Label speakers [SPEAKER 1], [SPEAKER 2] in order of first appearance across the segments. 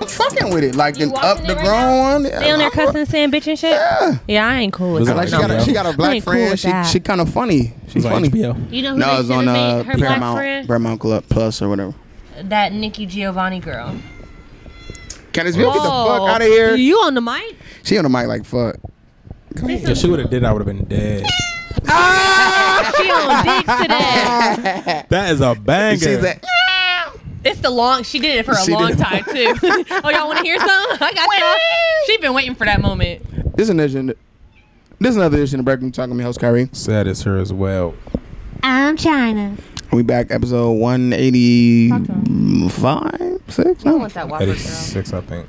[SPEAKER 1] with it. Like
[SPEAKER 2] You
[SPEAKER 1] an
[SPEAKER 2] walking
[SPEAKER 1] up
[SPEAKER 2] in
[SPEAKER 1] the
[SPEAKER 2] right
[SPEAKER 1] grown one.
[SPEAKER 2] They on there cussing, saying bitch and shit. Yeah, I ain't cool with
[SPEAKER 3] Was it
[SPEAKER 2] that.
[SPEAKER 1] Like she
[SPEAKER 3] No,
[SPEAKER 1] got a,
[SPEAKER 3] yeah.
[SPEAKER 1] she got a
[SPEAKER 2] I
[SPEAKER 1] black
[SPEAKER 2] ain't cool
[SPEAKER 1] friend.
[SPEAKER 2] with
[SPEAKER 1] she
[SPEAKER 2] that.
[SPEAKER 1] she kind of funny. She's
[SPEAKER 3] It's on
[SPEAKER 1] funny.
[SPEAKER 3] HBO.
[SPEAKER 2] you know who
[SPEAKER 1] No,
[SPEAKER 2] they
[SPEAKER 1] it's
[SPEAKER 2] should
[SPEAKER 1] on uh,
[SPEAKER 2] have made her black
[SPEAKER 1] Paramount
[SPEAKER 2] friend?
[SPEAKER 1] Paramount Club Plus or whatever.
[SPEAKER 2] that Nikki Giovanni girl.
[SPEAKER 1] Candace Bill, get the fuck out of here.
[SPEAKER 2] You on the mic?
[SPEAKER 1] She on the mic like fuck.
[SPEAKER 3] If she would have did, I would have been dead.
[SPEAKER 2] She on dicks today.
[SPEAKER 3] That is a banger.
[SPEAKER 1] She's "Ah." that.
[SPEAKER 2] It's the long. She did it for a
[SPEAKER 1] She did
[SPEAKER 2] long
[SPEAKER 1] it.
[SPEAKER 2] time too. oh, y'all want to hear something? I got y'all. She been waiting for that moment.
[SPEAKER 1] This is an edition. This is another edition of Break Room Talk. I'm your host Kyrie.
[SPEAKER 3] Sad is her as well.
[SPEAKER 4] I'm China.
[SPEAKER 1] We back episode 185, six. No.
[SPEAKER 2] What's that
[SPEAKER 3] That
[SPEAKER 2] Whopper
[SPEAKER 3] is
[SPEAKER 2] girl?
[SPEAKER 3] six, I think.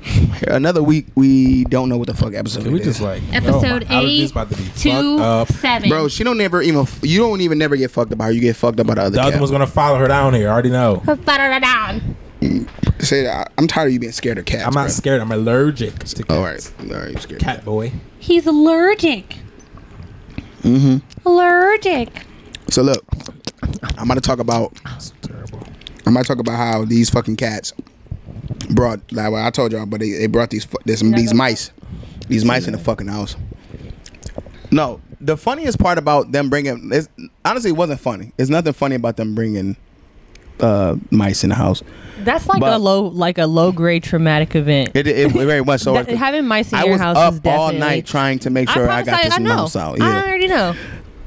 [SPEAKER 1] Another week we don't know what the fuck episode.
[SPEAKER 3] Can we
[SPEAKER 1] it
[SPEAKER 3] just
[SPEAKER 1] is.
[SPEAKER 3] like
[SPEAKER 4] Episode
[SPEAKER 3] oh, my allergies
[SPEAKER 4] eight,
[SPEAKER 3] about to be
[SPEAKER 4] two,
[SPEAKER 3] fucked up.
[SPEAKER 4] seven.
[SPEAKER 1] Bro, she don't never even. You don't even never get fucked up by her. You get fucked up by the other.
[SPEAKER 3] The other
[SPEAKER 1] cat.
[SPEAKER 3] one's gonna follow her down here. I already know.
[SPEAKER 4] Butter down.
[SPEAKER 1] Say that. I'm tired of you being scared of cats.
[SPEAKER 3] I'm not
[SPEAKER 1] bro.
[SPEAKER 3] scared. I'm allergic to cats.
[SPEAKER 1] All right, all right, you scared.
[SPEAKER 3] Cat boy.
[SPEAKER 4] He's allergic. Mm-hmm.
[SPEAKER 1] Mm-hmm.
[SPEAKER 4] Allergic.
[SPEAKER 1] So look, I'm gonna talk about.
[SPEAKER 3] That's terrible.
[SPEAKER 1] I'm gonna talk about how these fucking cats brought. Like well, I told y'all, but they, they brought these fu- this, these mice, these mice in the fucking house. No, the funniest part about them bringing it's, honestly it wasn't funny. It's nothing funny about them bringing uh, mice in the house.
[SPEAKER 2] That's like
[SPEAKER 1] But-
[SPEAKER 2] a low, like a low grade traumatic event.
[SPEAKER 1] It, it, it very much so.
[SPEAKER 2] That- having mice in
[SPEAKER 1] I
[SPEAKER 2] your
[SPEAKER 1] was
[SPEAKER 2] house
[SPEAKER 1] up
[SPEAKER 2] is
[SPEAKER 1] all
[SPEAKER 2] definitely-
[SPEAKER 1] night trying to make sure I,
[SPEAKER 2] promise
[SPEAKER 1] got this mouse out. Yeah.
[SPEAKER 2] I already know.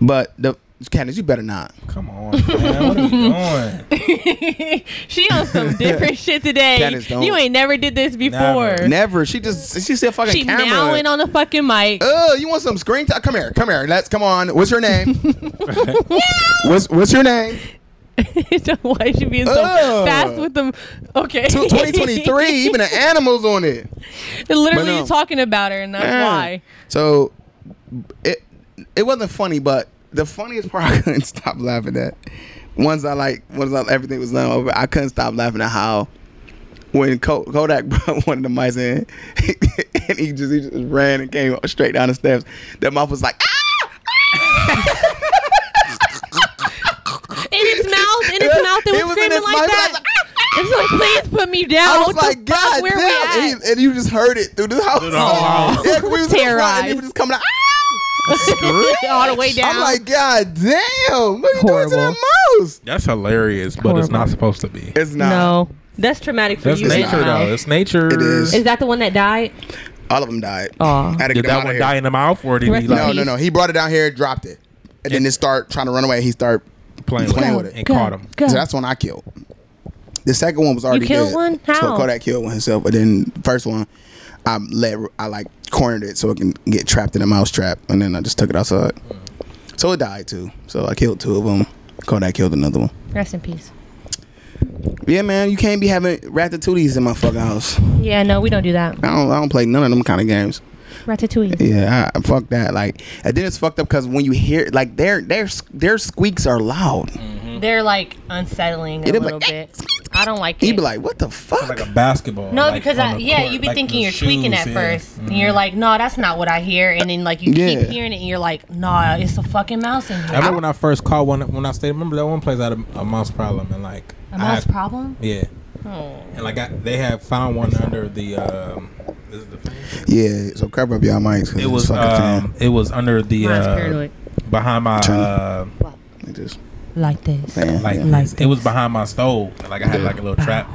[SPEAKER 1] but the Candace, you better not.
[SPEAKER 3] Come on, man. What are you doing?
[SPEAKER 2] she on some different shit today.
[SPEAKER 1] That is the
[SPEAKER 2] you
[SPEAKER 1] only-
[SPEAKER 2] ain't never did this before.
[SPEAKER 3] Never.
[SPEAKER 1] Never. She just she said fucking
[SPEAKER 2] She
[SPEAKER 1] camera.
[SPEAKER 2] now went on the fucking mic.
[SPEAKER 1] Oh, you want some screen time? Come here, come here. Let's come on. What's your name? what's What's your name?
[SPEAKER 2] Why is she being so
[SPEAKER 1] Ugh.
[SPEAKER 2] fast with them? Okay,
[SPEAKER 1] Twenty twenty three. Even the animals on it.
[SPEAKER 2] Literally,
[SPEAKER 1] But no.
[SPEAKER 2] you talking about her, and that's
[SPEAKER 1] Man.
[SPEAKER 2] why.
[SPEAKER 1] So it it wasn't funny, but the funniest part I couldn't stop laughing at. Once I like, once I, everything was done over, I couldn't stop laughing at how when Ko- Kodak brought one of the mice in, and he just, he just ran and came straight down the steps. That mouth was like, ah!
[SPEAKER 2] In its mouth, in its mouth, it was,
[SPEAKER 1] in
[SPEAKER 2] screaming
[SPEAKER 1] his
[SPEAKER 2] like
[SPEAKER 1] mouth, I was
[SPEAKER 2] that.
[SPEAKER 1] like, "Ah!"
[SPEAKER 2] It's like, please put me down.
[SPEAKER 1] I was
[SPEAKER 2] What the
[SPEAKER 1] like,
[SPEAKER 2] fuck?
[SPEAKER 1] God
[SPEAKER 2] Where we at?
[SPEAKER 1] damn. And, and you just heard it through the house.
[SPEAKER 3] the whole house.
[SPEAKER 1] Yeah, 'cause we was in the front and they
[SPEAKER 2] Terrorized.
[SPEAKER 1] were just coming out.
[SPEAKER 2] all the way down.
[SPEAKER 1] I'm like, God damn. What are you doing to
[SPEAKER 2] Horrible.
[SPEAKER 1] that mouse?
[SPEAKER 3] That's hilarious, but it's not supposed to be.
[SPEAKER 1] It's not.
[SPEAKER 2] no, that's traumatic for
[SPEAKER 3] That's
[SPEAKER 2] you.
[SPEAKER 3] nature,
[SPEAKER 2] Al.
[SPEAKER 3] though. It's nature.
[SPEAKER 1] It is.
[SPEAKER 2] Is that the one that died?
[SPEAKER 1] All of them died.
[SPEAKER 2] Aw.
[SPEAKER 1] Had to
[SPEAKER 3] Did
[SPEAKER 1] get them
[SPEAKER 3] that
[SPEAKER 1] out of
[SPEAKER 3] one
[SPEAKER 1] here.
[SPEAKER 3] die in the mouth, or did
[SPEAKER 2] Rest
[SPEAKER 3] he
[SPEAKER 2] in
[SPEAKER 1] No,
[SPEAKER 3] like
[SPEAKER 1] no, no. He brought it down here, dropped it, and then it start trying to run away. He start.
[SPEAKER 3] playing,
[SPEAKER 1] Playing
[SPEAKER 3] with
[SPEAKER 1] with it.
[SPEAKER 3] it and caught him?
[SPEAKER 2] Go.
[SPEAKER 1] So that's when I killed. The second one was already
[SPEAKER 2] killed
[SPEAKER 1] dead.
[SPEAKER 2] one?
[SPEAKER 1] So
[SPEAKER 2] How?
[SPEAKER 1] Kodak killed one himself, but then the first one, I let I like cornered it so it can get trapped in a mouse trap, and then I just took it outside. So it died too. So I killed two of them. Kodak killed another one.
[SPEAKER 2] Rest in peace.
[SPEAKER 1] Yeah, man, you can't be having ratatouilles in my fucking house. I
[SPEAKER 2] Yeah, no, we don't do that.
[SPEAKER 1] don't. I don't play none of them kind of games.
[SPEAKER 2] Ratatouille.
[SPEAKER 1] Yeah, I, fuck that. Like, and then it's fucked up because when you hear like their their their squeaks are loud.
[SPEAKER 3] Mm.
[SPEAKER 2] They're like unsettling a
[SPEAKER 1] Yeah, they be
[SPEAKER 2] little
[SPEAKER 1] like,
[SPEAKER 2] bit. I don't like
[SPEAKER 1] You'd
[SPEAKER 2] it.
[SPEAKER 1] be like, what the fuck?
[SPEAKER 3] Like a basketball.
[SPEAKER 2] no,
[SPEAKER 3] like,
[SPEAKER 2] because
[SPEAKER 3] on
[SPEAKER 2] I,
[SPEAKER 3] the
[SPEAKER 2] yeah,
[SPEAKER 3] court,
[SPEAKER 2] you be
[SPEAKER 3] like
[SPEAKER 2] thinking
[SPEAKER 3] the
[SPEAKER 2] you're tweaking
[SPEAKER 3] shoes,
[SPEAKER 2] at
[SPEAKER 3] yeah.
[SPEAKER 2] 1st and you're like, no, that's not what I hear, and then like you
[SPEAKER 1] Yeah.
[SPEAKER 2] keep hearing it, and you're like, nah, it's a fucking mouse in
[SPEAKER 3] I
[SPEAKER 2] here.
[SPEAKER 3] remember when I first caught one when I stayed. Remember that one place I had a, a mouse problem and like
[SPEAKER 2] A
[SPEAKER 3] I
[SPEAKER 2] mouse
[SPEAKER 3] had-
[SPEAKER 2] problem? Hmm.
[SPEAKER 3] Yeah, and like I, they had found one under the. Um, this is the thing.
[SPEAKER 1] yeah, so cover up y'all mics. 'cause
[SPEAKER 3] It was
[SPEAKER 1] it's fucking
[SPEAKER 3] um, it was under the
[SPEAKER 2] Mine's
[SPEAKER 3] uh,
[SPEAKER 2] paranoid.
[SPEAKER 3] behind my
[SPEAKER 1] Turn.
[SPEAKER 3] uh,
[SPEAKER 1] fan. It just-
[SPEAKER 2] Like this.
[SPEAKER 1] fan,
[SPEAKER 3] like,
[SPEAKER 1] yeah.
[SPEAKER 2] Like
[SPEAKER 3] it was behind my stove. And, like I had like a little trap,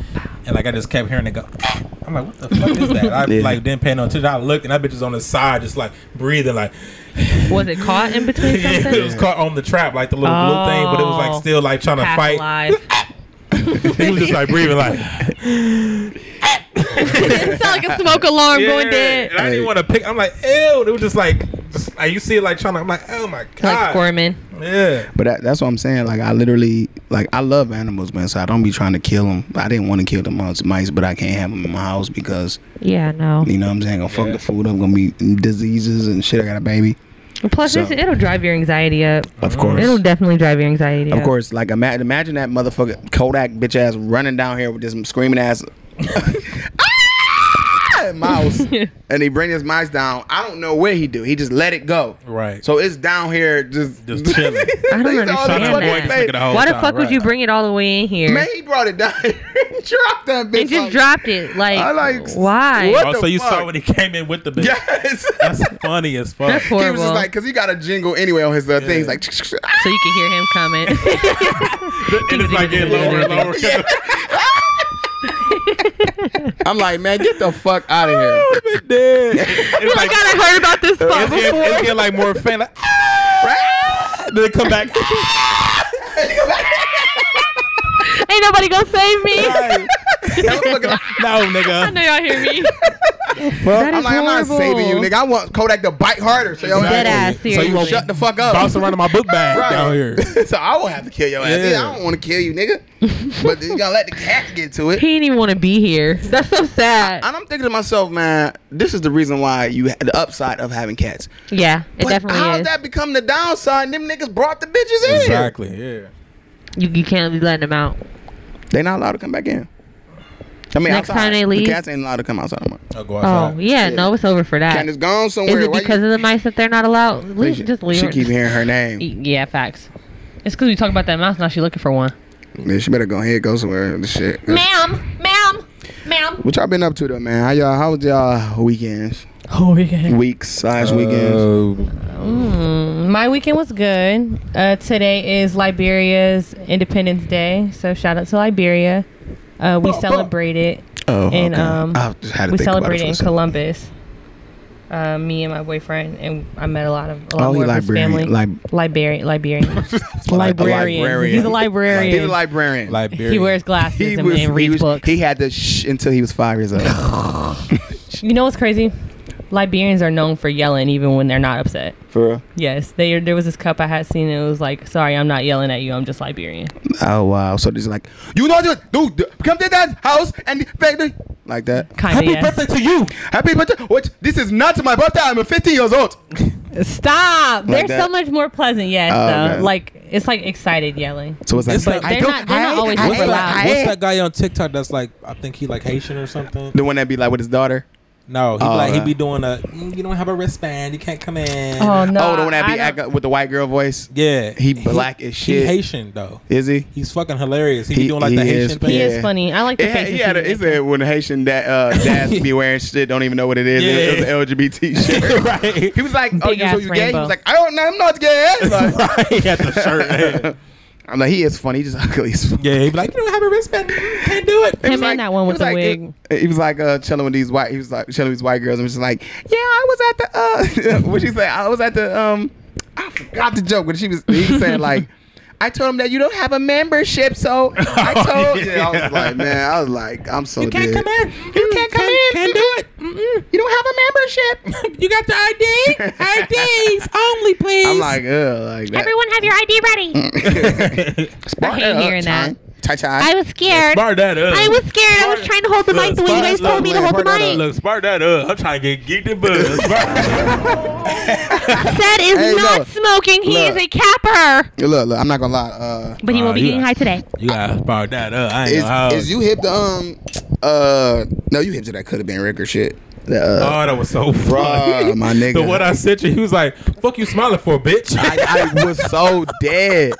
[SPEAKER 3] and like I just kept hearing it go. "Ah." I'm like, what the fuck is that? I
[SPEAKER 1] Yeah.
[SPEAKER 3] like didn't pay no attention. I looked and that bitch was on the side, just like breathing, like
[SPEAKER 2] Was it caught in between something?
[SPEAKER 3] it was caught on the trap, like the little blue thing, but it was
[SPEAKER 2] Oh.
[SPEAKER 3] like still like trying to
[SPEAKER 2] Half
[SPEAKER 3] fight.
[SPEAKER 2] alive.
[SPEAKER 3] he was just like breathing, like
[SPEAKER 2] it sounded like a smoke alarm going
[SPEAKER 3] And
[SPEAKER 2] dead.
[SPEAKER 3] I didn't want to pick. I'm like, ew. It was just like, just, like you see it like trying to. I'm like, oh my god.
[SPEAKER 2] Like squirming.
[SPEAKER 3] Yeah.
[SPEAKER 1] But that, that's what I'm saying. Like I literally, like I love animals, man. So I don't be trying to kill them. I didn't want to kill the mouse, mice, but I can't have them in my house because
[SPEAKER 2] Yeah, no.
[SPEAKER 1] you know what I'm saying. Gonna fuck the food up. Gonna be diseases and shit. I got a baby.
[SPEAKER 2] Plus,
[SPEAKER 1] So-
[SPEAKER 2] it's, it'll drive your anxiety up.
[SPEAKER 1] Of course.
[SPEAKER 2] It'll definitely drive your anxiety up.
[SPEAKER 1] Of course, like imagine, imagine that motherfucker Kodak bitch ass running down here with this screaming ass. Ah! that mouse and he bring his mouse down. I don't know where he do. He just let it go.
[SPEAKER 3] Right.
[SPEAKER 1] So it's down here just
[SPEAKER 3] Just chilling.
[SPEAKER 5] I don't
[SPEAKER 1] He's all
[SPEAKER 5] understand
[SPEAKER 1] over the
[SPEAKER 5] that.
[SPEAKER 1] place.
[SPEAKER 5] Why the fuck would you bring it all the way in here?
[SPEAKER 1] Man, he brought it down and dropped that bitch.
[SPEAKER 5] and just
[SPEAKER 1] like-
[SPEAKER 5] dropped it. Like,
[SPEAKER 1] I like-
[SPEAKER 5] why?
[SPEAKER 1] What?
[SPEAKER 3] Oh,
[SPEAKER 1] the
[SPEAKER 3] so you
[SPEAKER 1] fuck?
[SPEAKER 3] saw when he came in with the bitch.
[SPEAKER 1] Yes.
[SPEAKER 3] That's funny as fuck.
[SPEAKER 5] That's
[SPEAKER 1] he
[SPEAKER 5] horrible.
[SPEAKER 1] was just like, cause he got a jingle anyway on his uh, thing. He's like,
[SPEAKER 5] so you can hear him comment.
[SPEAKER 3] and it's like getting lower and lower.
[SPEAKER 1] I'm like, man, get the fuck out of here.
[SPEAKER 3] But then, it's like,
[SPEAKER 5] I heard about this spot
[SPEAKER 3] it's getting, it's getting like more faint. Like, "Ah!" then it come back.
[SPEAKER 5] Ain't nobody gonna save me.
[SPEAKER 3] Right.
[SPEAKER 1] And I'm looking like,
[SPEAKER 3] No,
[SPEAKER 5] I know
[SPEAKER 3] nigga.
[SPEAKER 5] y'all hear me.
[SPEAKER 3] Fuck.
[SPEAKER 1] I'm, like I'm not saving you, nigga. I want Kodak to bite harder. So y'all
[SPEAKER 5] Dead
[SPEAKER 1] like,
[SPEAKER 5] ass,
[SPEAKER 3] So you
[SPEAKER 5] seriously.
[SPEAKER 1] shut the fuck up.
[SPEAKER 3] Bounce around in my book bag
[SPEAKER 1] Right.
[SPEAKER 3] down here.
[SPEAKER 1] so I won't have to kill your ass.
[SPEAKER 3] Yeah.
[SPEAKER 1] Yeah, I don't want to kill you, nigga. but you gotta let the cat get to it.
[SPEAKER 5] He didn't even want to be here. That's so sad.
[SPEAKER 1] And I'm thinking to myself, man, this is the reason why you the upside of having cats.
[SPEAKER 5] yeah, it
[SPEAKER 1] But
[SPEAKER 5] definitely
[SPEAKER 1] how'd
[SPEAKER 5] is.
[SPEAKER 1] that become the downside? Them niggas brought the bitches in.
[SPEAKER 3] Exactly. Yeah.
[SPEAKER 5] you, you can't be letting him out.
[SPEAKER 1] They not allowed to come back in. I mean,
[SPEAKER 5] Next
[SPEAKER 1] outside.
[SPEAKER 5] time they
[SPEAKER 1] the
[SPEAKER 5] leave?
[SPEAKER 1] cats ain't allowed to come outside. no more.
[SPEAKER 3] I'll go
[SPEAKER 5] Oh
[SPEAKER 3] outside.
[SPEAKER 5] yeah,
[SPEAKER 1] Yeah.
[SPEAKER 5] no, it's over for that.
[SPEAKER 1] Cat is gone somewhere.
[SPEAKER 5] Is it
[SPEAKER 1] Why
[SPEAKER 5] because
[SPEAKER 1] you-
[SPEAKER 5] of the mice that they're not allowed? Leave,
[SPEAKER 1] she,
[SPEAKER 5] just leave.
[SPEAKER 1] She
[SPEAKER 5] her.
[SPEAKER 1] keep hearing her name.
[SPEAKER 5] Yeah, facts. It's because we talk about that mouse. Now she looking for one.
[SPEAKER 1] Man, she better go ahead, go somewhere. This shit.
[SPEAKER 4] Ma'am, ma'am, ma'am.
[SPEAKER 1] What y'all been up to though, man? How y'all? How was y'all weekends?
[SPEAKER 5] Oh yeah.
[SPEAKER 1] Weeks slash weekends.
[SPEAKER 3] weekends.
[SPEAKER 2] Mm, my weekend was good. Uh, today is Liberia's Independence Day, so shout out to Liberia. Uh, we celebrated.
[SPEAKER 1] Oh,
[SPEAKER 2] and, um,
[SPEAKER 1] I just had to
[SPEAKER 2] We
[SPEAKER 1] think about it
[SPEAKER 2] celebrated
[SPEAKER 1] for a
[SPEAKER 2] in
[SPEAKER 1] second.
[SPEAKER 2] Columbus. Uh, me and my boyfriend, and I met a lot of a lot
[SPEAKER 1] Oh, he
[SPEAKER 2] more of his
[SPEAKER 1] Liberian.
[SPEAKER 2] family.
[SPEAKER 1] Lib-
[SPEAKER 2] Liberian, Liberian,
[SPEAKER 1] A li- a
[SPEAKER 2] librarian. He's a librarian.
[SPEAKER 1] He's a librarian.
[SPEAKER 3] Liberia.
[SPEAKER 2] He wears glasses
[SPEAKER 1] he
[SPEAKER 2] and,
[SPEAKER 1] was,
[SPEAKER 2] and
[SPEAKER 1] he,
[SPEAKER 2] reads
[SPEAKER 1] was
[SPEAKER 2] books.
[SPEAKER 1] he had to shh until he was five years old.
[SPEAKER 2] you know what's crazy? Liberians are known for yelling even when they're not upset.
[SPEAKER 1] for real.
[SPEAKER 2] Yes, they, there was this cup I had seen. And it was like, sorry, I'm not yelling at you. I'm just Liberian.
[SPEAKER 1] Oh wow. So just like you know, dude, dude, dude, come to that house and baby like that.
[SPEAKER 2] Kind
[SPEAKER 3] Happy
[SPEAKER 2] of yes.
[SPEAKER 3] birthday to you.
[SPEAKER 1] Happy birthday. What? This is not my birthday. I'm 15 years old.
[SPEAKER 2] Stop.
[SPEAKER 1] Like
[SPEAKER 2] They're so
[SPEAKER 1] that?
[SPEAKER 2] much more pleasant. Yes,
[SPEAKER 1] Oh,
[SPEAKER 2] though.
[SPEAKER 1] okay.
[SPEAKER 2] Like it's like excited yelling.
[SPEAKER 1] So it's like,
[SPEAKER 3] It's like-
[SPEAKER 1] I
[SPEAKER 2] They're
[SPEAKER 1] don't-
[SPEAKER 2] not- they're not
[SPEAKER 1] I-
[SPEAKER 2] always
[SPEAKER 1] I-
[SPEAKER 2] What's that-
[SPEAKER 1] I-
[SPEAKER 3] What's that guy on TikTok that's like, I think he like Haitian or something?
[SPEAKER 1] The one that be like with his daughter.
[SPEAKER 3] No, he
[SPEAKER 1] Oh,
[SPEAKER 3] like he
[SPEAKER 1] uh,
[SPEAKER 3] be doing a. "Mm, You don't have a wristband. You can't come in.
[SPEAKER 2] Oh no.
[SPEAKER 1] oh, the one that
[SPEAKER 2] I
[SPEAKER 1] be
[SPEAKER 2] don't-
[SPEAKER 1] act- with the white girl voice.
[SPEAKER 3] yeah,
[SPEAKER 1] He black as
[SPEAKER 3] He
[SPEAKER 1] shit.
[SPEAKER 3] Haitian though.
[SPEAKER 1] Is he?
[SPEAKER 3] He's fucking hilarious. He,
[SPEAKER 1] He-
[SPEAKER 3] be doing like the
[SPEAKER 1] he
[SPEAKER 3] Haitian
[SPEAKER 1] is-
[SPEAKER 3] thing.
[SPEAKER 2] He
[SPEAKER 1] Yeah.
[SPEAKER 2] is funny. I like the
[SPEAKER 1] It had,
[SPEAKER 2] faces.
[SPEAKER 1] he had a,
[SPEAKER 2] he
[SPEAKER 1] it said when Haitian da- uh, dads be wearing shit, don't even know what it is. It was- It was an LGBT shirt.
[SPEAKER 3] right.
[SPEAKER 1] He was like, "Oh,
[SPEAKER 2] Big
[SPEAKER 1] you so
[SPEAKER 2] ass
[SPEAKER 1] you gay?" He
[SPEAKER 2] rainbow.
[SPEAKER 1] was like, "I don't know. I'm not gay." Like,
[SPEAKER 3] right. He had the shirt. yeah.
[SPEAKER 1] I'm like, he is funny. He just ugly as fuck.
[SPEAKER 3] Yeah, he be like, you don't have a wristband. Mm, Can't do it.
[SPEAKER 1] He was
[SPEAKER 2] Him and that one
[SPEAKER 1] he
[SPEAKER 2] with
[SPEAKER 1] was
[SPEAKER 2] the
[SPEAKER 1] like-
[SPEAKER 2] wig.
[SPEAKER 1] He, he was like uh, chilling with these white. He was like chilling with these white girls. and was just like, "Yeah, I was at the uh, what she say? I was at the um, I forgot the joke, but she was he was saying like." I told him that you don't have a membership, so I
[SPEAKER 3] Oh,
[SPEAKER 1] told.
[SPEAKER 3] yeah.
[SPEAKER 1] yeah. I was like, man, I was like, I'm so.
[SPEAKER 3] You
[SPEAKER 1] dead.
[SPEAKER 3] can't come in.
[SPEAKER 1] You can't come in.
[SPEAKER 3] Can't do it. Mm-mm.
[SPEAKER 1] You don't have a membership.
[SPEAKER 3] You got the ID? IDs only, please.
[SPEAKER 1] I'm like, ugh, like that.
[SPEAKER 4] Everyone have your ID ready.
[SPEAKER 1] Mm-hmm. Spark
[SPEAKER 5] I hate hearing that.
[SPEAKER 1] Chai chai.
[SPEAKER 4] I was scared.
[SPEAKER 3] Bar that uh. up.
[SPEAKER 4] I was scared. I was trying to hold the mic the way you guys told me to hold the mic.
[SPEAKER 3] Look, spark that up. I'm trying to get geeked and buzz.
[SPEAKER 4] Said is
[SPEAKER 1] Hey,
[SPEAKER 4] not
[SPEAKER 1] look.
[SPEAKER 4] smoking. He
[SPEAKER 1] Look.
[SPEAKER 4] is a capper.
[SPEAKER 1] Look, look, I'm not gonna lie. Uh,
[SPEAKER 4] But he
[SPEAKER 3] Oh,
[SPEAKER 4] will be
[SPEAKER 3] you
[SPEAKER 4] getting
[SPEAKER 3] got-
[SPEAKER 4] high today.
[SPEAKER 3] you gotta spark that up. I ain't
[SPEAKER 1] is,
[SPEAKER 3] know how.
[SPEAKER 1] is you hip to um uh no you hip to that could have been Rick or shit. The, uh,
[SPEAKER 3] oh, that was so
[SPEAKER 1] Bruh,
[SPEAKER 3] funny.
[SPEAKER 1] my nigga.
[SPEAKER 3] The what I sent you, he was like, "Fuck you, smiling for bitch."
[SPEAKER 1] I, I was so dead.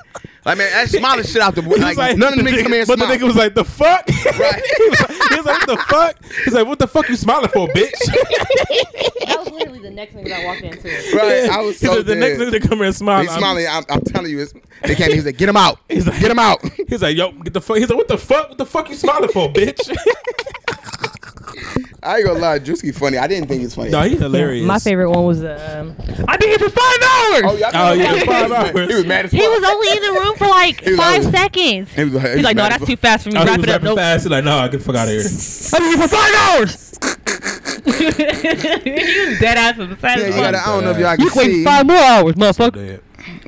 [SPEAKER 1] I mean, I smiled the shit out the
[SPEAKER 3] He
[SPEAKER 1] like,
[SPEAKER 3] was like-
[SPEAKER 1] none of the niggas come here and
[SPEAKER 3] But the
[SPEAKER 1] smile.
[SPEAKER 3] nigga was like, the
[SPEAKER 1] Right.
[SPEAKER 3] fuck? he, was like, he was like, what the fuck? He's like, what the fuck you smiling for, bitch?
[SPEAKER 2] That was literally the next thing that I walked into.
[SPEAKER 1] right, I was
[SPEAKER 3] He
[SPEAKER 1] so
[SPEAKER 3] said, the next
[SPEAKER 1] dead.
[SPEAKER 3] nigga to come here and smile.
[SPEAKER 1] He's
[SPEAKER 3] I'm-
[SPEAKER 1] smiling. I'm, I'm telling you, it's, they came. He was like, "Get him out!
[SPEAKER 3] He's like-
[SPEAKER 1] Get him out!"
[SPEAKER 3] He's like, yo, get the fuck. He's like, what the fuck? What the fuck you smiling for, bitch?
[SPEAKER 1] I ain't gonna lie, Drewski funny. I didn't think he was funny.
[SPEAKER 3] no, he's hilarious.
[SPEAKER 2] My favorite one was um,
[SPEAKER 5] I've been here for five hours.
[SPEAKER 1] oh yeah,
[SPEAKER 3] Oh,
[SPEAKER 1] I
[SPEAKER 3] yeah,
[SPEAKER 1] know.
[SPEAKER 3] five hours.
[SPEAKER 1] He was mad as fuck.
[SPEAKER 4] He was only in the room for like
[SPEAKER 1] He was
[SPEAKER 4] five
[SPEAKER 1] old.
[SPEAKER 4] seconds.
[SPEAKER 1] He was, he was
[SPEAKER 5] He's like, no,
[SPEAKER 1] mad
[SPEAKER 5] that's
[SPEAKER 1] as
[SPEAKER 5] too fast for me.
[SPEAKER 3] Oh, he
[SPEAKER 5] Wrap
[SPEAKER 3] was
[SPEAKER 5] it up.
[SPEAKER 3] rapping
[SPEAKER 5] Nope.
[SPEAKER 3] fast. He's like, nah, get the fuck out of here.
[SPEAKER 5] I've been here for five hours. he was dead ass on the side
[SPEAKER 1] Yeah,
[SPEAKER 5] of
[SPEAKER 1] you
[SPEAKER 5] the
[SPEAKER 1] gotta,
[SPEAKER 5] bus.
[SPEAKER 1] I don't know if y'all
[SPEAKER 5] You
[SPEAKER 1] can
[SPEAKER 5] can wait
[SPEAKER 1] see.
[SPEAKER 5] five more hours, motherfucker.
[SPEAKER 3] Dead.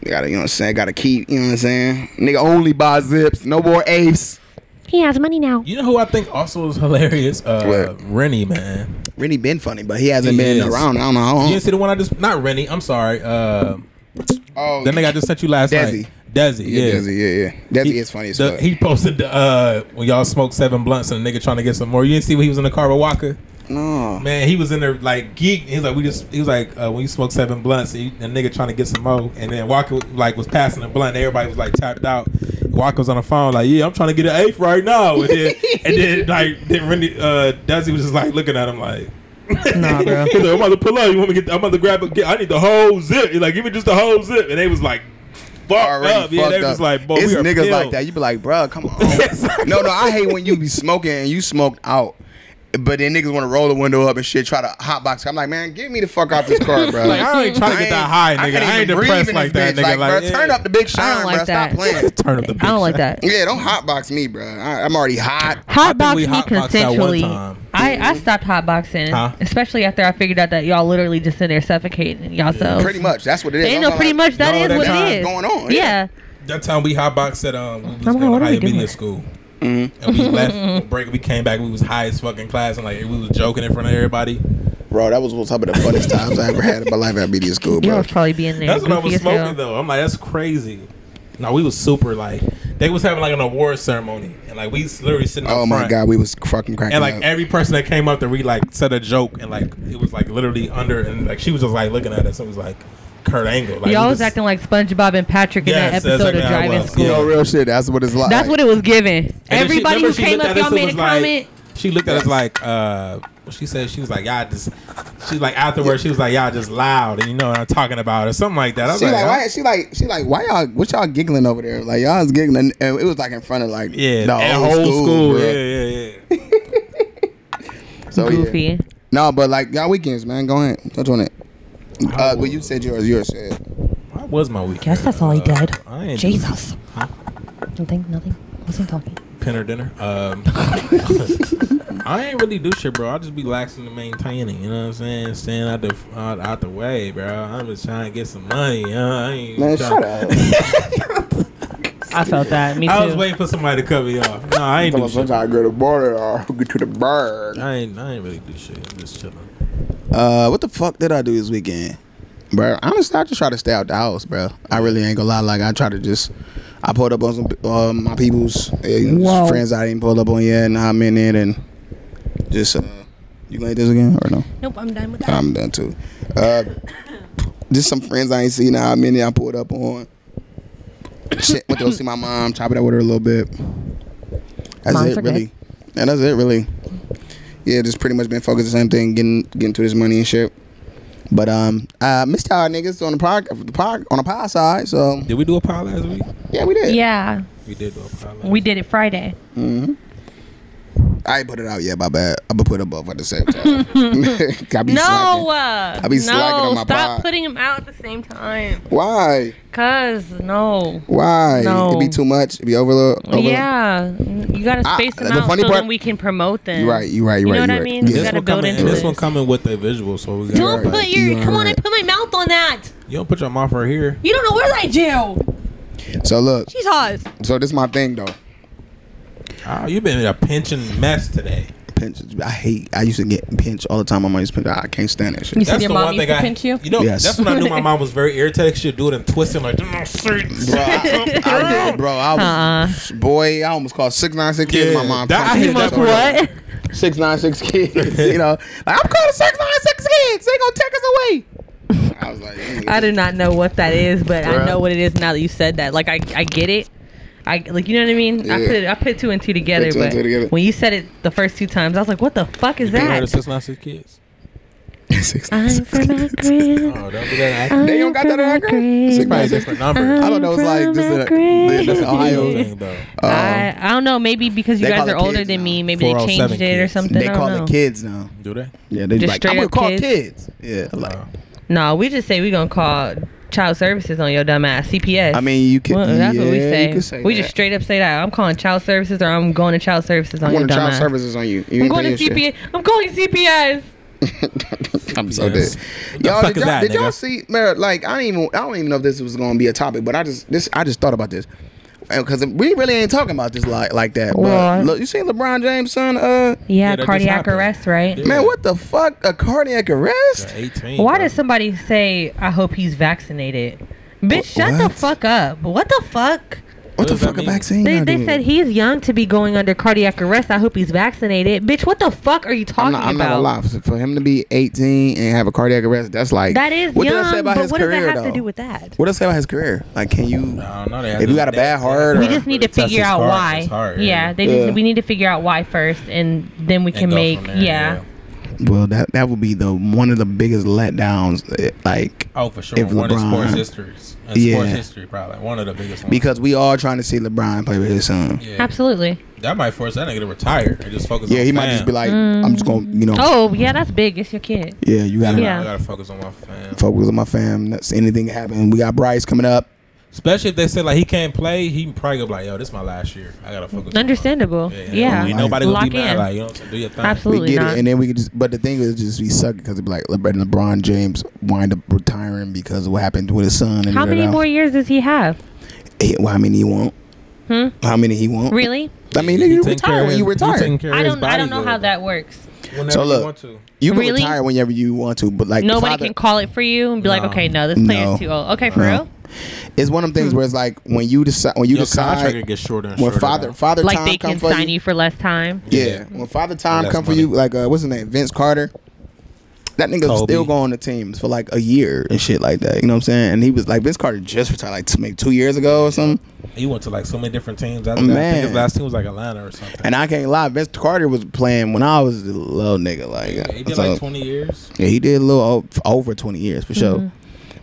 [SPEAKER 1] You gotta, you know what I'm saying? Gotta keep, you know what I'm saying? Nigga only buy zips, no more apes.
[SPEAKER 4] He has money now.
[SPEAKER 3] You know who I think also is hilarious? Uh,
[SPEAKER 1] What?
[SPEAKER 3] Rennie, man.
[SPEAKER 1] Really been funny, but he hasn't been
[SPEAKER 3] Yes.
[SPEAKER 1] around. I don't know how long.
[SPEAKER 3] You didn't see the one I just not Rennie. I'm sorry. Uh,
[SPEAKER 1] oh,
[SPEAKER 3] that nigga I just sent you last
[SPEAKER 1] Desi.
[SPEAKER 3] night. Desi.
[SPEAKER 1] yeah,
[SPEAKER 3] Yeah.
[SPEAKER 1] Desi, yeah, yeah. Desi
[SPEAKER 3] He-
[SPEAKER 1] is funny as
[SPEAKER 3] the-
[SPEAKER 1] fuck.
[SPEAKER 3] He posted the, uh, when y'all smoked seven blunts and the nigga trying to get some more. You didn't see when he was in the car with Walker.
[SPEAKER 1] No.
[SPEAKER 3] Man, he was in there like geek. He was like, we just. He was like, uh, when you smoke seven blunts, he, a nigga trying to get some more, and then Walker like was passing the blunt. Everybody was like tapped out. Walker was on the phone like, yeah, I'm trying to get an eighth right now. And then, and then like, then Randy uh, Desi was just like looking at him like.
[SPEAKER 2] Nah, bro.
[SPEAKER 3] He's like, I'm about to pull up. You want me to get? I'm about to grab. A, get, I need the whole zip. He's like, give me just the whole zip. And they was like, fucked
[SPEAKER 1] already
[SPEAKER 3] up. Yeah,
[SPEAKER 1] fucked
[SPEAKER 3] they was
[SPEAKER 1] up.
[SPEAKER 3] like, boy,
[SPEAKER 1] it's
[SPEAKER 3] we are
[SPEAKER 1] niggas
[SPEAKER 3] killed.
[SPEAKER 1] like that. You be like, bruh, come on. no, no, I hate when you be smoking and you smoked out. But then niggas want to roll the window up and shit, try to hotbox. I'm like, man, get me the fuck out this car, bro.
[SPEAKER 3] Like, I ain't trying to get that high, nigga.
[SPEAKER 1] can't
[SPEAKER 3] I ain't
[SPEAKER 1] even breathe
[SPEAKER 3] depressed
[SPEAKER 1] in
[SPEAKER 3] like
[SPEAKER 1] this
[SPEAKER 3] that,
[SPEAKER 1] bitch.
[SPEAKER 3] nigga. Like,
[SPEAKER 1] bruh, turn
[SPEAKER 3] yeah.
[SPEAKER 1] up the big shine,
[SPEAKER 2] like
[SPEAKER 1] bruh. Stop
[SPEAKER 2] that.
[SPEAKER 1] playing.
[SPEAKER 3] Turn up the.
[SPEAKER 2] I don't like that.
[SPEAKER 1] yeah, don't hotbox me, bro. I, I'm already hot.
[SPEAKER 2] Hot
[SPEAKER 3] I think
[SPEAKER 2] box
[SPEAKER 3] we
[SPEAKER 2] me
[SPEAKER 3] hot boxed that one
[SPEAKER 2] consensually.
[SPEAKER 3] time.
[SPEAKER 2] I, I stopped hot boxing,
[SPEAKER 3] Huh?
[SPEAKER 2] especially after I figured out that y'all literally just in there suffocating y'all selves.
[SPEAKER 1] Pretty much. That's what it is.
[SPEAKER 2] They
[SPEAKER 1] I'm
[SPEAKER 2] know
[SPEAKER 1] like,
[SPEAKER 2] pretty much that
[SPEAKER 3] No,
[SPEAKER 2] is
[SPEAKER 3] that
[SPEAKER 2] what
[SPEAKER 3] time
[SPEAKER 2] it is.
[SPEAKER 1] going on, yeah.
[SPEAKER 2] Yeah.
[SPEAKER 3] That time we hotboxed at um, we was
[SPEAKER 2] I'm like,
[SPEAKER 3] going
[SPEAKER 2] what
[SPEAKER 3] to
[SPEAKER 2] are
[SPEAKER 3] high
[SPEAKER 2] we
[SPEAKER 3] media
[SPEAKER 2] doing?
[SPEAKER 3] school,
[SPEAKER 1] Mm-hmm.
[SPEAKER 3] and we left on break. We came back. We was high as fucking class, and like we was joking in front of everybody.
[SPEAKER 1] Bro, that was some of the funniest times I ever had in my life at media school,
[SPEAKER 2] Y'all
[SPEAKER 1] bro.
[SPEAKER 2] was probably being there.
[SPEAKER 3] That's what I
[SPEAKER 2] goofy
[SPEAKER 3] was
[SPEAKER 2] as hell.
[SPEAKER 3] smoking though. I'm like, that's crazy. No, we was super like they was having like an award ceremony, and like we s- literally sitting.
[SPEAKER 1] Oh
[SPEAKER 3] up
[SPEAKER 1] my
[SPEAKER 3] front.
[SPEAKER 1] god, we was fucking cracking
[SPEAKER 3] And like
[SPEAKER 1] up.
[SPEAKER 3] every person that came up there, we like said a joke, and like it was like literally under, and like she was just like looking at us. It was like Kurt Angle. Like,
[SPEAKER 2] y'all
[SPEAKER 3] we
[SPEAKER 2] was
[SPEAKER 3] just-
[SPEAKER 2] acting like SpongeBob and Patrick in
[SPEAKER 3] Yes,
[SPEAKER 2] that episode
[SPEAKER 3] exactly
[SPEAKER 2] of
[SPEAKER 3] how I
[SPEAKER 2] Driving
[SPEAKER 3] was.
[SPEAKER 2] School.
[SPEAKER 1] you know,
[SPEAKER 3] Yeah.
[SPEAKER 1] real shit. That's what it's like.
[SPEAKER 2] That's what it was given.
[SPEAKER 3] And then she-
[SPEAKER 2] Everybody
[SPEAKER 3] remember
[SPEAKER 2] who
[SPEAKER 3] she
[SPEAKER 2] came up,
[SPEAKER 3] looked at us
[SPEAKER 2] y'all
[SPEAKER 3] and
[SPEAKER 2] made
[SPEAKER 3] was
[SPEAKER 2] a
[SPEAKER 3] like-
[SPEAKER 2] comment.
[SPEAKER 3] She looked at us like, uh, what she said she was like, y'all just, she's like afterwards she was like, y'all just loud and you know what I'm talking about or something like that. I was
[SPEAKER 1] She
[SPEAKER 3] like,
[SPEAKER 1] like,
[SPEAKER 3] huh?
[SPEAKER 1] why, she like, she like, why y'all, what y'all giggling over there? Like y'all was giggling, and it was like in front of like
[SPEAKER 3] yeah,
[SPEAKER 1] the
[SPEAKER 3] at
[SPEAKER 1] whole, school.
[SPEAKER 3] yeah,
[SPEAKER 1] bro.
[SPEAKER 3] yeah, yeah.
[SPEAKER 1] So, yeah.
[SPEAKER 2] Goofy.
[SPEAKER 1] No, but like y'all weekends, man. Go ahead, touch on it. Uh, well, you said yours. Yours said.
[SPEAKER 3] Why was my weekend?
[SPEAKER 2] Guess that's all he
[SPEAKER 3] Uh,
[SPEAKER 2] did.
[SPEAKER 3] I ain't
[SPEAKER 2] Jesus. Nothing, nothing. Wasn't talking.
[SPEAKER 3] Dinner, dinner. Um, I ain't really do shit, bro. I just be laxing and maintaining. You know what I'm saying? Staying out the out, out the way, bro. I'm just trying to get some money. You know? I ain't
[SPEAKER 1] Man,
[SPEAKER 3] trying-
[SPEAKER 1] shut up.
[SPEAKER 2] I felt that. Me too.
[SPEAKER 3] I was waiting for somebody to cover you off. No, I ain't do shit.
[SPEAKER 1] Sometimes I go to border or get to the bird.
[SPEAKER 3] I ain't, I ain't really do shit. I'm just chilling.
[SPEAKER 1] Uh, what the fuck did I do this weekend, bro? Honestly, I just try to stay out the house, bro. I really ain't gonna lie. Like I try to just, I pulled up on some uh, my people's uh, you know,
[SPEAKER 2] Whoa.
[SPEAKER 1] friends I didn't pull up on yet, and I'm in it and just. Uh, you like this again or no?
[SPEAKER 6] Nope, I'm done with that.
[SPEAKER 1] I'm done too. Uh, just some friends I ain't seen now. I mean, I pulled up on. Shit, went to go see my mom. Chop it up with her a little bit. That's
[SPEAKER 2] Moms
[SPEAKER 1] it,
[SPEAKER 2] are good.
[SPEAKER 1] really. Yeah, that's it, really. Yeah, just pretty much been focused the same thing, getting getting to this money and shit. But um, I missed y'all niggas on the park, the park on the pie side. So
[SPEAKER 3] Did we do a pod last week?
[SPEAKER 1] yeah, we did.
[SPEAKER 2] yeah.
[SPEAKER 3] We did do a pod. Last
[SPEAKER 2] We did it Friday.
[SPEAKER 1] I ain't put it out yet. My bad. I'm gonna put it both at the same time. I be slacking.
[SPEAKER 2] No. Uh,
[SPEAKER 1] I be slacking
[SPEAKER 2] no,
[SPEAKER 1] on my
[SPEAKER 2] stop
[SPEAKER 1] pod.
[SPEAKER 2] putting him out at the same time.
[SPEAKER 1] Why?
[SPEAKER 2] Cause no.
[SPEAKER 1] Why?
[SPEAKER 2] No.
[SPEAKER 1] It be too much. It be overload. overload.
[SPEAKER 2] Yeah, you gotta
[SPEAKER 1] I-
[SPEAKER 2] space them
[SPEAKER 1] the
[SPEAKER 2] out
[SPEAKER 1] funny
[SPEAKER 2] so
[SPEAKER 1] part-
[SPEAKER 2] then we can promote them.
[SPEAKER 1] You right. You right. You
[SPEAKER 2] You
[SPEAKER 1] right. you
[SPEAKER 2] know what I
[SPEAKER 1] right.
[SPEAKER 2] mean? You
[SPEAKER 1] Yeah.
[SPEAKER 3] this
[SPEAKER 2] gotta
[SPEAKER 3] one
[SPEAKER 2] build
[SPEAKER 3] coming,
[SPEAKER 2] into
[SPEAKER 3] and this
[SPEAKER 2] this.
[SPEAKER 3] one coming with the visual, so we got
[SPEAKER 1] You're
[SPEAKER 2] Don't put
[SPEAKER 1] right.
[SPEAKER 2] your
[SPEAKER 1] You're
[SPEAKER 2] come on
[SPEAKER 1] right.
[SPEAKER 2] and put my mouth on that.
[SPEAKER 3] You don't put your mouth right here.
[SPEAKER 2] You don't know where that jail.
[SPEAKER 1] So look.
[SPEAKER 2] She's hot.
[SPEAKER 1] So this my thing though.
[SPEAKER 3] Oh, you've been in a pinching mess today.
[SPEAKER 1] Pinch. I hate. I used to get pinched all the time. My mom used to pinch. I can't stand that shit.
[SPEAKER 2] said your mom used to
[SPEAKER 3] I
[SPEAKER 2] pinch you?
[SPEAKER 3] You know,
[SPEAKER 1] Yes.
[SPEAKER 3] that's when I knew my mom was very irritated. She'd do it and twist it like, "Mm, see,
[SPEAKER 1] Bro, I, I- bro, I
[SPEAKER 2] Uh-uh.
[SPEAKER 1] was boy. I almost called six nine six kids. My
[SPEAKER 3] Yeah,
[SPEAKER 1] mom.
[SPEAKER 3] that- I hate that part.
[SPEAKER 2] What?
[SPEAKER 1] Six nine six kids. You know, like, I'm calling six nine six kids. They gonna take us away. I was like, mm.
[SPEAKER 2] I do not know what that is, but
[SPEAKER 1] Bruh.
[SPEAKER 2] I know what it is now that you said that. Like I, I get it. I like you know what I mean. I
[SPEAKER 1] Yeah.
[SPEAKER 2] put it, I put two and two together,
[SPEAKER 1] Put two and
[SPEAKER 2] but
[SPEAKER 1] two together.
[SPEAKER 2] when you said it the first two times, I was like, "What the fuck is
[SPEAKER 3] You heard of
[SPEAKER 2] that?"
[SPEAKER 3] six nine six kids.
[SPEAKER 1] Six, nine,
[SPEAKER 4] I'm
[SPEAKER 1] six.
[SPEAKER 4] from Akron.
[SPEAKER 3] Oh, don't do that.
[SPEAKER 2] Uh-huh.
[SPEAKER 3] I,
[SPEAKER 1] They don't got that in Akron. Six,
[SPEAKER 3] probably
[SPEAKER 1] nine,
[SPEAKER 3] a
[SPEAKER 1] six.
[SPEAKER 3] different number.
[SPEAKER 1] I thought that was like this. Is a, that's an Ohio
[SPEAKER 3] Thing,
[SPEAKER 1] thing.
[SPEAKER 3] though.
[SPEAKER 1] Uh,
[SPEAKER 2] I, I don't know. Maybe because you
[SPEAKER 1] They
[SPEAKER 2] guys
[SPEAKER 1] call
[SPEAKER 2] are
[SPEAKER 1] it
[SPEAKER 2] older
[SPEAKER 1] kids
[SPEAKER 2] than
[SPEAKER 1] now.
[SPEAKER 2] me, maybe they
[SPEAKER 3] 407
[SPEAKER 2] changed it or
[SPEAKER 3] kids.
[SPEAKER 2] something.
[SPEAKER 1] they
[SPEAKER 2] I
[SPEAKER 1] call
[SPEAKER 2] don't know.
[SPEAKER 1] it kids now.
[SPEAKER 3] Do they?
[SPEAKER 1] Yeah, they
[SPEAKER 2] Just
[SPEAKER 1] like I'm
[SPEAKER 2] straight
[SPEAKER 1] gonna
[SPEAKER 2] up
[SPEAKER 1] call
[SPEAKER 2] kids?
[SPEAKER 1] kids. Yeah, I'm like
[SPEAKER 3] Oh.
[SPEAKER 2] No, we just say we gonna call child services on your dumb ass CPS.
[SPEAKER 1] I mean, you could.
[SPEAKER 2] Well, that's what we
[SPEAKER 1] yeah, you
[SPEAKER 2] say.
[SPEAKER 1] could say
[SPEAKER 2] we
[SPEAKER 1] that.
[SPEAKER 2] just straight up say that. I'm calling child services or I'm going to child services on
[SPEAKER 1] I'm
[SPEAKER 2] your
[SPEAKER 1] going to
[SPEAKER 2] dumb
[SPEAKER 1] child
[SPEAKER 2] ass.
[SPEAKER 1] services on you. you
[SPEAKER 2] I'm
[SPEAKER 1] ain't
[SPEAKER 2] going to
[SPEAKER 1] paying
[SPEAKER 2] CPS. I'm calling CPS.
[SPEAKER 1] shit. I'm so dead.
[SPEAKER 3] Yes. What the
[SPEAKER 1] Y'all,
[SPEAKER 3] fuck
[SPEAKER 1] did
[SPEAKER 3] is
[SPEAKER 1] y'all,
[SPEAKER 3] that,
[SPEAKER 1] did y'all
[SPEAKER 3] nigga?
[SPEAKER 1] see? Man, like I don't even I don't even know if this was gonna be a topic, but I just this I just thought about this because we really ain't talking about this like like that. But
[SPEAKER 2] What?
[SPEAKER 1] look, you seen LeBron James' son? Uh,
[SPEAKER 2] Yeah,
[SPEAKER 3] that just
[SPEAKER 2] cardiac
[SPEAKER 3] happened.
[SPEAKER 2] arrest, right?
[SPEAKER 3] Yeah.
[SPEAKER 1] man, what the fuck? A cardiac arrest?
[SPEAKER 3] They're 18.
[SPEAKER 2] Why
[SPEAKER 3] bro.
[SPEAKER 2] does somebody say I hope he's vaccinated? Bitch, shut the
[SPEAKER 1] what?
[SPEAKER 2] fuck up. What the fuck?
[SPEAKER 1] What, the
[SPEAKER 3] does that
[SPEAKER 1] fuck a
[SPEAKER 3] mean?
[SPEAKER 1] vaccine?
[SPEAKER 5] They,
[SPEAKER 1] gotta
[SPEAKER 5] they
[SPEAKER 1] do?
[SPEAKER 5] said he's young to be going under cardiac arrest. I hope he's vaccinated. Bitch, what the fuck are you
[SPEAKER 1] I'm
[SPEAKER 5] talking
[SPEAKER 1] not, I'm not
[SPEAKER 5] about?
[SPEAKER 1] gonna lie. For- For him to be 18 and have a cardiac arrest, that's like
[SPEAKER 5] That is
[SPEAKER 1] What
[SPEAKER 5] young,
[SPEAKER 1] does that say about
[SPEAKER 5] but
[SPEAKER 1] his
[SPEAKER 5] what
[SPEAKER 1] career
[SPEAKER 5] does that have
[SPEAKER 1] though?
[SPEAKER 5] to do with that?
[SPEAKER 1] What does that say about his career? Like, can you?
[SPEAKER 3] I don't know. They
[SPEAKER 1] If
[SPEAKER 3] have
[SPEAKER 1] you
[SPEAKER 3] to-
[SPEAKER 1] got a
[SPEAKER 3] they-
[SPEAKER 1] bad
[SPEAKER 3] they-
[SPEAKER 1] heart
[SPEAKER 2] We
[SPEAKER 1] or-
[SPEAKER 2] just need to
[SPEAKER 3] Test his
[SPEAKER 2] figure out
[SPEAKER 3] heart,
[SPEAKER 2] why.
[SPEAKER 3] his heart,
[SPEAKER 2] yeah, they
[SPEAKER 1] Yeah.
[SPEAKER 2] Just, we need to figure out why first, and then we can
[SPEAKER 3] and go
[SPEAKER 2] make
[SPEAKER 3] from
[SPEAKER 2] yeah.
[SPEAKER 3] there,
[SPEAKER 1] Well, that that would be the one of the biggest letdowns. eh, Like,
[SPEAKER 3] Oh, for sure.
[SPEAKER 1] If
[SPEAKER 3] one of
[SPEAKER 1] LeBron-
[SPEAKER 3] sports histories. In
[SPEAKER 1] Yeah.
[SPEAKER 3] Sports history, probably one of the biggest ones.
[SPEAKER 1] because we all trying to see LeBron play with his son. Yeah,
[SPEAKER 3] yeah.
[SPEAKER 2] Absolutely.
[SPEAKER 3] that might force that nigga to retire and just focus. on
[SPEAKER 1] he might
[SPEAKER 3] fam.
[SPEAKER 1] just be like, I'm just gonna, you know,
[SPEAKER 5] Mm. Oh, yeah, that's big. It's your kid.
[SPEAKER 1] yeah, you gotta
[SPEAKER 5] Yeah.
[SPEAKER 3] I gotta focus on my fam.
[SPEAKER 1] focus on my fam. That's anything that happened. We got Bryce coming up.
[SPEAKER 3] Especially if they say like he can't play, he probably gonna be like, yo, this my last year. I gotta focus. on my-
[SPEAKER 5] Understandable. Yeah.
[SPEAKER 1] Oh,
[SPEAKER 3] Ain't nobody gonna
[SPEAKER 5] Lock
[SPEAKER 3] be mad.
[SPEAKER 5] in.
[SPEAKER 3] Like you know, what I'm saying? do your thing.
[SPEAKER 1] We
[SPEAKER 5] Absolutely
[SPEAKER 1] get
[SPEAKER 5] not.
[SPEAKER 1] it, and then we could just. But the thing is, just we suck because it'd be like LeBron, LeBron James wind up retiring because of what happened with his son. And
[SPEAKER 5] How many
[SPEAKER 1] da-da-da.
[SPEAKER 5] more years does he have?
[SPEAKER 1] Eh, well, how many he won't?
[SPEAKER 5] Hmm?
[SPEAKER 1] How many he won't?
[SPEAKER 5] Really?
[SPEAKER 1] I mean,
[SPEAKER 3] He
[SPEAKER 1] nigga, you
[SPEAKER 3] taking care
[SPEAKER 1] retire
[SPEAKER 3] of
[SPEAKER 1] when you
[SPEAKER 3] his- he taking
[SPEAKER 1] retire.
[SPEAKER 3] care of
[SPEAKER 2] I
[SPEAKER 3] his
[SPEAKER 2] don't. I don't
[SPEAKER 3] body,
[SPEAKER 2] know how
[SPEAKER 3] though.
[SPEAKER 2] that works.
[SPEAKER 3] Whenever
[SPEAKER 1] So
[SPEAKER 3] you
[SPEAKER 1] look,
[SPEAKER 3] want to.
[SPEAKER 1] You can
[SPEAKER 5] Really?
[SPEAKER 1] retire whenever you want to, but like
[SPEAKER 2] Nobody
[SPEAKER 1] father-
[SPEAKER 2] can call it for you and be like,
[SPEAKER 3] No.
[SPEAKER 2] okay, no, this plan
[SPEAKER 1] No.
[SPEAKER 2] is too old. Okay, for
[SPEAKER 1] No.
[SPEAKER 2] real.
[SPEAKER 1] It's one of them things
[SPEAKER 5] Hmm.
[SPEAKER 1] where it's like when you decide when you
[SPEAKER 3] Your contract
[SPEAKER 1] decide
[SPEAKER 3] gets shorter and
[SPEAKER 1] when
[SPEAKER 3] shorter.
[SPEAKER 1] father
[SPEAKER 3] now.
[SPEAKER 1] father
[SPEAKER 5] Like
[SPEAKER 1] time
[SPEAKER 5] they
[SPEAKER 1] come
[SPEAKER 5] can
[SPEAKER 1] for
[SPEAKER 5] sign
[SPEAKER 1] you.
[SPEAKER 5] you for less time?
[SPEAKER 1] Yeah.
[SPEAKER 3] Yeah.
[SPEAKER 1] when father time
[SPEAKER 3] Less
[SPEAKER 1] come for
[SPEAKER 3] money.
[SPEAKER 1] you, like uh, what's his name, Vince Carter. That nigga was
[SPEAKER 3] Kobe.
[SPEAKER 1] still going to teams for like a year and shit like that. You know what I'm saying? And he was like Vince Carter just retired like t- maybe two years ago or something.
[SPEAKER 3] He went to like so many different teams. I, I
[SPEAKER 1] Man.
[SPEAKER 3] think his last team was like Atlanta or something.
[SPEAKER 1] And I can't lie, Vince Carter was playing when I was a little nigga. Like
[SPEAKER 3] yeah, he did
[SPEAKER 1] so-
[SPEAKER 3] like 20 years.
[SPEAKER 1] Yeah, he did a little o- f- over 20 years for sure.
[SPEAKER 3] Mm-hmm.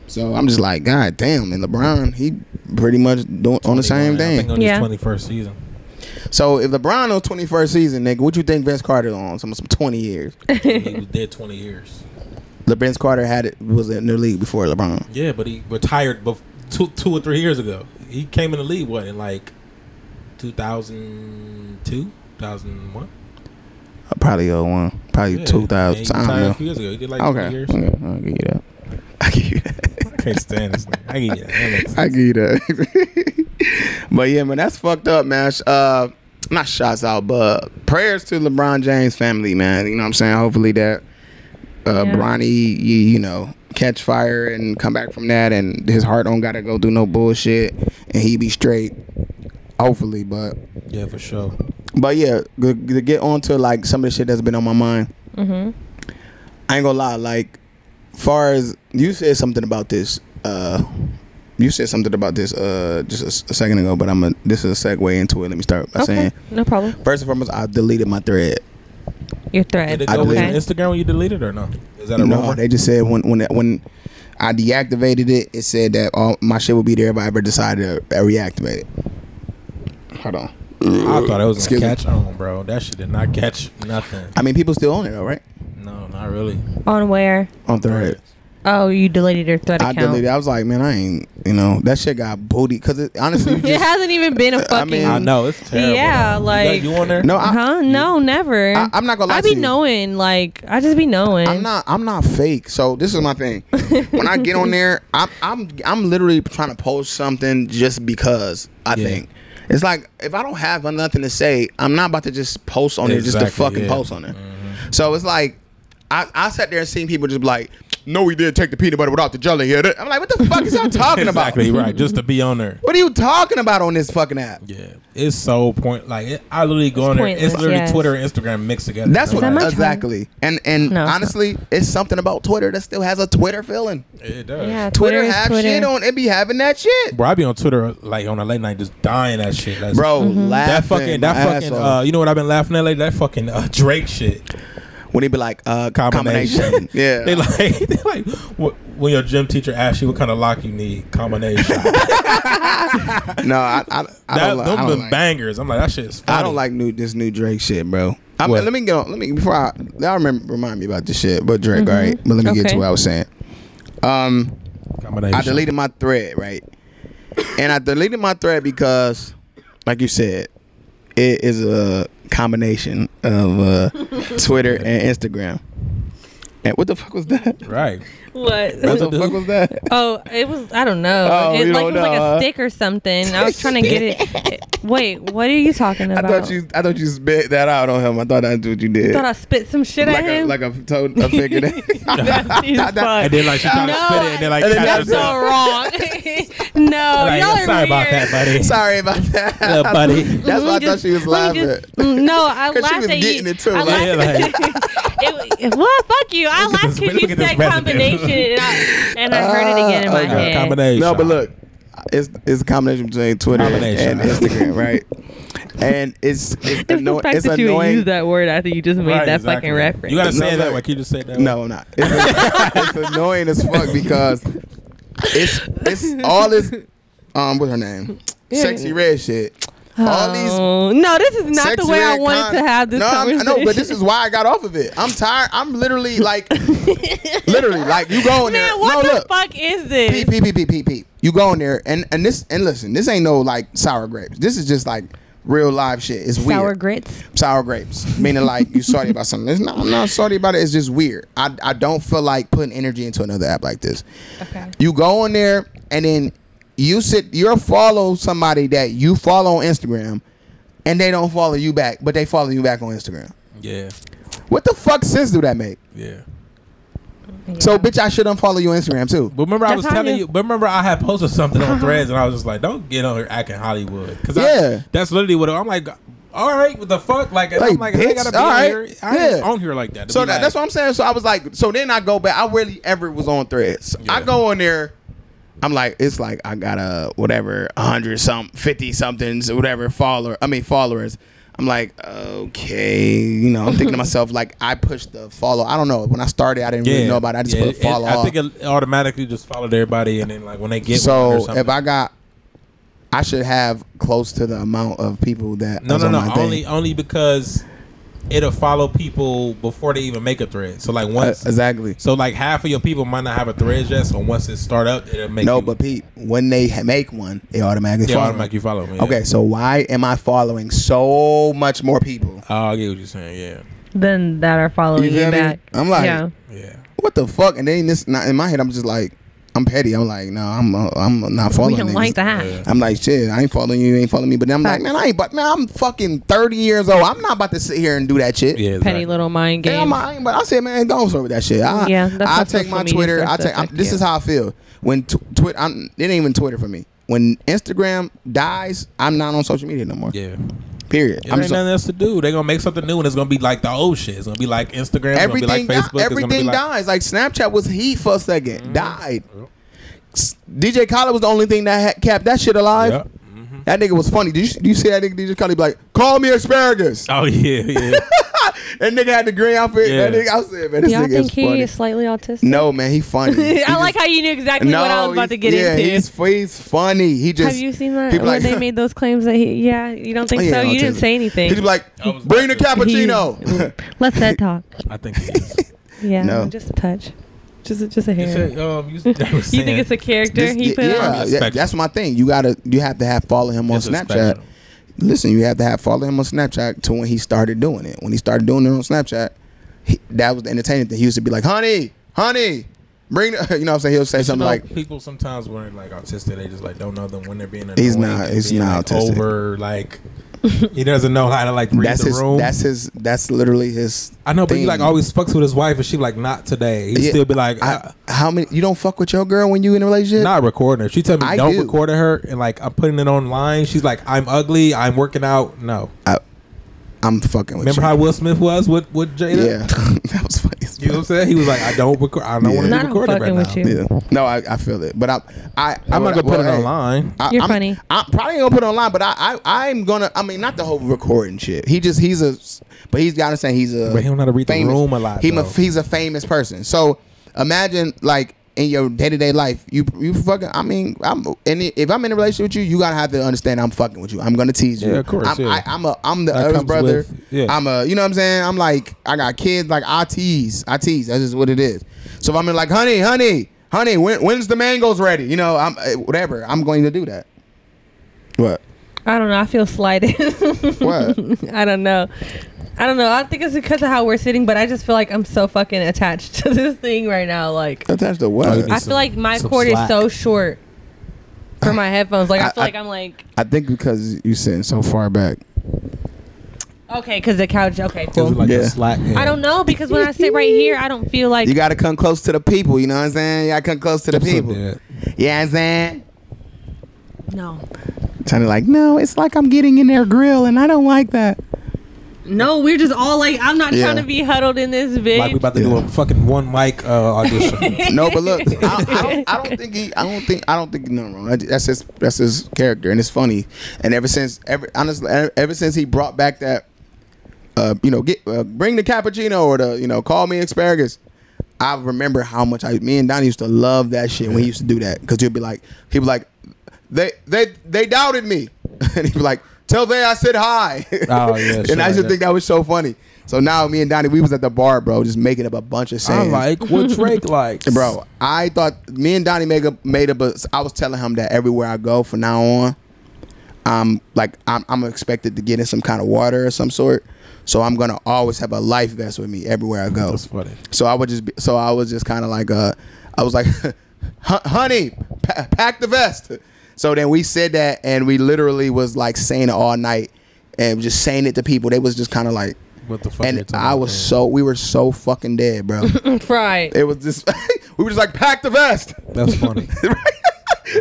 [SPEAKER 1] So I'm just like, God damn. And LeBron, he pretty much doing on the same
[SPEAKER 3] I think
[SPEAKER 1] thing.
[SPEAKER 3] on his
[SPEAKER 5] Yeah.
[SPEAKER 3] 21st season.
[SPEAKER 1] So if LeBron on 21st season, nigga, what you think Vince Carter on? Some some 20 years.
[SPEAKER 3] he was dead 20 years.
[SPEAKER 1] Le Vince Carter had it was in the league before LeBron.
[SPEAKER 3] Yeah, but he retired bef- two, two or three years ago. He came in the league, what, in like 2002, 2001?
[SPEAKER 1] Uh, Probably uh, one, probably
[SPEAKER 3] Yeah. Yeah,
[SPEAKER 1] 2000.
[SPEAKER 3] He
[SPEAKER 1] I
[SPEAKER 3] retired a
[SPEAKER 1] don't
[SPEAKER 3] few
[SPEAKER 1] know.
[SPEAKER 3] years ago. He did like 20
[SPEAKER 1] Okay,
[SPEAKER 3] years.
[SPEAKER 1] okay, I'll give you that. I give you that.
[SPEAKER 3] I can't stand this nigga. I get it. That makes-
[SPEAKER 1] I give you that. but yeah, man, that's fucked up, man. Sh- Uh, not shots out, but prayers to LeBron James family, man. You know what I'm saying? Hopefully that uh,
[SPEAKER 5] Yeah.
[SPEAKER 1] Bronny, you, you know, catch fire and come back from that, and his heart don't gotta go through no bullshit, and he be straight. Hopefully, but
[SPEAKER 3] Yeah, for sure.
[SPEAKER 1] but yeah, g- g- to get on to like some of the shit that's been on my mind. I ain't gonna lie, like far as you said something about this, uh you said something about this uh just a s- a, second ago, but I'm a this is a segue into it. Let me start by saying
[SPEAKER 5] No problem.
[SPEAKER 1] first and foremost, I deleted my thread.
[SPEAKER 5] Your
[SPEAKER 3] Did
[SPEAKER 5] thread.
[SPEAKER 3] it go with
[SPEAKER 1] deleted.
[SPEAKER 5] Okay.
[SPEAKER 3] Instagram when you deleted or no? Is that a
[SPEAKER 1] No,
[SPEAKER 3] rumor?
[SPEAKER 1] they just said when when when I deactivated it, it said that all my shit would be there if I ever decided to reactivate it. Hold on.
[SPEAKER 3] I thought it was
[SPEAKER 1] Excuse
[SPEAKER 3] gonna
[SPEAKER 1] me.
[SPEAKER 3] catch on, bro. That shit did not catch nothing.
[SPEAKER 1] I mean, people still own it though, right?
[SPEAKER 3] No, not really.
[SPEAKER 5] On where?
[SPEAKER 1] On thread.
[SPEAKER 5] Oh, you deleted your thread
[SPEAKER 1] I
[SPEAKER 5] account.
[SPEAKER 1] deleted. I was like, man, I ain't. You know, that shit got booty because it honestly you
[SPEAKER 5] It
[SPEAKER 1] just.
[SPEAKER 5] hasn't even been a fucking.
[SPEAKER 1] I mean,
[SPEAKER 3] I know it's terrible.
[SPEAKER 5] Yeah,
[SPEAKER 3] You got-
[SPEAKER 5] like-
[SPEAKER 3] you on there?
[SPEAKER 1] no, Oh, I,
[SPEAKER 5] huh? No, never.
[SPEAKER 1] I, I'm not gonna lie
[SPEAKER 5] I
[SPEAKER 1] to
[SPEAKER 5] be
[SPEAKER 1] you.
[SPEAKER 5] knowing, like, I just be knowing.
[SPEAKER 1] I'm not. I'm not fake. So this is my thing. when I get on there, I'm. I'm. I'm literally trying to post something just because. I
[SPEAKER 3] Yeah.
[SPEAKER 1] think it's like if I don't have nothing to say, I'm not about to just post on there just to
[SPEAKER 3] Exactly,
[SPEAKER 1] fucking
[SPEAKER 3] yeah. Mm-hmm.
[SPEAKER 1] post on there. So it's like. I, I sat there and seen people just be like, no, he did take the peanut butter without the jelly. here." I'm like, what the fuck is y'all talking
[SPEAKER 3] exactly
[SPEAKER 1] about?
[SPEAKER 3] right. Just to be on there.
[SPEAKER 1] What are you talking about on this fucking app?
[SPEAKER 3] Yeah, it's so point. Like it, I literally go on there. It's
[SPEAKER 5] pointless,
[SPEAKER 3] literally
[SPEAKER 5] yes.
[SPEAKER 3] Twitter and Instagram mixed together.
[SPEAKER 1] That's what
[SPEAKER 5] that much fun?
[SPEAKER 1] exactly. And and
[SPEAKER 5] No, it's not.
[SPEAKER 1] honestly, it's, something about Twitter that still has a Twitter feeling.
[SPEAKER 3] it does.
[SPEAKER 5] Yeah,
[SPEAKER 1] Twitter,
[SPEAKER 5] Twitter is
[SPEAKER 1] have
[SPEAKER 5] Twitter.
[SPEAKER 1] shit on it be having that shit.
[SPEAKER 3] Bro, I be on Twitter like on a late night, just dying that shit. That's,
[SPEAKER 1] Bro,
[SPEAKER 5] Mm-hmm.
[SPEAKER 1] laughing
[SPEAKER 3] that fucking
[SPEAKER 1] my
[SPEAKER 3] that
[SPEAKER 1] ass
[SPEAKER 3] fucking.
[SPEAKER 1] off.
[SPEAKER 3] Uh, you know what I've been laughing at lately? That fucking uh, Drake shit
[SPEAKER 1] when he be like uh combination.
[SPEAKER 3] combination.
[SPEAKER 1] yeah.
[SPEAKER 3] they like they like what, when your gym teacher asks you what kind of lock you need combination. that
[SPEAKER 1] no, I I, I don't, li- I
[SPEAKER 3] them
[SPEAKER 1] don't
[SPEAKER 3] been
[SPEAKER 1] like
[SPEAKER 3] bangers. I'm like that shit is. Funny.
[SPEAKER 1] I don't like new this new Drake shit, bro. I
[SPEAKER 3] What?
[SPEAKER 1] mean, let me get on. Let me before I y'all remember remind me about this shit, but Drake, all right. But let me get to
[SPEAKER 5] Mm-hmm. Okay.
[SPEAKER 1] what I was saying. Um,
[SPEAKER 3] combination.
[SPEAKER 1] I deleted my thread, right? And I deleted my thread because, like you said, it is a combination of uh, Twitter and Instagram. And what the fuck was that?
[SPEAKER 3] Right.
[SPEAKER 1] What
[SPEAKER 5] What?
[SPEAKER 1] the fuck was that?
[SPEAKER 5] Oh, it was I don't know.
[SPEAKER 1] Oh,
[SPEAKER 5] it,
[SPEAKER 1] you
[SPEAKER 5] like
[SPEAKER 1] don't
[SPEAKER 5] it was like
[SPEAKER 1] know, huh?
[SPEAKER 5] a stick or something. I was trying to get it.
[SPEAKER 2] Wait, what are you talking
[SPEAKER 1] I
[SPEAKER 2] about?
[SPEAKER 1] thought you, I thought you spit that out on him. I thought that's what you did.
[SPEAKER 2] thought I spit some shit
[SPEAKER 1] like
[SPEAKER 2] at
[SPEAKER 1] a
[SPEAKER 2] him.
[SPEAKER 1] like a toad, a figure.
[SPEAKER 2] That is
[SPEAKER 1] that-
[SPEAKER 3] And then like she tried to
[SPEAKER 2] No,
[SPEAKER 3] spit it, and then like
[SPEAKER 1] and then
[SPEAKER 3] tapped
[SPEAKER 1] that's
[SPEAKER 2] That's so
[SPEAKER 3] herself.
[SPEAKER 2] wrong. no,
[SPEAKER 3] Like,
[SPEAKER 2] y'all
[SPEAKER 3] yeah,
[SPEAKER 2] are
[SPEAKER 3] sorry
[SPEAKER 2] weird.
[SPEAKER 3] about that, buddy.
[SPEAKER 1] Sorry about that,
[SPEAKER 3] Yeah, buddy.
[SPEAKER 1] That's why I
[SPEAKER 2] Let me
[SPEAKER 1] thought
[SPEAKER 2] just-
[SPEAKER 1] she was
[SPEAKER 2] let me
[SPEAKER 1] laughing.
[SPEAKER 2] just- mm, no, I
[SPEAKER 1] 'Cause she
[SPEAKER 2] laughed
[SPEAKER 1] was
[SPEAKER 2] at
[SPEAKER 1] getting
[SPEAKER 2] you.
[SPEAKER 1] it too,
[SPEAKER 2] I
[SPEAKER 1] like-
[SPEAKER 3] Yeah,
[SPEAKER 2] laughed.
[SPEAKER 3] like,
[SPEAKER 2] it, well, fuck you. I
[SPEAKER 3] Look at
[SPEAKER 2] laughed
[SPEAKER 3] this- look
[SPEAKER 2] because you
[SPEAKER 3] at this
[SPEAKER 2] said
[SPEAKER 3] resume.
[SPEAKER 2] combination, and I, and I heard it again in my
[SPEAKER 1] Ah, okay.
[SPEAKER 2] head.
[SPEAKER 3] combination.
[SPEAKER 1] no, but look, it's it's a combination between Twitter
[SPEAKER 3] Combination.
[SPEAKER 1] and Instagram, right? And it's it's,
[SPEAKER 5] Just
[SPEAKER 1] anno-
[SPEAKER 5] the fact
[SPEAKER 1] it's
[SPEAKER 5] that you would
[SPEAKER 1] annoying.
[SPEAKER 5] use that word after you just made
[SPEAKER 3] Right,
[SPEAKER 5] that
[SPEAKER 3] exactly.
[SPEAKER 5] fucking reference.
[SPEAKER 3] You gotta say
[SPEAKER 1] No,
[SPEAKER 3] it that
[SPEAKER 1] look.
[SPEAKER 3] way. Can you just say it that way?
[SPEAKER 1] No, I'm not. It's, it's annoying as fuck because it's it's all this um what's her name? Sexy red shit. All these
[SPEAKER 2] Oh, no, this is not the
[SPEAKER 1] sexy
[SPEAKER 2] way I
[SPEAKER 1] red
[SPEAKER 2] wanted
[SPEAKER 1] con-
[SPEAKER 2] to have this
[SPEAKER 1] no, I'm-
[SPEAKER 2] conversation.
[SPEAKER 1] I know, but this is why I got off of it. I'm tired. I'm literally like, literally like you go in there.
[SPEAKER 2] Man, what
[SPEAKER 1] no,
[SPEAKER 2] the
[SPEAKER 1] look,
[SPEAKER 2] fuck is this?
[SPEAKER 1] peep, peep, peep, peep, peep, peep. You go in there and and this and listen. This ain't no like sour grapes. This is just like real live shit. It's weird.
[SPEAKER 2] Sour grits.
[SPEAKER 1] sour grapes, meaning like you sorry about something. It's not, I'm not sorry about it. It's just weird. I, I don't feel like putting energy into another app like this.
[SPEAKER 2] Okay.
[SPEAKER 1] You go in there and then you sit, you follow somebody that you follow on Instagram, and they don't follow you back, but they follow you back on Instagram.
[SPEAKER 3] Yeah,
[SPEAKER 1] What the fuck sense do that make?
[SPEAKER 3] yeah.
[SPEAKER 1] So bitch, I should unfollow you on Instagram too.
[SPEAKER 3] But remember, I
[SPEAKER 2] That's
[SPEAKER 3] was
[SPEAKER 2] how
[SPEAKER 3] telling
[SPEAKER 2] you-
[SPEAKER 3] you. But remember, I had posted something on Threads, and I was just like, "Don't get on here acting Hollywood." Because
[SPEAKER 1] Yeah.
[SPEAKER 3] that's literally what I'm like. All right, what the fuck? Like,
[SPEAKER 1] Like,
[SPEAKER 3] I'm like, I
[SPEAKER 1] bitch,
[SPEAKER 3] gotta be
[SPEAKER 1] all
[SPEAKER 3] on
[SPEAKER 1] right,
[SPEAKER 3] here. I ain't
[SPEAKER 1] yeah.
[SPEAKER 3] on here like that. to
[SPEAKER 1] So
[SPEAKER 3] be
[SPEAKER 1] that,
[SPEAKER 3] like-
[SPEAKER 1] that's what I'm saying. So I was like, so then I go back. I really ever was on threads. I
[SPEAKER 3] Yeah.
[SPEAKER 1] go on there. I'm like, it's like I got a whatever, hundred some, fifty somethings, whatever follower. I mean followers. I'm like, okay, you know, I'm thinking to myself like, I pushed the follow. I don't know. When I started, I didn't really know about. it. I just
[SPEAKER 3] Yeah,
[SPEAKER 1] put
[SPEAKER 3] it-
[SPEAKER 1] follow.
[SPEAKER 3] I
[SPEAKER 1] off.
[SPEAKER 3] think it automatically just followed everybody, and then like when they get one or
[SPEAKER 1] so
[SPEAKER 3] something.
[SPEAKER 1] if I got, I should have close to the amount of people that
[SPEAKER 3] no
[SPEAKER 1] was
[SPEAKER 3] no
[SPEAKER 1] on
[SPEAKER 3] no
[SPEAKER 1] my
[SPEAKER 3] only
[SPEAKER 1] thing.
[SPEAKER 3] only because it'll follow people before they even make a thread. So like
[SPEAKER 1] Uh,
[SPEAKER 3] once
[SPEAKER 1] exactly.
[SPEAKER 3] so like half of your people might not have a thread yet. So once it start up, it'll make
[SPEAKER 1] No,
[SPEAKER 3] you,
[SPEAKER 1] but Pete, when they ha- make one, it automatically
[SPEAKER 3] they
[SPEAKER 1] follow me.
[SPEAKER 3] automatically follow me. yeah.
[SPEAKER 1] Okay, so why am I following so much more people?
[SPEAKER 3] Oh, I get what you're saying.
[SPEAKER 5] Then that are following
[SPEAKER 1] You
[SPEAKER 5] you,
[SPEAKER 1] feel me?
[SPEAKER 5] back.
[SPEAKER 1] I'm like-
[SPEAKER 5] yeah.
[SPEAKER 3] Yeah, yeah.
[SPEAKER 1] What the fuck? And then this not, in my head, I'm just like, I'm petty. I'm like, no, I'm uh, I'm not
[SPEAKER 5] we
[SPEAKER 1] following.
[SPEAKER 5] don't
[SPEAKER 1] niggas.
[SPEAKER 5] like that.
[SPEAKER 3] Yeah.
[SPEAKER 1] I'm like, shit, I ain't following you, you ain't following me. But then I'm like, man, I ain't, but man, I'm fucking 30 years old. I'm not about to sit here and do that shit.
[SPEAKER 3] Yeah,
[SPEAKER 5] Petty
[SPEAKER 3] exactly.
[SPEAKER 5] little mind
[SPEAKER 1] Hell,
[SPEAKER 5] game.
[SPEAKER 1] I'm- I ain't, but I said, man, don't start with that shit. I,
[SPEAKER 5] Yeah, that's
[SPEAKER 1] I
[SPEAKER 5] how
[SPEAKER 1] take
[SPEAKER 5] social
[SPEAKER 1] my
[SPEAKER 5] media
[SPEAKER 1] Twitter. I
[SPEAKER 5] starts to
[SPEAKER 1] take. I'm,
[SPEAKER 5] affect
[SPEAKER 1] this
[SPEAKER 5] you.
[SPEAKER 1] is how I feel when tw- Twitter. I'm, it ain't even Twitter for me. When Instagram dies, I'm not on social media no more.
[SPEAKER 3] Yeah,
[SPEAKER 1] Period.
[SPEAKER 3] There
[SPEAKER 1] I'm
[SPEAKER 3] ain't
[SPEAKER 1] so-
[SPEAKER 3] nothing else to do. They're gonna make something new, and it's gonna be like the old shit. It's gonna be like Instagram. It's gonna be like Mm-hmm.
[SPEAKER 1] everything
[SPEAKER 3] Facebook.
[SPEAKER 1] di- everything
[SPEAKER 3] it's gonna
[SPEAKER 1] dies. Like Snapchat was heat for a 2nd died.
[SPEAKER 3] Yep.
[SPEAKER 1] S- DJ Khaled was the only thing that had kept that shit
[SPEAKER 3] be
[SPEAKER 1] alive.
[SPEAKER 3] like, Yep. Mhm.
[SPEAKER 1] That nigga was funny. Did you, do you see that nigga DJ Khaled be like, "Call me asparagus"?
[SPEAKER 3] Oh yeah, yeah.
[SPEAKER 1] That nigga had the green outfit. That
[SPEAKER 3] Yeah.
[SPEAKER 1] nigga, I said, man, this
[SPEAKER 5] Y'all
[SPEAKER 1] nigga is
[SPEAKER 5] think he
[SPEAKER 1] funny.
[SPEAKER 5] is slightly autistic?
[SPEAKER 1] No, man, he funny. He
[SPEAKER 2] I
[SPEAKER 1] just-
[SPEAKER 2] like how you knew exactly what I was about to
[SPEAKER 1] he's-
[SPEAKER 2] get
[SPEAKER 1] yeah,
[SPEAKER 2] into.
[SPEAKER 1] he's he's funny. He just
[SPEAKER 2] Have you seen that?
[SPEAKER 1] people
[SPEAKER 2] When
[SPEAKER 1] like-
[SPEAKER 2] they made those claims that he, yeah, you don't think
[SPEAKER 1] Oh, yeah,
[SPEAKER 2] so? You
[SPEAKER 1] autism.
[SPEAKER 2] didn't say anything.
[SPEAKER 1] He's like,
[SPEAKER 3] I was
[SPEAKER 1] bring the
[SPEAKER 3] about
[SPEAKER 1] cappuccino.
[SPEAKER 5] He- Let's head talk.
[SPEAKER 3] I think it is.
[SPEAKER 2] Yeah,
[SPEAKER 1] No.
[SPEAKER 2] just a touch, just a, just a
[SPEAKER 3] You
[SPEAKER 2] hair.
[SPEAKER 3] said, um, you, you
[SPEAKER 2] You think it's a character
[SPEAKER 1] This-
[SPEAKER 2] he put on?
[SPEAKER 1] yeah,
[SPEAKER 3] on?
[SPEAKER 1] yeah, that's my thing. You gotta, you have to have follow him on
[SPEAKER 3] It's a
[SPEAKER 1] Snapchat.
[SPEAKER 3] spectrum.
[SPEAKER 1] Listen, you have to have follow him on Snapchat to when he started doing it. When he started doing it on Snapchat, he, that was the entertaining thing. He used to be like, "Honey, honey, bring," the, you know, what I'm saying he'll say
[SPEAKER 3] You
[SPEAKER 1] something
[SPEAKER 3] know,
[SPEAKER 1] like,
[SPEAKER 3] people sometimes when like autistic, they just like don't know them when they're being.
[SPEAKER 1] He's
[SPEAKER 3] annoying
[SPEAKER 1] not-
[SPEAKER 3] and
[SPEAKER 1] he's
[SPEAKER 3] being,
[SPEAKER 1] not
[SPEAKER 3] like,
[SPEAKER 1] autistic.
[SPEAKER 3] Over like he doesn't know how to like read
[SPEAKER 1] "That's
[SPEAKER 3] the
[SPEAKER 1] his,
[SPEAKER 3] room.
[SPEAKER 1] that's his, that's literally his."
[SPEAKER 3] I know, but he
[SPEAKER 1] thing.
[SPEAKER 3] like always fucks with his wife, and she like not today. He
[SPEAKER 1] Yeah,
[SPEAKER 3] still be like, uh,
[SPEAKER 1] I, how many? You don't fuck with your girl when you in a relationship?
[SPEAKER 3] not recording her. She tell me
[SPEAKER 1] I
[SPEAKER 3] don't
[SPEAKER 1] do.
[SPEAKER 3] record her, and like I'm putting it online. She's like, I'm ugly. I'm working out. No,
[SPEAKER 1] I'm fucking with
[SPEAKER 3] remember
[SPEAKER 1] you.
[SPEAKER 3] how Will Smith was with with Jada?
[SPEAKER 1] yeah, that was funny. as
[SPEAKER 3] you know what I'm
[SPEAKER 1] fuck.
[SPEAKER 3] saying? He was like, I don't record. I don't
[SPEAKER 1] Yeah.
[SPEAKER 3] want to
[SPEAKER 5] Not
[SPEAKER 3] be
[SPEAKER 5] I'm
[SPEAKER 3] recorded right
[SPEAKER 5] fucking with
[SPEAKER 3] now.
[SPEAKER 5] you.
[SPEAKER 1] Yeah. No, I, I feel it, but I, I,
[SPEAKER 3] I'm not gonna put
[SPEAKER 1] well,
[SPEAKER 3] it
[SPEAKER 1] hey,
[SPEAKER 3] online.
[SPEAKER 1] I,
[SPEAKER 5] You're
[SPEAKER 1] I'm,
[SPEAKER 5] funny.
[SPEAKER 1] I'm probably gonna put it online, but I, I, I'm gonna. I mean, not the whole recording shit. He just he's a, but he's gotta say he's a.
[SPEAKER 3] But he don't know how to read the
[SPEAKER 1] famous-
[SPEAKER 3] room a lot,
[SPEAKER 1] He, ma-
[SPEAKER 3] though.
[SPEAKER 1] he's a famous person. So imagine like in your day to day life, you you fucking. I mean, I'm and if I'm in a relationship with you, you gotta have to understand I'm fucking with you. I'm gonna tease you.
[SPEAKER 3] Yeah, of course,
[SPEAKER 1] I'm,
[SPEAKER 3] yeah.
[SPEAKER 1] I, I'm a I'm the
[SPEAKER 3] That
[SPEAKER 1] eldest
[SPEAKER 3] comes
[SPEAKER 1] brother.
[SPEAKER 3] with- yeah.
[SPEAKER 1] I'm a you know what I'm saying. I'm like I got kids. Like I tease. I tease. That's just what it is. So if I'm in like honey, honey, honey, when, when's the mangoes ready? You know, I'm eh, whatever. I'm going to do that. What?
[SPEAKER 2] I don't know. I feel slighted.
[SPEAKER 1] What?
[SPEAKER 2] I don't know. I don't know. I think it's because of how we're sitting, but I just feel like I'm so fucking attached to this thing right now. Like,
[SPEAKER 1] Attached to what?
[SPEAKER 3] Oh, you
[SPEAKER 2] I
[SPEAKER 3] Some-
[SPEAKER 2] feel like my
[SPEAKER 3] some
[SPEAKER 2] cord
[SPEAKER 3] slack.
[SPEAKER 2] is so short.
[SPEAKER 5] for my headphones. Like I,
[SPEAKER 1] I-
[SPEAKER 5] feel
[SPEAKER 1] I-
[SPEAKER 5] like I'm like
[SPEAKER 1] I think because you sitting so far back.
[SPEAKER 5] okay because the couch. Okay, cool.
[SPEAKER 3] like
[SPEAKER 1] Yeah.
[SPEAKER 3] a slack. hand.
[SPEAKER 5] I don't know because when I sit right here, I don't feel like
[SPEAKER 1] You gotta come close to the people, you know what I'm saying? You gotta come close to the
[SPEAKER 3] What's up,
[SPEAKER 1] people.
[SPEAKER 3] Dad?
[SPEAKER 1] Yeah, I'm saying.
[SPEAKER 5] no,
[SPEAKER 1] Trying to like, no, it's like I'm getting in their grill, and I don't like that.
[SPEAKER 5] no. We're just all like I'm not
[SPEAKER 1] Yeah.
[SPEAKER 5] trying to be huddled in this
[SPEAKER 3] Like we
[SPEAKER 5] bitch.
[SPEAKER 3] about to do a fucking one mic uh, audition.
[SPEAKER 1] No, but look, I, I, don't, I don't think he, I don't think I don't think nothing wrong. I ju- That's his that's his character, and it's funny. And ever since, ever honestly, e- ever since he brought back that, uh, you know, get uh, bring the cappuccino or the you know, call me asparagus. I remember how much I, me and Donnie used to love that shit when he used to do that because he'd be like, he'd be like, they they they doubted me, and he'd be like, tell they I said hi.
[SPEAKER 3] Oh, yeah,
[SPEAKER 1] and
[SPEAKER 3] shit
[SPEAKER 1] I
[SPEAKER 3] like
[SPEAKER 1] just
[SPEAKER 3] that.
[SPEAKER 1] think that was so funny. So now me and Donnie, we was at the bar, bro, just making up a bunch of
[SPEAKER 3] I
[SPEAKER 1] sayings.
[SPEAKER 3] like what Drake likes,
[SPEAKER 1] Bro, I thought me and Donnie made up made up. A, I was telling him that everywhere I go from now on, I'm like I'm, I'm expected to get in some kind of water or some sort. So I'm gonna always have a life vest with me everywhere I go.
[SPEAKER 3] That's funny.
[SPEAKER 1] So I would just be, so I was just kind of like uh I was like, "Hon- honey, pa- pack the vest. So then we said that and we literally was like saying it all night and just saying it to people. They was just kind of like.
[SPEAKER 3] What the fuck? you
[SPEAKER 1] And
[SPEAKER 3] talking
[SPEAKER 1] I was
[SPEAKER 3] about?
[SPEAKER 1] so we were so fucking dead, bro.
[SPEAKER 5] Fried.
[SPEAKER 1] It was just we were just like pack the vest.
[SPEAKER 3] That's funny.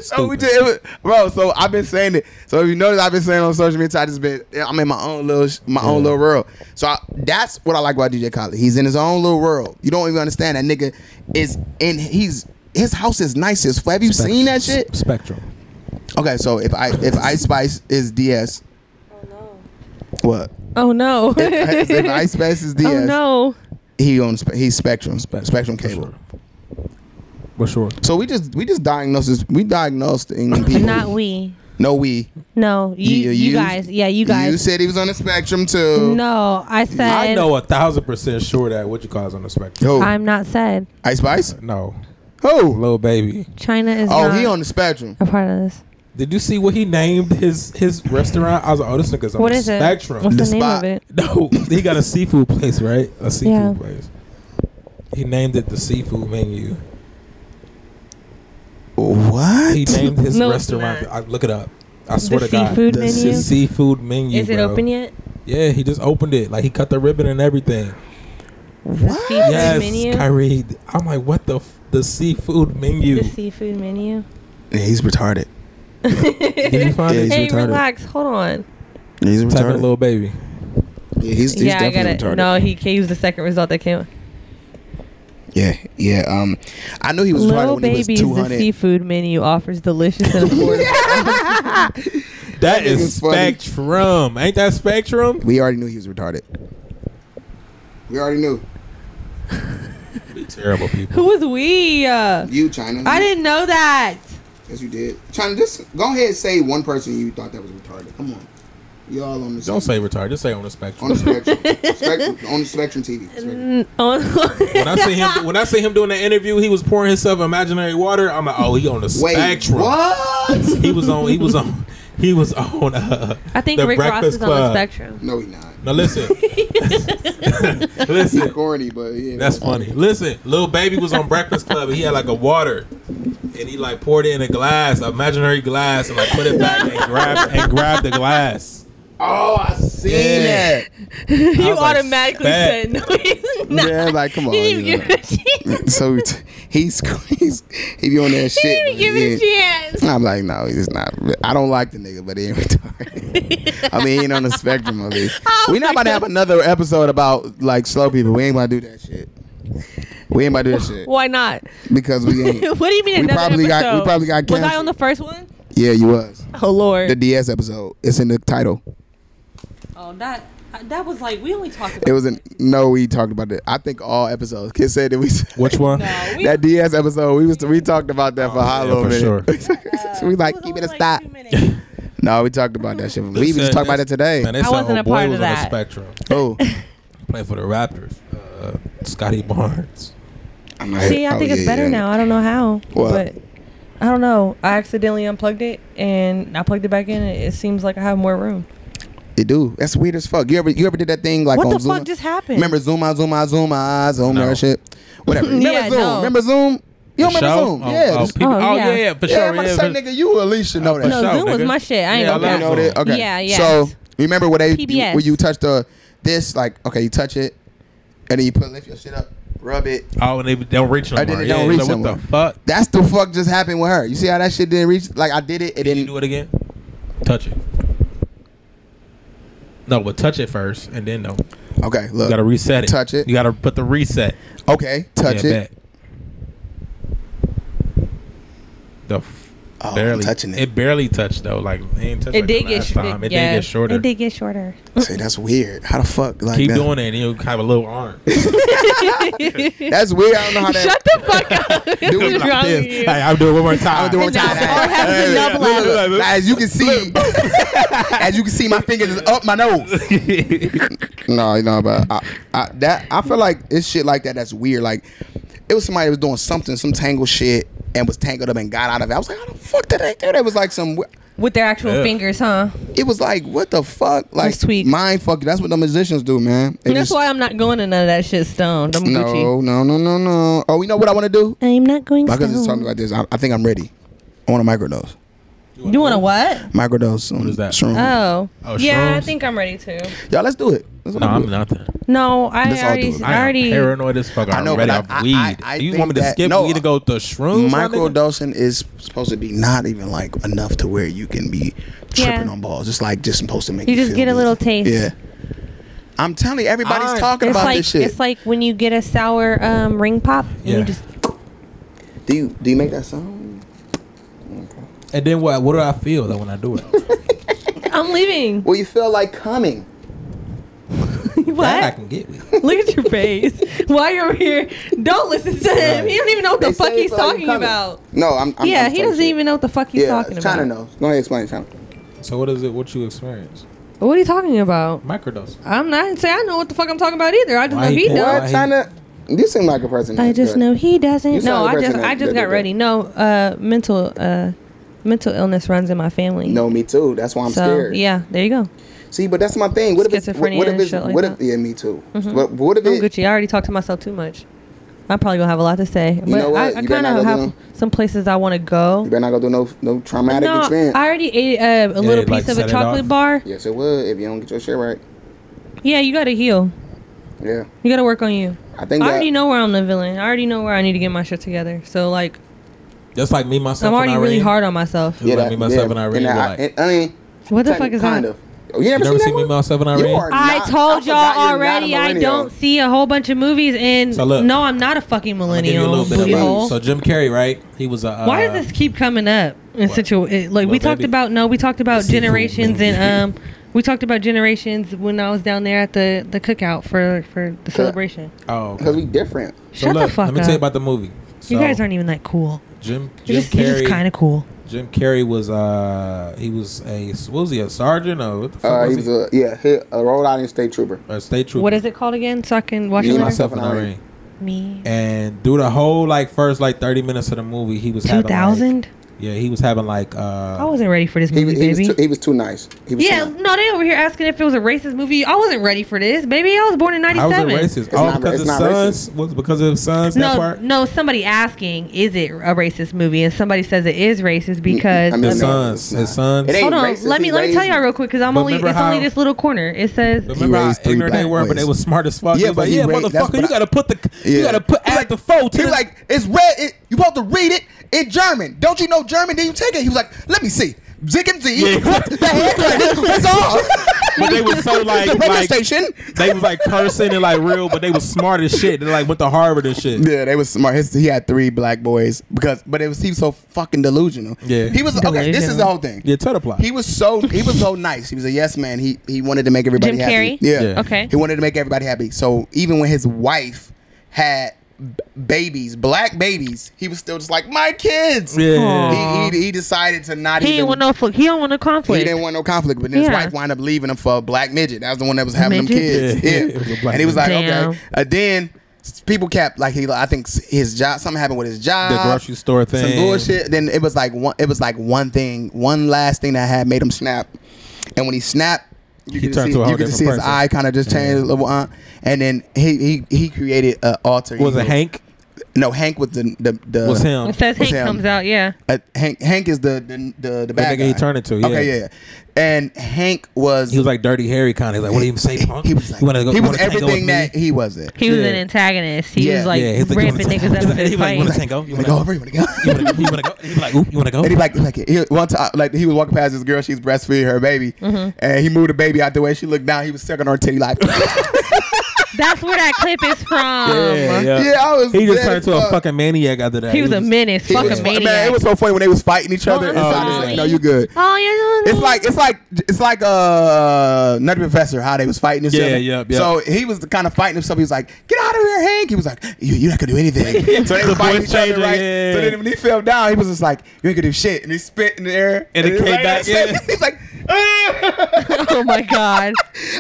[SPEAKER 1] So we just, it was, bro. So I've been saying it. So if you notice, I've been saying on social media. I just been I'm in my own little sh- my own little world. So I, that's what I like about DJ Khaled. He's in his own little world. You don't even understand that nigga is in. He's his house is nice as. Have you seen that shit?
[SPEAKER 3] Spectrum.
[SPEAKER 1] Okay, so if I if Ice Spice is DS, what?
[SPEAKER 5] Oh no.
[SPEAKER 1] If, if Ice Spice is DS,
[SPEAKER 5] Oh no.
[SPEAKER 1] he on spe- he's Spectrum Spectrum,
[SPEAKER 3] for
[SPEAKER 1] cable.
[SPEAKER 3] sure. For sure.
[SPEAKER 1] So we just we just diagnosis we diagnosing people.
[SPEAKER 4] Not we.
[SPEAKER 1] no, we
[SPEAKER 4] No, you,
[SPEAKER 1] You-
[SPEAKER 4] you,
[SPEAKER 1] you-
[SPEAKER 4] guys. Yeah, you guys.
[SPEAKER 1] You said he was on the spectrum too.
[SPEAKER 4] no, I said.
[SPEAKER 3] I know a thousand percent sure that what you call is on the spectrum.
[SPEAKER 1] Who?
[SPEAKER 4] I'm not said.
[SPEAKER 1] Ice Spice?
[SPEAKER 3] No,
[SPEAKER 1] Who?
[SPEAKER 3] little baby.
[SPEAKER 4] China is
[SPEAKER 1] Oh,
[SPEAKER 4] not
[SPEAKER 1] he on the spectrum.
[SPEAKER 4] a part of this.
[SPEAKER 3] Did you see what he named his his restaurant? I was like, oh, this nigga's on
[SPEAKER 4] What
[SPEAKER 3] the
[SPEAKER 4] is it?
[SPEAKER 3] spectrum.
[SPEAKER 4] What's the,
[SPEAKER 1] The
[SPEAKER 4] name
[SPEAKER 1] spot.
[SPEAKER 4] of it?
[SPEAKER 3] No, he got a seafood place, right? A seafood
[SPEAKER 4] Yeah.
[SPEAKER 3] place. He named it the seafood menu.
[SPEAKER 1] What?
[SPEAKER 3] He named his
[SPEAKER 5] No, it's
[SPEAKER 3] restaurant.
[SPEAKER 5] not.
[SPEAKER 3] I look it up. I swear to God.
[SPEAKER 4] seafood
[SPEAKER 1] The
[SPEAKER 4] menu.
[SPEAKER 1] menu?
[SPEAKER 3] The seafood menu.
[SPEAKER 5] Is it
[SPEAKER 3] bro.
[SPEAKER 5] open yet?
[SPEAKER 3] Yeah, he just opened it. Like he cut the ribbon and everything.
[SPEAKER 1] What?
[SPEAKER 5] Seafood
[SPEAKER 3] yes,
[SPEAKER 5] menu.
[SPEAKER 3] Kyrie. I'm like, what the f- the seafood menu?
[SPEAKER 5] The seafood menu.
[SPEAKER 1] Yeah, he's retarded.
[SPEAKER 3] Did you find
[SPEAKER 1] Yeah,
[SPEAKER 3] it?
[SPEAKER 1] he's
[SPEAKER 5] Hey,
[SPEAKER 1] retarded.
[SPEAKER 5] relax. Hold on.
[SPEAKER 1] He's
[SPEAKER 3] Type in
[SPEAKER 1] retarded.
[SPEAKER 3] little baby.
[SPEAKER 1] yeah, he's, he's
[SPEAKER 5] yeah, I got
[SPEAKER 1] definitely
[SPEAKER 5] it.
[SPEAKER 1] retarded.
[SPEAKER 5] No, he, he was the second result that came.
[SPEAKER 1] Yeah, yeah. Um, I knew he was
[SPEAKER 5] Little
[SPEAKER 1] retarded when he was
[SPEAKER 5] Baby's
[SPEAKER 1] two
[SPEAKER 5] the
[SPEAKER 1] hundred.
[SPEAKER 5] seafood menu offers delicious and affordable.
[SPEAKER 3] That
[SPEAKER 1] nigga's
[SPEAKER 3] is
[SPEAKER 1] funny.
[SPEAKER 3] spectrum. Ain't that spectrum?
[SPEAKER 1] We already knew he was retarded. We already knew.
[SPEAKER 3] Terrible people.
[SPEAKER 5] Who was we? Uh,
[SPEAKER 1] You, China.
[SPEAKER 5] I didn't know that.
[SPEAKER 1] Yes, you did. China, just go ahead and say one person you thought that was retarded. Come on. You all on the
[SPEAKER 3] Don't
[SPEAKER 1] spectrum.
[SPEAKER 3] say retarded. Just say on the
[SPEAKER 1] on
[SPEAKER 3] spectrum.
[SPEAKER 1] the spectrum. spectrum. On the spectrum TV. Spectrum.
[SPEAKER 3] when I see him, when I see him doing the interview, he was pouring himself imaginary water. I'm like, oh, he on the
[SPEAKER 1] Wait,
[SPEAKER 3] spectrum.
[SPEAKER 1] what?
[SPEAKER 3] He was on. He was on. He was on. Uh,
[SPEAKER 5] I think
[SPEAKER 3] The
[SPEAKER 5] Rick Ross
[SPEAKER 3] Breakfast
[SPEAKER 5] is on the
[SPEAKER 3] Club.
[SPEAKER 5] spectrum.
[SPEAKER 1] no, he not.
[SPEAKER 3] now listen,
[SPEAKER 1] He's
[SPEAKER 3] listen.
[SPEAKER 1] corny, but yeah.
[SPEAKER 3] That's funny. Listen, little baby was on Breakfast Club and he had like a water, and he like poured it in a glass, imaginary glass, and like put it back and grabbed and grabbed the glass.
[SPEAKER 1] Oh, I seen
[SPEAKER 3] Yeah.
[SPEAKER 1] that.
[SPEAKER 3] You
[SPEAKER 5] no. He's not.
[SPEAKER 1] Yeah, like come on.
[SPEAKER 5] You didn't
[SPEAKER 1] you
[SPEAKER 5] give
[SPEAKER 1] know.
[SPEAKER 5] it a chance.
[SPEAKER 1] so we t- he's he's he be on that shit. but
[SPEAKER 5] Give it a
[SPEAKER 1] yeah.
[SPEAKER 5] chance.
[SPEAKER 1] I'm like, no, he's not. re- I don't like the nigga, but he ain't retarded. I mean, he ain't on the spectrum of it. we not about to have another episode about like slow people. We ain't about to do that shit. We ain't about to do that shit
[SPEAKER 5] Why not?
[SPEAKER 1] because we ain't.
[SPEAKER 5] what do you mean
[SPEAKER 1] We
[SPEAKER 5] another
[SPEAKER 1] probably got-
[SPEAKER 5] episode?
[SPEAKER 1] we probably got
[SPEAKER 5] Was I
[SPEAKER 1] canceled.
[SPEAKER 5] on the first one?
[SPEAKER 1] Yeah, you was
[SPEAKER 5] Oh Lord.
[SPEAKER 1] the DS episode. It's in the title.
[SPEAKER 5] oh that that was like we only talked about.
[SPEAKER 1] It was in no. We talked about it. I think all episodes. Kid said that we.
[SPEAKER 3] Which one?
[SPEAKER 5] No, we,
[SPEAKER 1] that DS episode, we was we talked about that for a hot
[SPEAKER 3] Oh, yeah,
[SPEAKER 1] little
[SPEAKER 3] for
[SPEAKER 1] minute. we
[SPEAKER 5] Uh,
[SPEAKER 1] like keep it a stop. No, we talked about that shit. We even just talked about it
[SPEAKER 3] Man,
[SPEAKER 1] today.
[SPEAKER 3] they
[SPEAKER 5] I
[SPEAKER 3] said
[SPEAKER 5] wasn't
[SPEAKER 3] old
[SPEAKER 5] a
[SPEAKER 3] boy
[SPEAKER 5] part of
[SPEAKER 3] was on the
[SPEAKER 5] that.
[SPEAKER 3] spectrum.
[SPEAKER 1] Oh,
[SPEAKER 3] playing for the Raptors. Uh, Scotty Barnes.
[SPEAKER 5] See, I
[SPEAKER 1] Oh,
[SPEAKER 5] think it's
[SPEAKER 1] yeah,
[SPEAKER 5] better
[SPEAKER 1] yeah.
[SPEAKER 5] now. I don't know how,
[SPEAKER 1] What?
[SPEAKER 5] but I don't know. I accidentally unplugged it and I plugged it back in. And it seems like I have more room.
[SPEAKER 1] It do. That's weird as fuck. You ever you ever did that thing like
[SPEAKER 5] what
[SPEAKER 1] on
[SPEAKER 5] the
[SPEAKER 1] Zoom?
[SPEAKER 5] fuck just happened?
[SPEAKER 1] Remember Zoom, ah, Zoom, ah, Zoom, ah, Zoom,
[SPEAKER 3] No.
[SPEAKER 1] that shit. Whatever. Remember
[SPEAKER 5] Yeah,
[SPEAKER 1] Zoom?
[SPEAKER 5] no.
[SPEAKER 1] Remember Zoom? You don't
[SPEAKER 3] For
[SPEAKER 1] remember
[SPEAKER 3] sure?
[SPEAKER 1] Zoom?
[SPEAKER 3] Oh,
[SPEAKER 1] yeah.
[SPEAKER 3] Oh,
[SPEAKER 1] just-
[SPEAKER 3] people-
[SPEAKER 7] Oh,
[SPEAKER 3] oh, yeah,
[SPEAKER 7] yeah.
[SPEAKER 3] yeah, for
[SPEAKER 1] yeah,
[SPEAKER 3] sure.
[SPEAKER 1] I'm about to
[SPEAKER 3] yeah,
[SPEAKER 1] say,
[SPEAKER 3] but-
[SPEAKER 1] nigga, you at least should know that.
[SPEAKER 3] for
[SPEAKER 2] No,
[SPEAKER 3] sure,
[SPEAKER 2] Zoom was
[SPEAKER 3] nigga.
[SPEAKER 2] my shit. I ain't
[SPEAKER 3] Yeah,
[SPEAKER 2] gonna
[SPEAKER 1] You
[SPEAKER 3] I
[SPEAKER 2] lie.
[SPEAKER 1] know that? Okay.
[SPEAKER 8] Yeah, yes.
[SPEAKER 1] So remember where they you,
[SPEAKER 8] PBS.
[SPEAKER 1] where you touch the this like okay you touch it and then you put lift your shit up rub it.
[SPEAKER 3] Oh, and they don't reach
[SPEAKER 1] I
[SPEAKER 3] them.
[SPEAKER 1] didn't-
[SPEAKER 3] Yeah,
[SPEAKER 1] don't
[SPEAKER 3] it's
[SPEAKER 1] reach
[SPEAKER 3] like,
[SPEAKER 1] somewhere.
[SPEAKER 3] What the fuck?
[SPEAKER 1] That's the fuck just happened with her. You see how that shit didn't reach? Like I did it and
[SPEAKER 3] Did you
[SPEAKER 1] then
[SPEAKER 3] do it again? Touch it. No, but touch it first, and then no.
[SPEAKER 1] okay
[SPEAKER 3] You
[SPEAKER 1] look
[SPEAKER 3] gotta reset it.
[SPEAKER 1] Touch it.
[SPEAKER 3] You gotta put the reset.
[SPEAKER 1] okay touch
[SPEAKER 3] Yeah,
[SPEAKER 1] it.
[SPEAKER 3] back. The f-
[SPEAKER 1] Oh, I'm
[SPEAKER 3] barely
[SPEAKER 1] touching it.
[SPEAKER 3] It barely touched though. Like it, ain't touched
[SPEAKER 2] It
[SPEAKER 3] like
[SPEAKER 2] did
[SPEAKER 3] the
[SPEAKER 2] get
[SPEAKER 3] last
[SPEAKER 2] sh-
[SPEAKER 3] time. It
[SPEAKER 2] yeah.
[SPEAKER 3] did get shorter.
[SPEAKER 8] It did get shorter.
[SPEAKER 1] See that's weird. How the fuck like
[SPEAKER 3] Keep
[SPEAKER 1] that?
[SPEAKER 3] doing it, and you'll have a little arm.
[SPEAKER 1] That's weird. I don't know how that.
[SPEAKER 7] Shut the fuck up.
[SPEAKER 1] Dude,
[SPEAKER 7] What's
[SPEAKER 1] like
[SPEAKER 7] wrong with
[SPEAKER 3] Hey,
[SPEAKER 7] you?
[SPEAKER 3] I'm doing one more time.
[SPEAKER 1] I'm doing time.
[SPEAKER 8] Hey,
[SPEAKER 1] Hey,
[SPEAKER 8] double
[SPEAKER 1] look,
[SPEAKER 8] up.
[SPEAKER 1] look, look. As you can see, as you can see, my fingers is up my nose. No, you know, but I, I, that I feel like it's shit like that. That's weird. Like it was somebody that was doing something, some tangled shit, and was tangled up and got out of it. I was like, how the fuck did they do that? It was like some. wi-
[SPEAKER 2] With their actual
[SPEAKER 3] Yeah.
[SPEAKER 2] fingers, huh?
[SPEAKER 1] It was like what the fuck? Like
[SPEAKER 2] That's sweet.
[SPEAKER 1] mind fucking. That's what the musicians do, man. It
[SPEAKER 2] And that's
[SPEAKER 1] is-
[SPEAKER 2] why I'm not going to none of that shit stoned. I'm Gucci.
[SPEAKER 1] no, no, no, no, no. Oh, you know what I want to do?
[SPEAKER 8] I'm not going
[SPEAKER 1] My cousin's
[SPEAKER 8] stone.
[SPEAKER 1] talking like this. I, I think I'm ready. I want a microdose.
[SPEAKER 2] You want a what?
[SPEAKER 1] Mm-hmm. Microdose. What
[SPEAKER 3] is that?
[SPEAKER 8] Uh,
[SPEAKER 2] Oh.
[SPEAKER 3] Oh,
[SPEAKER 2] yeah, I
[SPEAKER 3] shrooms?
[SPEAKER 2] think I'm ready to.
[SPEAKER 1] Y'all, let's do it. Let's
[SPEAKER 3] No,
[SPEAKER 1] do
[SPEAKER 3] I'm
[SPEAKER 1] it.
[SPEAKER 3] nothing.
[SPEAKER 2] No, I
[SPEAKER 1] Let's all
[SPEAKER 2] already.
[SPEAKER 1] do it.
[SPEAKER 2] I,
[SPEAKER 3] I
[SPEAKER 2] already.
[SPEAKER 3] am paranoid as fuck.
[SPEAKER 1] I
[SPEAKER 3] I
[SPEAKER 1] know,
[SPEAKER 3] know, already.
[SPEAKER 1] but I-
[SPEAKER 3] I,
[SPEAKER 1] I-
[SPEAKER 3] weed.
[SPEAKER 1] I- I
[SPEAKER 3] you
[SPEAKER 1] think
[SPEAKER 3] want me to
[SPEAKER 1] that-
[SPEAKER 3] skip
[SPEAKER 1] no,
[SPEAKER 3] weed and go to shrooms? my nigga?
[SPEAKER 1] Microdosing is supposed to be not even like enough to where you can be tripping
[SPEAKER 8] Yeah.
[SPEAKER 1] on balls. It's like just supposed to make
[SPEAKER 8] You
[SPEAKER 1] you,
[SPEAKER 8] just
[SPEAKER 1] feel
[SPEAKER 8] get a
[SPEAKER 1] good.
[SPEAKER 8] little taste.
[SPEAKER 1] Yeah, I'm telling you, everybody's
[SPEAKER 3] Alright.
[SPEAKER 1] talking
[SPEAKER 8] It's
[SPEAKER 1] about
[SPEAKER 8] like
[SPEAKER 1] this shit.
[SPEAKER 8] it's like when you get a sour um, ring pop. and
[SPEAKER 3] Yeah.
[SPEAKER 8] You just
[SPEAKER 1] do you do you make that sound?
[SPEAKER 3] And then what? What do I feel like when I do it?
[SPEAKER 2] I'm leaving.
[SPEAKER 1] Well, you feel like coming.
[SPEAKER 3] That I
[SPEAKER 2] What?
[SPEAKER 3] can get with.
[SPEAKER 2] Look at your face. Why you're over here? Don't listen to him. He don't even know what the
[SPEAKER 1] They
[SPEAKER 2] fuck
[SPEAKER 1] say you
[SPEAKER 2] he's
[SPEAKER 1] feel like you coming.
[SPEAKER 2] talking about.
[SPEAKER 1] No, I'm. I'm
[SPEAKER 2] yeah,
[SPEAKER 1] I'm
[SPEAKER 2] he doesn't
[SPEAKER 1] sorry.
[SPEAKER 2] even know what the fuck he's
[SPEAKER 1] yeah,
[SPEAKER 2] talking about.
[SPEAKER 1] China knows. Go ahead, explain, China.
[SPEAKER 3] So what is it? What you experience?
[SPEAKER 2] What are you talking about?
[SPEAKER 3] Microdose.
[SPEAKER 2] I'm not saying I know what the fuck I'm talking about either. I just
[SPEAKER 3] Why
[SPEAKER 2] know
[SPEAKER 3] he
[SPEAKER 2] Oh, he
[SPEAKER 3] can't-
[SPEAKER 2] knows.
[SPEAKER 1] What,
[SPEAKER 3] I-
[SPEAKER 1] Uh, China? You seem like a person.
[SPEAKER 8] I
[SPEAKER 1] that's
[SPEAKER 8] just
[SPEAKER 1] good.
[SPEAKER 8] know he doesn't.
[SPEAKER 1] You
[SPEAKER 2] No,
[SPEAKER 1] sound
[SPEAKER 2] I
[SPEAKER 1] like a
[SPEAKER 2] just
[SPEAKER 1] person
[SPEAKER 2] I
[SPEAKER 1] that- that-
[SPEAKER 2] just got
[SPEAKER 1] that-
[SPEAKER 2] ready.
[SPEAKER 1] that-
[SPEAKER 2] No, uh, mental uh, mental illness runs in my family.
[SPEAKER 1] No, me too. That's why I'm
[SPEAKER 2] so
[SPEAKER 1] scared.
[SPEAKER 2] yeah, there you go.
[SPEAKER 1] See, but that's my thing. What if it's
[SPEAKER 2] Schizophrenia
[SPEAKER 1] what if
[SPEAKER 2] and
[SPEAKER 1] it's
[SPEAKER 2] shit like
[SPEAKER 1] what if
[SPEAKER 2] that. Mm-hmm.
[SPEAKER 1] yeah, me too. But what if
[SPEAKER 2] I'm
[SPEAKER 1] it
[SPEAKER 2] Gucci. I already talked to myself too much. I'm probably gonna have a lot to say, but
[SPEAKER 1] know what?
[SPEAKER 2] I, I
[SPEAKER 1] You better
[SPEAKER 2] kind
[SPEAKER 1] not go
[SPEAKER 2] of have
[SPEAKER 1] do them.
[SPEAKER 2] some places I want to go.
[SPEAKER 1] You better not go do no no traumatic
[SPEAKER 2] No,
[SPEAKER 1] experience.
[SPEAKER 2] I already ate uh, a little
[SPEAKER 3] like,
[SPEAKER 2] piece of
[SPEAKER 3] set
[SPEAKER 2] a
[SPEAKER 3] it
[SPEAKER 2] chocolate
[SPEAKER 3] off.
[SPEAKER 2] bar.
[SPEAKER 1] yes, it would if you don't get your shit right.
[SPEAKER 2] Yeah, you gotta heal.
[SPEAKER 1] Yeah,
[SPEAKER 2] You gotta work on you.
[SPEAKER 1] I think.
[SPEAKER 2] I
[SPEAKER 1] that-
[SPEAKER 2] already know where I'm the villain. I already know where I need to get my shit together. So like,
[SPEAKER 3] That's like me myself.
[SPEAKER 2] I'm already
[SPEAKER 3] and
[SPEAKER 2] really
[SPEAKER 3] Irene.
[SPEAKER 2] hard on myself.
[SPEAKER 3] Yeah, like me, myself, and Irene. were like,
[SPEAKER 1] and I mean,
[SPEAKER 2] What the
[SPEAKER 1] techni-
[SPEAKER 2] fuck is
[SPEAKER 1] kind
[SPEAKER 2] that?
[SPEAKER 1] Of. Oh, you never,
[SPEAKER 3] you
[SPEAKER 1] seen,
[SPEAKER 3] never seen
[SPEAKER 1] that
[SPEAKER 3] me,
[SPEAKER 1] one?
[SPEAKER 3] myself, and
[SPEAKER 1] You
[SPEAKER 3] Irene?
[SPEAKER 1] are
[SPEAKER 2] I
[SPEAKER 1] not-
[SPEAKER 2] told y'all
[SPEAKER 1] forgot you're not a
[SPEAKER 2] already. I
[SPEAKER 1] millennial.
[SPEAKER 2] don't see a whole bunch of movies, and
[SPEAKER 3] So look,
[SPEAKER 2] no, I'm not a fucking
[SPEAKER 3] I'll give you a
[SPEAKER 2] millennial.
[SPEAKER 3] little bit
[SPEAKER 2] booty
[SPEAKER 3] of
[SPEAKER 2] hole.
[SPEAKER 3] love. So Jim Carrey, right? He was a. Uh,
[SPEAKER 2] Why does this keep coming up? In
[SPEAKER 3] What?
[SPEAKER 2] situ- it- like
[SPEAKER 3] Well,
[SPEAKER 2] we talked
[SPEAKER 3] baby.
[SPEAKER 2] about, no, we talked
[SPEAKER 3] The
[SPEAKER 2] about
[SPEAKER 3] seafood
[SPEAKER 2] generations
[SPEAKER 3] movie.
[SPEAKER 2] and um, we talked about generations when I was down there at the the cookout for for the celebration.
[SPEAKER 3] Oh, okay.
[SPEAKER 1] Because we different.
[SPEAKER 3] so
[SPEAKER 2] Shut
[SPEAKER 3] look,
[SPEAKER 2] the fuck
[SPEAKER 3] Let me
[SPEAKER 2] up.
[SPEAKER 3] tell you about the movie. So
[SPEAKER 2] you guys aren't even that cool.
[SPEAKER 3] Jim. Jim
[SPEAKER 2] You're just,
[SPEAKER 3] Carrey.
[SPEAKER 2] kind of cool.
[SPEAKER 3] Jim Carrey was uh he was a what was he a sergeant or what the fuck
[SPEAKER 1] Uh, he
[SPEAKER 3] was
[SPEAKER 1] was
[SPEAKER 3] he?
[SPEAKER 1] a yeah, he, a Rhode Island state trooper.
[SPEAKER 3] A, state trooper.
[SPEAKER 2] What is it called again? So I can watch
[SPEAKER 1] Me,
[SPEAKER 2] it
[SPEAKER 3] Me,
[SPEAKER 2] later.
[SPEAKER 3] myself, and Irene.
[SPEAKER 8] me.
[SPEAKER 3] And through the whole like first like thirty minutes of the movie, he was
[SPEAKER 2] Two
[SPEAKER 3] having like,
[SPEAKER 2] thousand.
[SPEAKER 3] yeah he was having like
[SPEAKER 2] I
[SPEAKER 3] uh
[SPEAKER 2] wasn't ready for this
[SPEAKER 1] He,
[SPEAKER 2] movie,
[SPEAKER 1] was- he was
[SPEAKER 2] baby.
[SPEAKER 1] too, he was too nice. He was
[SPEAKER 2] yeah,
[SPEAKER 1] too nice.
[SPEAKER 2] no, they over here asking if it was a racist movie. I wasn't ready for this, baby. I was born in
[SPEAKER 3] how was it
[SPEAKER 2] '97.
[SPEAKER 3] racist? oh,
[SPEAKER 1] not- it's
[SPEAKER 3] because his
[SPEAKER 1] not
[SPEAKER 3] sons was it because of his sons that
[SPEAKER 2] No,
[SPEAKER 3] part.
[SPEAKER 2] no. Somebody asking, is it a racist movie? And somebody says it is racist because
[SPEAKER 1] I mean,
[SPEAKER 3] His
[SPEAKER 1] no,
[SPEAKER 3] sons,
[SPEAKER 1] it's not.
[SPEAKER 3] his sons.
[SPEAKER 1] It ain't
[SPEAKER 2] Hold on,
[SPEAKER 1] racist.
[SPEAKER 2] let me
[SPEAKER 1] He
[SPEAKER 2] let me tell
[SPEAKER 1] raised-
[SPEAKER 2] y'all real quick because I'm
[SPEAKER 3] But
[SPEAKER 2] only it's
[SPEAKER 3] remember
[SPEAKER 2] only
[SPEAKER 3] how-
[SPEAKER 2] this little corner. It says
[SPEAKER 3] But remember how
[SPEAKER 1] raised three
[SPEAKER 3] ignorant they
[SPEAKER 1] black
[SPEAKER 3] were, but
[SPEAKER 1] boys.
[SPEAKER 3] they was smart as fuck.
[SPEAKER 1] Yeah,
[SPEAKER 3] Yeah,
[SPEAKER 1] but
[SPEAKER 3] like,
[SPEAKER 1] he
[SPEAKER 3] yeah,
[SPEAKER 1] ra- that's
[SPEAKER 3] motherfucker,
[SPEAKER 1] what I-
[SPEAKER 3] you gotta put the,
[SPEAKER 1] Yeah.
[SPEAKER 3] you gotta put add the foe to
[SPEAKER 1] He
[SPEAKER 3] the,
[SPEAKER 1] was like, it's red. It, you supposed to read it in German. Don't you know German? Then you take it. He was like, let me see. Zig and Z.
[SPEAKER 3] Yeah.
[SPEAKER 1] What the heck? Like, that's all.
[SPEAKER 3] but they was so
[SPEAKER 1] It's
[SPEAKER 3] like,
[SPEAKER 1] a radio
[SPEAKER 3] like
[SPEAKER 1] station.
[SPEAKER 3] they was like cursing and like real, but they was smart as shit. They like went to Harvard and shit.
[SPEAKER 1] Yeah, they was smart. His, he had three black boys because, but it was he was so fucking delusional.
[SPEAKER 3] Yeah.
[SPEAKER 1] he was okay. This is the whole thing.
[SPEAKER 3] Yeah, tell the plot.
[SPEAKER 1] He was so he was so nice. He was a yes man. He he wanted to make everybody
[SPEAKER 2] Jim
[SPEAKER 1] happy.
[SPEAKER 2] Carrey?
[SPEAKER 1] Yeah.
[SPEAKER 3] Yeah.
[SPEAKER 2] Okay.
[SPEAKER 1] He wanted to make everybody happy. So even when his wife had b- babies, black babies, he was still just like my kids.
[SPEAKER 3] yeah.
[SPEAKER 1] He, he, he decided to not
[SPEAKER 2] he
[SPEAKER 1] even.
[SPEAKER 2] didn't want no fl- he don't want no
[SPEAKER 1] he
[SPEAKER 2] conflict.
[SPEAKER 1] didn't want no conflict, but then his
[SPEAKER 2] Yeah.
[SPEAKER 1] wife wound up leaving him for a black midget. That was the one that was having
[SPEAKER 2] Midget?
[SPEAKER 1] them kids. Yeah,
[SPEAKER 3] Yeah. It was a black
[SPEAKER 1] and he was like,
[SPEAKER 2] midget.
[SPEAKER 1] okay.
[SPEAKER 2] Damn.
[SPEAKER 1] Uh, then s- people kept like he, I think s- his job, something happened with his job,
[SPEAKER 3] the grocery store thing.
[SPEAKER 1] some bullshit. Then it was like one, it was like one thing, one last thing that had made him snap. And when he snapped, you
[SPEAKER 3] He
[SPEAKER 1] could
[SPEAKER 3] turned
[SPEAKER 1] see,
[SPEAKER 3] to a whole
[SPEAKER 1] you could
[SPEAKER 3] different
[SPEAKER 1] see his
[SPEAKER 3] person.
[SPEAKER 1] eye kind of just change a little. Uh, and then he he he created an alter.
[SPEAKER 3] Was
[SPEAKER 1] ego.
[SPEAKER 3] it Hank?
[SPEAKER 1] No, Hank was the the, the
[SPEAKER 3] What's him?
[SPEAKER 2] It says
[SPEAKER 1] What's
[SPEAKER 2] Hank
[SPEAKER 1] him?
[SPEAKER 2] comes out, yeah.
[SPEAKER 1] Uh, Hank Hank is the the the, the bad
[SPEAKER 3] nigga
[SPEAKER 1] guy.
[SPEAKER 3] he turned into, yeah.
[SPEAKER 1] Okay, yeah, yeah. And Hank was
[SPEAKER 3] He was like Dirty Harry kind of like, what do you even say, punk?
[SPEAKER 1] He was, like,
[SPEAKER 3] you wanna go,
[SPEAKER 1] he
[SPEAKER 3] you
[SPEAKER 1] was
[SPEAKER 3] wanna tango with
[SPEAKER 1] everything
[SPEAKER 3] me?
[SPEAKER 1] that he wasn't.
[SPEAKER 2] He was
[SPEAKER 3] Yeah.
[SPEAKER 2] an antagonist. He
[SPEAKER 1] Yeah.
[SPEAKER 2] was like
[SPEAKER 3] Yeah, he's like, you
[SPEAKER 2] ramping
[SPEAKER 3] wanna-
[SPEAKER 2] niggas up
[SPEAKER 3] he's
[SPEAKER 2] to
[SPEAKER 3] like-
[SPEAKER 2] his
[SPEAKER 3] he like,
[SPEAKER 2] fight.
[SPEAKER 3] wanna tango? You
[SPEAKER 1] Wanna
[SPEAKER 3] wanna-
[SPEAKER 1] go over? You wanna
[SPEAKER 3] You
[SPEAKER 1] go?
[SPEAKER 3] wanna go- you wanna go? He like, oop, you wanna go?
[SPEAKER 1] And he like like he, one time like he was walking past this girl, she's breastfeeding her baby,
[SPEAKER 3] Mm-hmm.
[SPEAKER 1] and he moved the baby out the way. She looked down, he was sucking her titty like.
[SPEAKER 2] That's where that clip is from.
[SPEAKER 3] yeah, yeah.
[SPEAKER 1] yeah, I was.
[SPEAKER 3] He just
[SPEAKER 1] dead
[SPEAKER 3] turned
[SPEAKER 1] as
[SPEAKER 3] into a
[SPEAKER 1] fuck.
[SPEAKER 3] fucking maniac after that.
[SPEAKER 2] He was a
[SPEAKER 3] just-
[SPEAKER 2] menace.
[SPEAKER 1] He
[SPEAKER 2] Fuck
[SPEAKER 1] was-
[SPEAKER 2] a maniac.
[SPEAKER 1] Man, it was so funny when they was fighting each other.
[SPEAKER 2] Oh,
[SPEAKER 1] and I was
[SPEAKER 2] sorry.
[SPEAKER 1] like, no, you good.
[SPEAKER 4] Oh, you're the
[SPEAKER 1] It's
[SPEAKER 4] one.
[SPEAKER 1] like it's like it's like uh another professor how they was fighting each
[SPEAKER 3] Yeah,
[SPEAKER 1] other.
[SPEAKER 3] yeah, yeah.
[SPEAKER 1] So he was the kind of fighting himself. He was like, "Get out of here, Hank!" He was like, "You you're not gonna do anything." So they was fighting
[SPEAKER 3] voice
[SPEAKER 1] each other,
[SPEAKER 3] changer,
[SPEAKER 1] right?
[SPEAKER 3] yeah.
[SPEAKER 1] So then when he fell down, he was just like, "You ain't gonna do shit," and he spit in the air
[SPEAKER 3] And it
[SPEAKER 1] he
[SPEAKER 3] came
[SPEAKER 1] ran
[SPEAKER 3] back,
[SPEAKER 1] out of
[SPEAKER 3] yeah.
[SPEAKER 1] space. He's like, "Ah."
[SPEAKER 2] oh my god.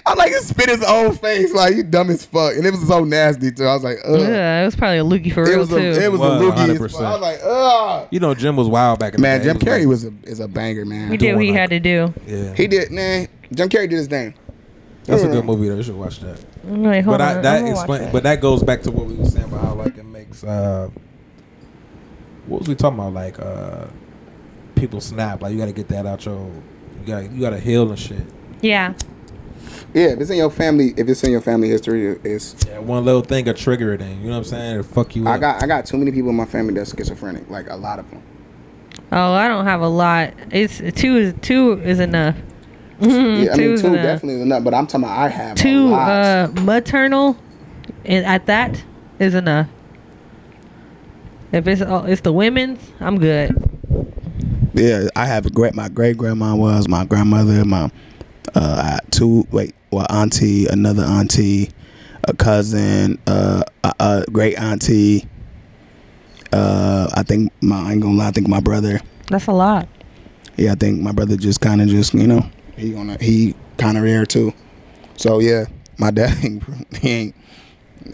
[SPEAKER 1] I like he spit his own face like you dumb as fuck, and it was so nasty too. I was like, "Ugh."
[SPEAKER 2] Ugh, it was probably a loogie for
[SPEAKER 1] It
[SPEAKER 2] real
[SPEAKER 1] was
[SPEAKER 2] too.
[SPEAKER 1] a, it was
[SPEAKER 3] Wow,
[SPEAKER 1] a loogie. as fuck.
[SPEAKER 3] 100%.
[SPEAKER 1] I was like, "Ugh."
[SPEAKER 3] You know, Jim was wild back in
[SPEAKER 1] Man,
[SPEAKER 3] the day.
[SPEAKER 1] Jim
[SPEAKER 3] He
[SPEAKER 1] Carrey
[SPEAKER 3] was.
[SPEAKER 1] was a, is a banger, man.
[SPEAKER 2] he did what he
[SPEAKER 3] doing,
[SPEAKER 2] had to do.
[SPEAKER 3] like- Yeah,
[SPEAKER 1] He did, man. Jim Carrey did his thing.
[SPEAKER 3] that's a good movie. though. You should watch that.
[SPEAKER 2] Wait, hold
[SPEAKER 3] But I,
[SPEAKER 2] on.
[SPEAKER 3] that
[SPEAKER 2] I'm gonna watch
[SPEAKER 3] explain. But that goes back to what we were saying about how like it makes. uh What was we talking about? Like uh people snap. Like you got to get that out your. You got you got to heal and shit.
[SPEAKER 2] yeah.
[SPEAKER 1] Yeah, if it's in your family, if it's in your family history, it's.
[SPEAKER 3] Yeah, one little thing could trigger it. In, you know what I'm saying? It'll fuck you
[SPEAKER 1] I
[SPEAKER 3] up.
[SPEAKER 1] got I got too many people in my family that's schizophrenic, like a lot of them.
[SPEAKER 2] Oh, I don't have a lot. It's two is two is enough.
[SPEAKER 1] yeah, I mean,
[SPEAKER 2] Hmm, two's
[SPEAKER 1] two
[SPEAKER 2] enough.
[SPEAKER 1] definitely is enough, but I'm talking about I have a
[SPEAKER 2] Two
[SPEAKER 1] lot.
[SPEAKER 2] uh, maternal, and at that is enough. If it's all, it's the women's, I'm good.
[SPEAKER 1] yeah, I have a great. My great grandma was my grandmother, my uh, I- two wait, well, auntie, another auntie, a cousin, uh, a, a great auntie. Uh, I think my I ain't gonna lie. I think my brother.
[SPEAKER 2] That's a lot.
[SPEAKER 1] yeah, I think my brother just kind of just you know he gonna he kind of there too. So yeah, my dad ain't he ain't,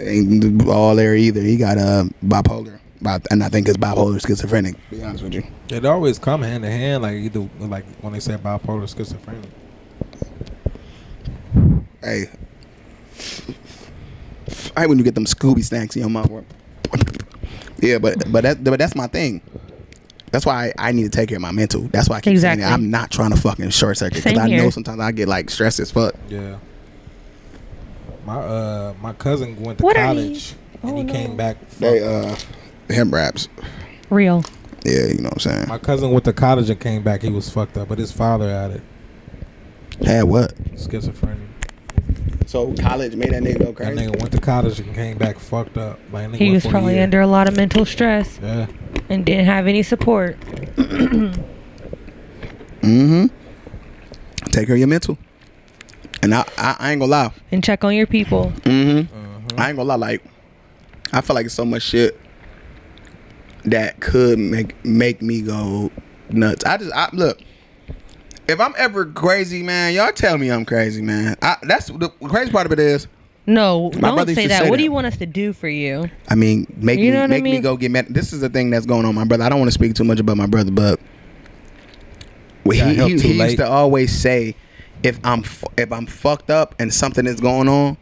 [SPEAKER 1] ain't all there either. He got uh, bipolar, bi- and I think it's bipolar schizophrenic. To be honest with you,
[SPEAKER 3] It always come hand in hand. Like either like when they say bipolar schizophrenia.
[SPEAKER 1] hey, I hate when you get them Scooby snacks in your mouth. Yeah, but but that but that's my thing. That's why I, I need to take care of my mental. That's why I keep
[SPEAKER 2] Exactly.
[SPEAKER 1] saying that. I'm not trying to fucking short circuit because
[SPEAKER 2] Same
[SPEAKER 1] I know
[SPEAKER 2] here.
[SPEAKER 1] sometimes I get like stressed as fuck.
[SPEAKER 3] Yeah. My uh my cousin went to
[SPEAKER 2] What are Oh,
[SPEAKER 3] college and he came back.
[SPEAKER 1] They uh, hemp wraps.
[SPEAKER 2] Real.
[SPEAKER 1] Yeah, you know what I'm saying.
[SPEAKER 3] my cousin went to college and came back. He was fucked up, but his father had it,
[SPEAKER 1] Had what?
[SPEAKER 3] schizophrenia.
[SPEAKER 1] So college made that nigga go
[SPEAKER 3] That
[SPEAKER 1] crazy.
[SPEAKER 3] nigga went to college and came back fucked up. Like nigga
[SPEAKER 2] He
[SPEAKER 3] went
[SPEAKER 2] was
[SPEAKER 3] for a
[SPEAKER 2] probably
[SPEAKER 3] year.
[SPEAKER 2] under a lot of mental stress
[SPEAKER 3] Yeah,
[SPEAKER 2] and didn't have any support.
[SPEAKER 1] Mm-hmm. Take care of your mental. And I, I, I ain't gonna lie.
[SPEAKER 2] And check on your people.
[SPEAKER 1] Mm-hmm. I ain't gonna lie. Like, I feel like it's so much shit that could make make me go nuts. I just, I look. If I'm ever crazy, man, y'all tell me I'm crazy, man. I, that's the crazy part of it is.
[SPEAKER 2] No,
[SPEAKER 1] My brother
[SPEAKER 2] don't
[SPEAKER 1] used
[SPEAKER 2] say
[SPEAKER 1] to
[SPEAKER 2] that.
[SPEAKER 1] say that.
[SPEAKER 2] what do you want us to do for you?
[SPEAKER 1] I mean, make
[SPEAKER 2] You
[SPEAKER 1] me
[SPEAKER 2] know what I
[SPEAKER 1] make me
[SPEAKER 2] mean?
[SPEAKER 1] go get mad. This is the thing that's going on, my brother. I don't want to speak too much about my brother, but well,
[SPEAKER 3] Got
[SPEAKER 1] he,
[SPEAKER 3] help
[SPEAKER 1] he,
[SPEAKER 3] too
[SPEAKER 1] he
[SPEAKER 3] late.
[SPEAKER 1] used to always say, if I'm f- if I'm fucked up and something is going on,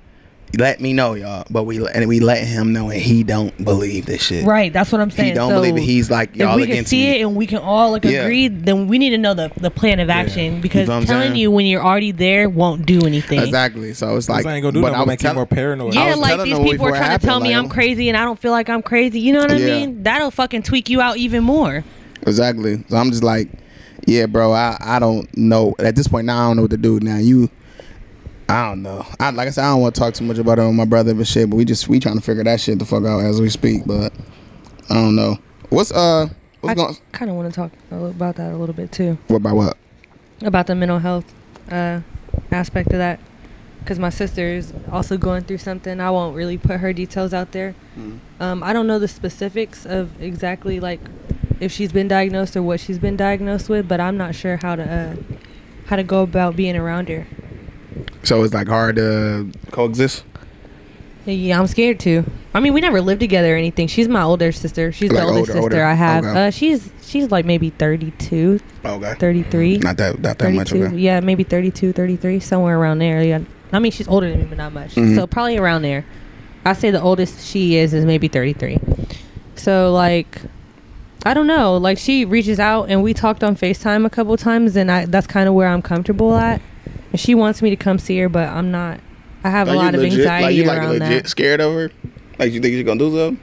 [SPEAKER 1] let me know, y'all. But we and we let him know, and he don't believe this shit.
[SPEAKER 2] Right. That's what I'm
[SPEAKER 1] He
[SPEAKER 2] saying.
[SPEAKER 1] don't
[SPEAKER 2] So
[SPEAKER 1] believe it. He's like
[SPEAKER 2] if
[SPEAKER 1] y'all
[SPEAKER 2] we can
[SPEAKER 1] against
[SPEAKER 2] see
[SPEAKER 1] me.
[SPEAKER 2] it and we can all like
[SPEAKER 1] Yeah.
[SPEAKER 2] agree, then we need to know the, the plan of action because
[SPEAKER 1] You know what I'm
[SPEAKER 2] telling
[SPEAKER 1] saying?
[SPEAKER 2] you when you're already there won't do anything.
[SPEAKER 1] Exactly. So it's like,
[SPEAKER 3] I ain't gonna do
[SPEAKER 1] but
[SPEAKER 3] that.
[SPEAKER 1] I
[SPEAKER 3] I'll
[SPEAKER 1] was
[SPEAKER 3] make you
[SPEAKER 1] tell-
[SPEAKER 3] more paranoid.
[SPEAKER 1] I
[SPEAKER 2] Yeah,
[SPEAKER 1] was
[SPEAKER 2] like
[SPEAKER 1] telling
[SPEAKER 2] these
[SPEAKER 1] them when
[SPEAKER 2] people are
[SPEAKER 1] before it
[SPEAKER 2] trying to tell
[SPEAKER 1] happened,
[SPEAKER 2] me
[SPEAKER 1] like, um,
[SPEAKER 2] I'm crazy and I don't feel like I'm crazy. You know what I
[SPEAKER 1] Yeah.
[SPEAKER 2] mean? That'll fucking tweak you out even more.
[SPEAKER 1] Exactly. So I'm just like, yeah, bro. I, I don't know at this point now. I don't know what to do now. You, I don't know. I like I said, I don't want to talk too much about it with my brother but shit. But we just we trying to figure that shit the fuck out as we speak. But I don't know. What's uh what's
[SPEAKER 2] I
[SPEAKER 1] going
[SPEAKER 2] kind of want to talk a little- about that a little bit too
[SPEAKER 1] what about what?
[SPEAKER 2] about the mental health uh, aspect of that because my sister is also going through something. I won't really put her details out there.
[SPEAKER 1] Mm-hmm.
[SPEAKER 2] Um, I don't know the specifics of exactly like if she's been diagnosed or what she's been diagnosed with, but I'm not sure how to uh, how to go about being around her.
[SPEAKER 1] So it's like hard to coexist.
[SPEAKER 2] Yeah, I'm scared too. I mean, we never lived together or anything. She's my older sister. She's
[SPEAKER 1] Like
[SPEAKER 2] the oldest
[SPEAKER 1] older,
[SPEAKER 2] sister
[SPEAKER 1] older.
[SPEAKER 2] I have.
[SPEAKER 1] Okay.
[SPEAKER 2] Uh, she's she's like maybe 32,
[SPEAKER 1] Okay.
[SPEAKER 2] 33.
[SPEAKER 1] Mm, Not that not that much.
[SPEAKER 2] 32.
[SPEAKER 1] Okay.
[SPEAKER 2] Yeah, maybe 32, 33, somewhere around there. Yeah. I mean, she's older than me, but not much.
[SPEAKER 1] Mhm.
[SPEAKER 2] So probably around there. I say the oldest she is is maybe 33. So like I don't know. Like she reaches out and we talked on FaceTime a couple times and I that's kind of where I'm comfortable at. And she wants me to come see her, but I'm not I have a
[SPEAKER 1] Like, you
[SPEAKER 2] lot of
[SPEAKER 1] legit- like
[SPEAKER 2] anxiety
[SPEAKER 1] you like
[SPEAKER 2] around
[SPEAKER 1] legit
[SPEAKER 2] that.
[SPEAKER 1] scared of her? Like you think she's gonna do something?